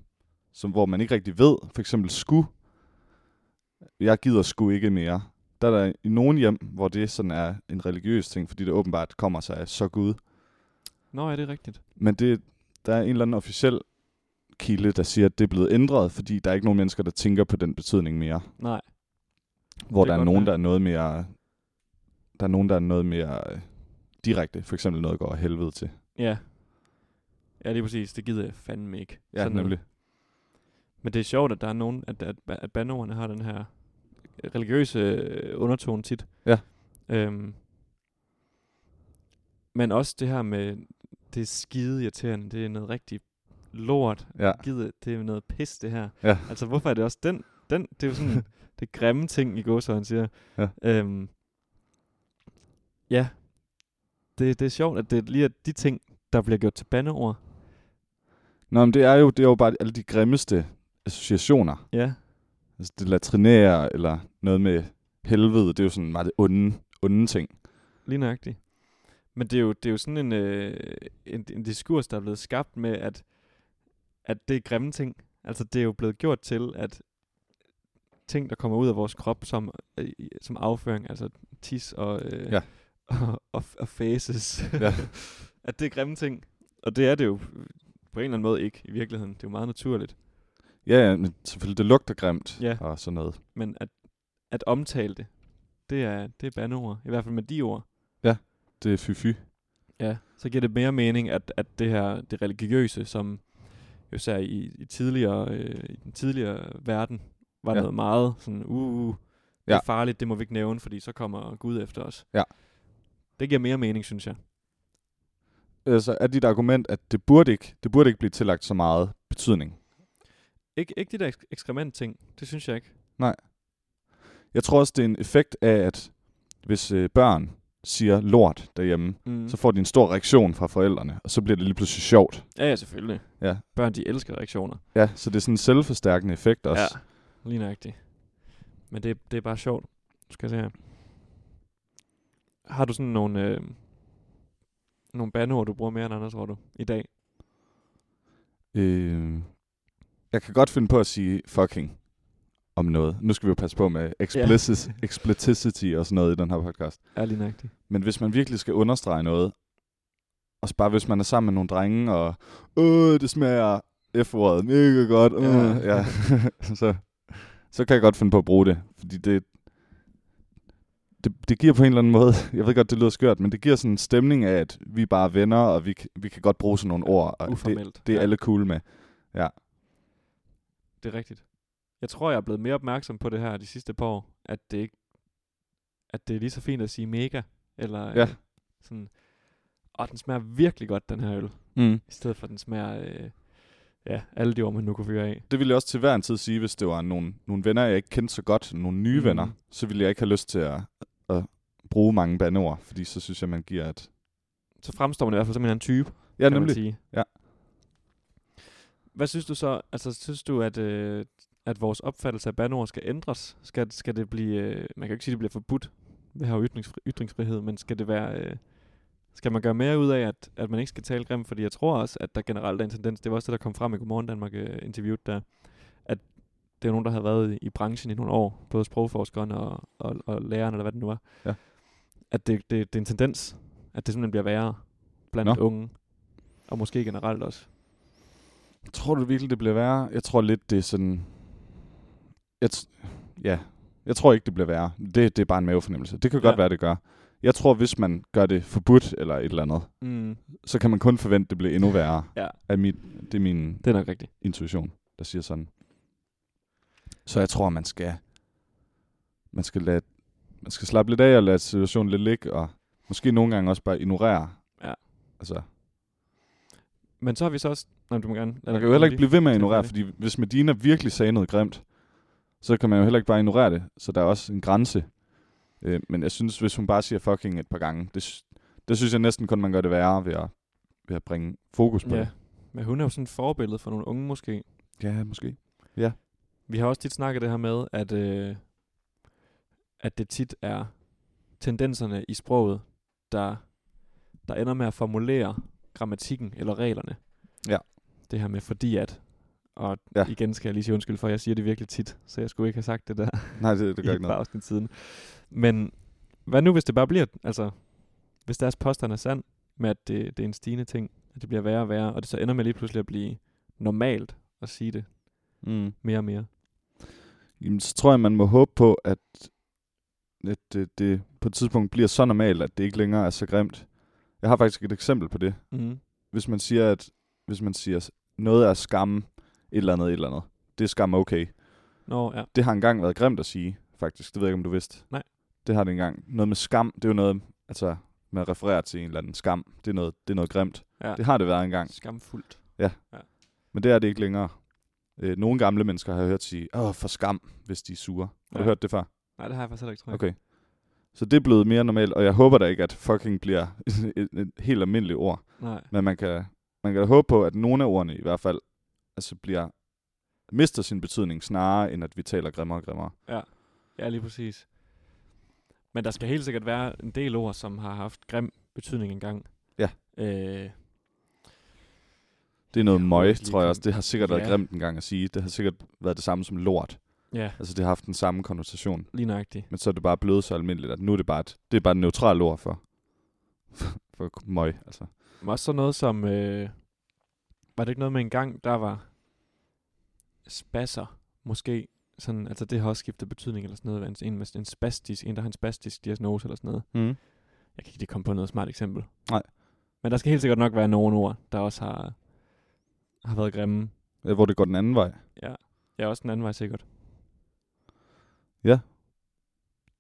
som hvor man ikke rigtig ved. For eksempel sku. Jeg gider sku ikke mere. Der er der i nogle hjem, hvor det sådan er en religiøs ting, fordi det åbenbart kommer sig af så Gud.
Nå, er det rigtigt?
Men det, der er en eller anden officiel kilde, der siger, at det er blevet ændret, fordi der er ikke nogen mennesker, der tænker på den betydning mere.
Nej.
Hvor
Det
der
kan godt
er nogen,
være.
der er noget mere... Der er nogen, der er noget mere øh, direkte. For eksempel noget går af helvede til.
Ja. Ja, lige præcis. Det gider jeg fandme ikke.
Ja,
Sådan
sådan
noget.
nemlig.
Men det er sjovt, at der er nogen, at, at, at bandordene har den her religiøse øh, undertone tit.
Ja.
Øhm, men også det her med, det er skide irriterende, det er noget rigtig lort,
Ja.
gider, det er noget pis det her.
Ja.
Altså hvorfor er det også den, den, det er jo sådan det grimme ting i går, så han siger.
Ja.
Øhm, ja. Det, det er sjovt, at det lige er de ting, der bliver gjort til bandeord.
Nå, men det er jo, det er jo bare alle de grimmeste associationer.
Ja.
Altså det latrinære, eller noget med helvede, det er jo sådan meget det onde, onde ting.
Lige nøjagtigt. Men det er jo, det er jo sådan en, øh, en, en diskurs, der er blevet skabt med, at, at det er grimme ting. Altså, det er jo blevet gjort til, at ting, der kommer ud af vores krop som, øh, i- som afføring, altså tis og, øh,
Ja.
og, og, og faces,
Ja.
at det er grimme ting. Og det er det jo på en eller anden måde ikke i virkeligheden. Det er jo meget naturligt.
Ja, ja, men selvfølgelig, det lugter grimt
Ja.
og sådan noget.
Men at, at omtale det, det er, det er bandeord. I hvert fald med de ord.
Det er fy-fy.
Ja, så giver det mere mening, at, at det her, det religiøse, som jo især i, i, tidligere, øh, i den tidligere verden, var
Ja.
ja. noget meget sådan, uh, uh det
Ja.
er farligt, det må vi ikke nævne, fordi så kommer Gud efter os.
Ja.
Det giver mere mening, synes jeg.
Altså er dit argument, at det burde ikke, det burde ikke blive tillagt så meget betydning.
Ik- ikke de der eks- ekskrementting, det synes jeg ikke.
Jeg tror også, det er en effekt af, at hvis øh, børn siger lort derhjemme, mm.
Mm.
så får de en stor reaktion fra forældrene, og så bliver det lige pludselig sjovt.
Ja, ja, selvfølgelig.
Ja.
Børn, de elsker reaktioner.
Ja, så det er sådan en selvforstærkende effekt også.
Ja, lige nøjagtigt. Men det, det er bare sjovt. Nu skal jeg se her. Har du sådan nogle, øh, nogle bandeord, du bruger mere end andre, tror du, i dag?
Øh, jeg kan godt finde på at sige fucking om noget. Nu skal vi jo passe på med explicit, yeah. explicitity og sådan noget i den her podcast.
Ja, lige nøjagtigt.
Men hvis man virkelig skal understrege noget, og så bare hvis man er sammen med nogle drenge, og øh, det smager F-ordet mega godt, øh,
Ja.
ja. Ja. så, så kan jeg godt finde på at bruge det. Fordi det, det, det giver på en eller anden måde, jeg ved godt, det lyder skørt, men det giver sådan en stemning af, at vi er bare venner, og vi, kan- vi kan godt bruge sådan nogle ord, og det,
Uformelt.
det er
ja,
alle cool med.
det er rigtigt. Jeg tror, jeg er blevet mere opmærksom på det her de sidste par år, at det ikke at det er lige så fint at sige mega, eller
Ja.
øh, sådan, og den smager virkelig godt, den her øl,
Mm.
i stedet for at den smager, øh, ja, alle de ord, man nu kunne fyre af.
Det ville jeg også til hver en tid sige, hvis det var nogle, nogle venner, jeg ikke kendte så godt, nogle nye
Mm.
mm. venner, så ville jeg ikke have lyst til at, at bruge mange bandeord, fordi så synes jeg, man giver et...
Så fremstår man i hvert fald som en eller anden type.
Ja,
kan man
nemlig.
sige.
Ja.
Hvad synes du så, altså synes du, at, øh, at vores opfattelse af bandeord skal ændres? Skal, skal det blive, øh, man kan jo ikke sige, at det bliver forbudt, vi har jo ytringsfri, ytringsfrihed, men skal det være, øh, skal man gøre mere ud af, at, at man ikke skal tale grimt? Fordi jeg tror også, at der generelt er en tendens, det var også det, der kom frem i Godmorgen Danmark øh, interviewet der, at det er nogen, der havde været i, i branchen i nogle år, både sprogforskerne og, og, og lærerne, eller hvad det nu var,
Ja.
at det, det, det er en tendens, at det simpelthen bliver værre blandt
Nå.
unge. Og måske generelt også.
Tror du virkelig, det bliver værre? Jeg tror lidt, det er sådan... Jeg t- ja, jeg tror ikke, det bliver værre. Det, det er bare en mavefornemmelse. Det kan
Ja.
godt være, det gør. Jeg tror, hvis man gør det forbudt eller et eller andet,
Mm.
så kan man kun forvente, det bliver endnu værre.
Ja.
Er mit, det er min
Det er nok rigtigt.
intuition, der siger sådan. Så jeg tror, man skal, man skal, lade, man skal slappe lidt af og lade situationen lidt ligge, og måske nogle gange også bare ignorere.
Ja.
Altså,
Men så har vi så også... Nej, men du må gerne... lad
man
mig
kan jo heller ikke
lige-
blive ved med at
det er
ignorere,
færdigt.
fordi hvis Medina virkelig sagde noget grimt, så kan man jo heller ikke bare ignorere det, så der er også en grænse. Øh, men jeg synes, hvis hun bare siger fucking et par gange, det, sy- det synes jeg næsten kun, man gør det værre ved at, ved at bringe fokus på
Ja.
det.
Men hun er jo sådan et forbillede for nogle unge måske.
Ja, måske.
Vi har også tit snakket det her med, at, øh, at det tit er tendenserne i sproget, der, der ender med at formulere grammatikken eller reglerne.
Ja.
Det her med fordi at... Og ja.
Ja.
igen skal jeg lige sige undskyld for, at jeg siger det virkelig tit, så jeg skulle ikke have sagt det der.
Nej, det, det gør
i
ikke
et par
noget.
afsnit siden. Men hvad nu, hvis det bare bliver, altså, hvis deres påstand er sand, med at det, det er en stigende ting, at det bliver værre og værre, og det så ender med lige pludselig at blive normalt at sige det
Mm.
mere og mere.
Jamen, så tror jeg, man må håbe på, at, at det, det på et tidspunkt bliver så normalt, at det ikke længere er så grimt. Jeg har faktisk et eksempel på det.
Mm.
Hvis man siger, at hvis man siger, s- noget er skam, et eller andet, et eller andet. Det er skam okay.
Nå, ja.
Det har engang været grimt at sige, faktisk. Det ved jeg ikke, om du vidste.
Nej.
Det har det engang. Noget med skam, det er jo noget, altså, man refererer til en eller anden skam. Det er noget, det er noget grimt.
ja.
Det har det været engang,
Skamfuldt.
men det er det ikke længere. Øh, nogle gamle mennesker har jeg hørt sige, åh, for skam, hvis de er sure. Har du
Ja.
hørt det før?
Nej, det har jeg faktisk heller ikke, tror jeg.
Okay. Så det er blevet mere normalt, og jeg håber da ikke, at fucking bliver et, et, et helt almindeligt ord.
Nej.
Men man kan, man kan da håbe på, at nogle af ordene i hvert fald altså bliver, mister sin betydning snarere, end at vi taler grimmere og grimmere.
Ja, lige præcis. Men der skal helt sikkert være en del ord, som har haft grim betydning engang.
Ja.
Øh,
Det er noget
Jeg
møg,
håber, det lige
tror jeg
kom-
også. Det har sikkert været
Ja.
grimt en gang at sige. Det har sikkert været det samme som lort.
ja,
Altså det har haft den samme konnotation.
lige nøjagtigt.
Men så er det bare blevet så almindeligt, at nu er det bare et, det er bare et neutralt ord for, for møg. Altså.
Men også sådan noget som... Øh, var det ikke noget med en gang, der var spasser, måske? Sådan, altså det har også skiftet betydning eller sådan noget. En, en, med en spastisk, en der har en spastisk diagnose eller sådan noget.
Mm.
Jeg kan ikke lige komme på noget smart eksempel.
Nej.
Men der skal helt sikkert nok være nogle ord, der også har, har været grimme.
Ja, hvor det går den anden vej.
Ja, også den anden vej sikkert.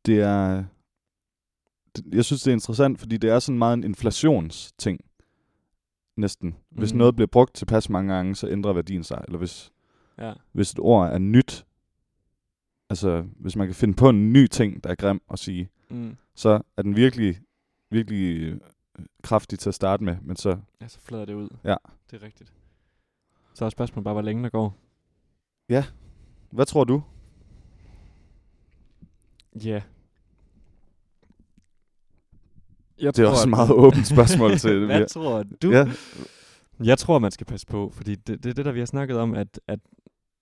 Det er... Det, jeg synes, det er interessant, fordi det er sådan meget en inflationsting. Næsten. Hvis
Mhm.
mm. noget bliver brugt tilpas mange gange, så ændrer værdien sig. Eller hvis,
Ja,
hvis et ord er nyt, altså hvis man kan finde på en ny ting, der er grim at sige,
mm.
så er den virkelig, virkelig øh, kraftig til at starte med, men så,
ja så flader det ud.
Ja.
Det er rigtigt. Så er spørgsmålet bare, hvor længe der går.
hvad tror du?
Ja. Yeah. Jeg
Det er også et meget åbent spørgsmål til det.
Hvad tror du?
Ja,
Jeg tror, man skal passe på, fordi det, det er det, der vi har snakket om, at, at,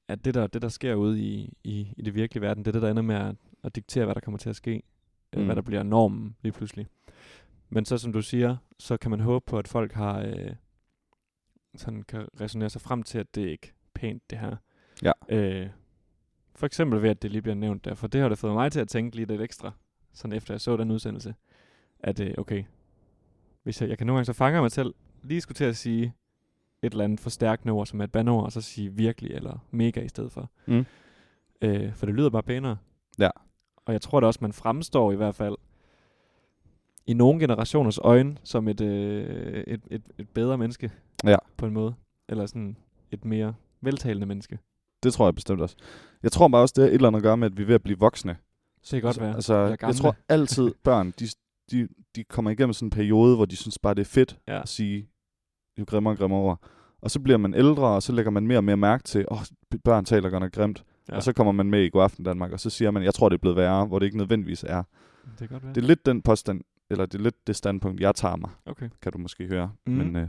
at det, der, det, der sker ude i, i, i det virkelige verden, det er det, der ender med at, at diktere, hvad der kommer til at ske, mm.
Mm.
hvad der bliver normen lige pludselig. Men så som du siger, så kan man håbe på, at folk har øh, sådan kan resonere sig frem til, at det er ikke pænt, det her.
Ja.
Øh, for eksempel ved, at det lige bliver nævnt der, for det har det fået mig til at tænke lige lidt ekstra, sådan efter jeg så den udsendelse, at øh, okay, hvis jeg, jeg kan nogle gange så fanger jeg mig selv, lige skulle til at sige et eller andet forstærkende ord, som er et bandord, og så sige virkelig eller mega i stedet for.
Mm.
Øh, for det lyder bare pænere.
Ja.
Og jeg tror da også, man fremstår i hvert fald i nogle generationers øjne som et, øh, et, et, et bedre menneske
Ja.
på en måde. Eller sådan et mere veltalende menneske.
det tror jeg bestemt også. Jeg tror bare også, det har et eller andet at gøre med, at vi er ved at blive voksne.
Så det kan godt være.
Altså,
Eller
jeg
gamle.
tror altid, børn, de, de, de kommer igennem sådan en periode, hvor de synes bare, det er fedt
Ja.
ja. at sige jo grimmere og grimmere over. Og så bliver man ældre, og så lægger man mere og mere mærke til, åh, oh, børn taler godt nok grimt.
Ja.
Ja. Og så kommer man med i God Aften Danmark, og så siger man, jeg tror, det er blevet værre, hvor det ikke nødvendigvis er.
det kan godt være.
Det er lidt den påstand, eller det er lidt det standpunkt, jeg tager mig,
okay.
kan du måske høre.
Mm.
Mm. Men øh, jeg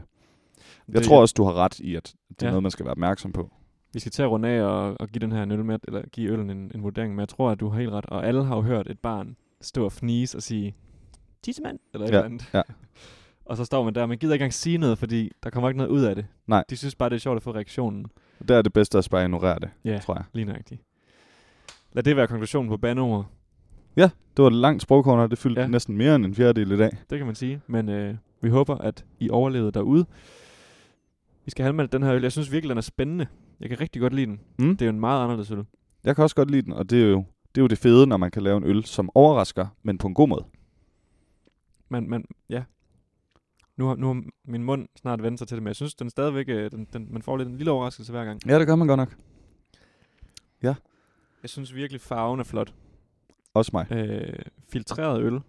Det-
det, tror også, du har ret i, at det
Ja.
er ja. noget, man skal være opmærksom på.
Vi skal til at runde af og, og give den her en øl med, eller give øllen en, en vurdering, men jeg tror, at du har helt ret. Og alle har jo hørt et barn stå og fnise og sige, tissemand, eller et
Ja,
eller andet.
ja.
og så står man der, man gider ikke engang sige noget, fordi der kommer ikke noget ud af det.
Nej.
De synes bare, det er sjovt at få reaktionen.
Og der er det bedste at bare ignorere det,
Ja,
tror jeg.
lige nøjagtigt. Lad det være konklusionen på bandeord,
Det var et langt sprogkorner, det fyldte
Ja.
ja. næsten mere end en fjerdedel i dag.
det kan man sige. Men øh, vi håber, at I overlevede derude. Vi skal have anmeldt den her øl. Jeg synes virkelig, den er spændende. Jeg kan rigtig godt lide den.
Mm.
Det er jo en meget anderledes øl.
Jeg kan også godt lide den, og det er jo det, er jo det fede, når man kan lave en øl, som overrasker, men på en god måde.
Men, men ja. Nu har, nu har min mund snart vendt sig til det, men jeg synes, den stadigvæk, øh, den, den, man får lidt en lille overraskelse hver gang.
Ja, det gør man godt nok.
Jeg synes virkelig, farven er flot.
Også mig.
Øh, filtreret øl.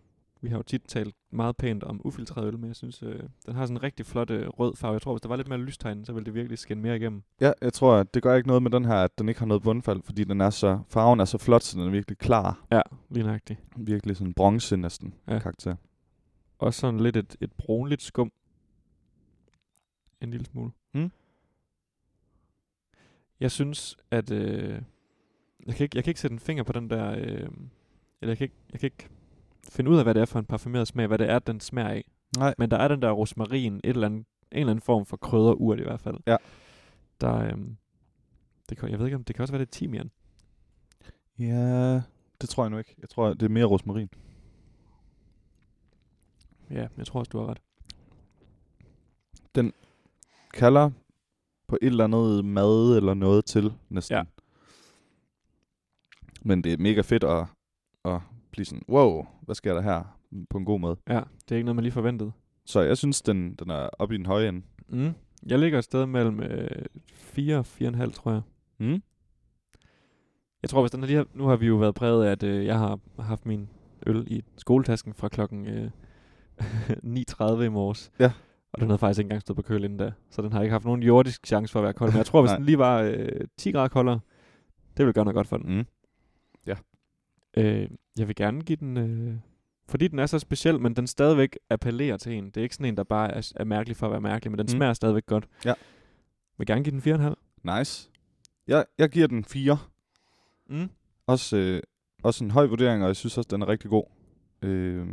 Vi har jo tit talt meget pænt om ufiltreret øl, men jeg synes, øh, den har sådan en rigtig flot øh, rød farve. Jeg tror, hvis der var lidt mere lystegn, så ville det virkelig skinne mere igennem.
Ja, jeg tror, at det gør ikke noget med den her, at den ikke har noget bundfald, fordi den er så, farven er så flot, så den er virkelig klar.
Ja, lige nøjagtigt.
Virkelig sådan bronze næsten
Ja.
ja. karakter.
Og sådan lidt et, et brunligt skum. En lille smule.
Mm.
Jeg synes, at... Øh, jeg, kan ikke, jeg kan ikke sætte en finger på den der... Øh, eller jeg kan, ikke, jeg kan ikke finde ud af, hvad det er for en parfumeret smag, hvad det er, den smager af.
Nej.
Men der er den der rosmarin, et eller andet, en eller anden form for krydderurt i hvert fald.
Ja.
Der, øh, det kan, jeg ved ikke, om det kan også være det er timian.
Ja, det tror jeg nu ikke. Jeg tror, det er mere rosmarin.
Ja, jeg tror også, du har ret.
kalder på et eller andet mad eller noget til, næsten.
Ja.
Men det er mega fedt at, at blive sådan, wow, hvad sker der her? På en god måde.
Ja, det er ikke noget, man lige forventede. Så
Så jeg synes, den, den er oppe i den høje ende.
Mm. Jeg ligger et sted mellem øh, 4 og 4,5, tror jeg. Mm. Jeg tror, hvis den her lige har, nu har vi jo været præget af, at øh, jeg har haft min øl i skoletasken fra klokken øh, 9.30 i morges.
Ja.
Og den havde faktisk ikke engang stået på køl inden da. Så den har ikke haft nogen jordisk chance for at være kold. Men jeg tror, hvis
Nej.
den lige var øh, 10 grader koldere, det ville gøre noget godt for den.
Mm.
Øh, jeg vil gerne give den... Øh, fordi den er så speciel, men den stadigvæk appellerer til en. Det er ikke sådan en, der bare er, er mærkelig for at være mærkelig, men den
Mm.
mm. smager stadigvæk godt.
Ja.
Jeg vil gerne give den 4,5.
Nice. Jeg, jeg giver den 4.
Mm.
Også, øh, også en høj vurdering, og jeg synes også, den er rigtig god. Øh,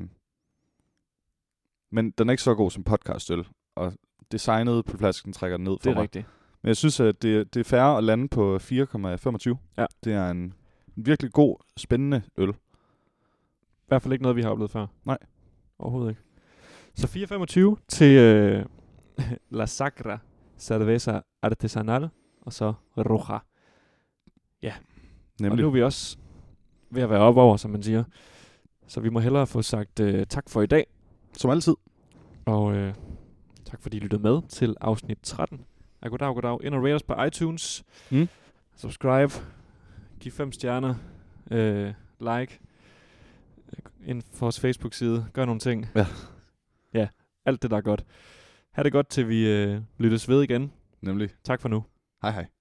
men den er ikke så god som podcastøl, og designet på flasken trækker den ned for
Det er
mig.
rigtigt.
Men jeg synes, at det, det er færre at lande på 4,25.
Ja.
Det er en virkelig god, spændende øl.
I hvert fald ikke noget, vi har oplevet før.
Nej.
Overhovedet ikke. Så 4,25 til øh, La Sacra Cerveza Artesanal, og så Roja. Og
Nemlig.
nu er vi også ved at være op over, som man siger. Så vi må hellere få sagt øh, tak for i dag,
Som altid.
og øh, tak fordi I lyttede med til afsnit 13. Ja, goddag, goddag. Ind og rate os på iTunes.
Mm.
Subscribe. Giv fem stjerner. Øh, like. Ind på vores Facebook-side. Gør nogle ting.
Ja.
Ja, alt det, der er godt. Ha' det godt, til vi øh, lyttes ved igen.
Nemlig.
Tak for nu.
Hej hej.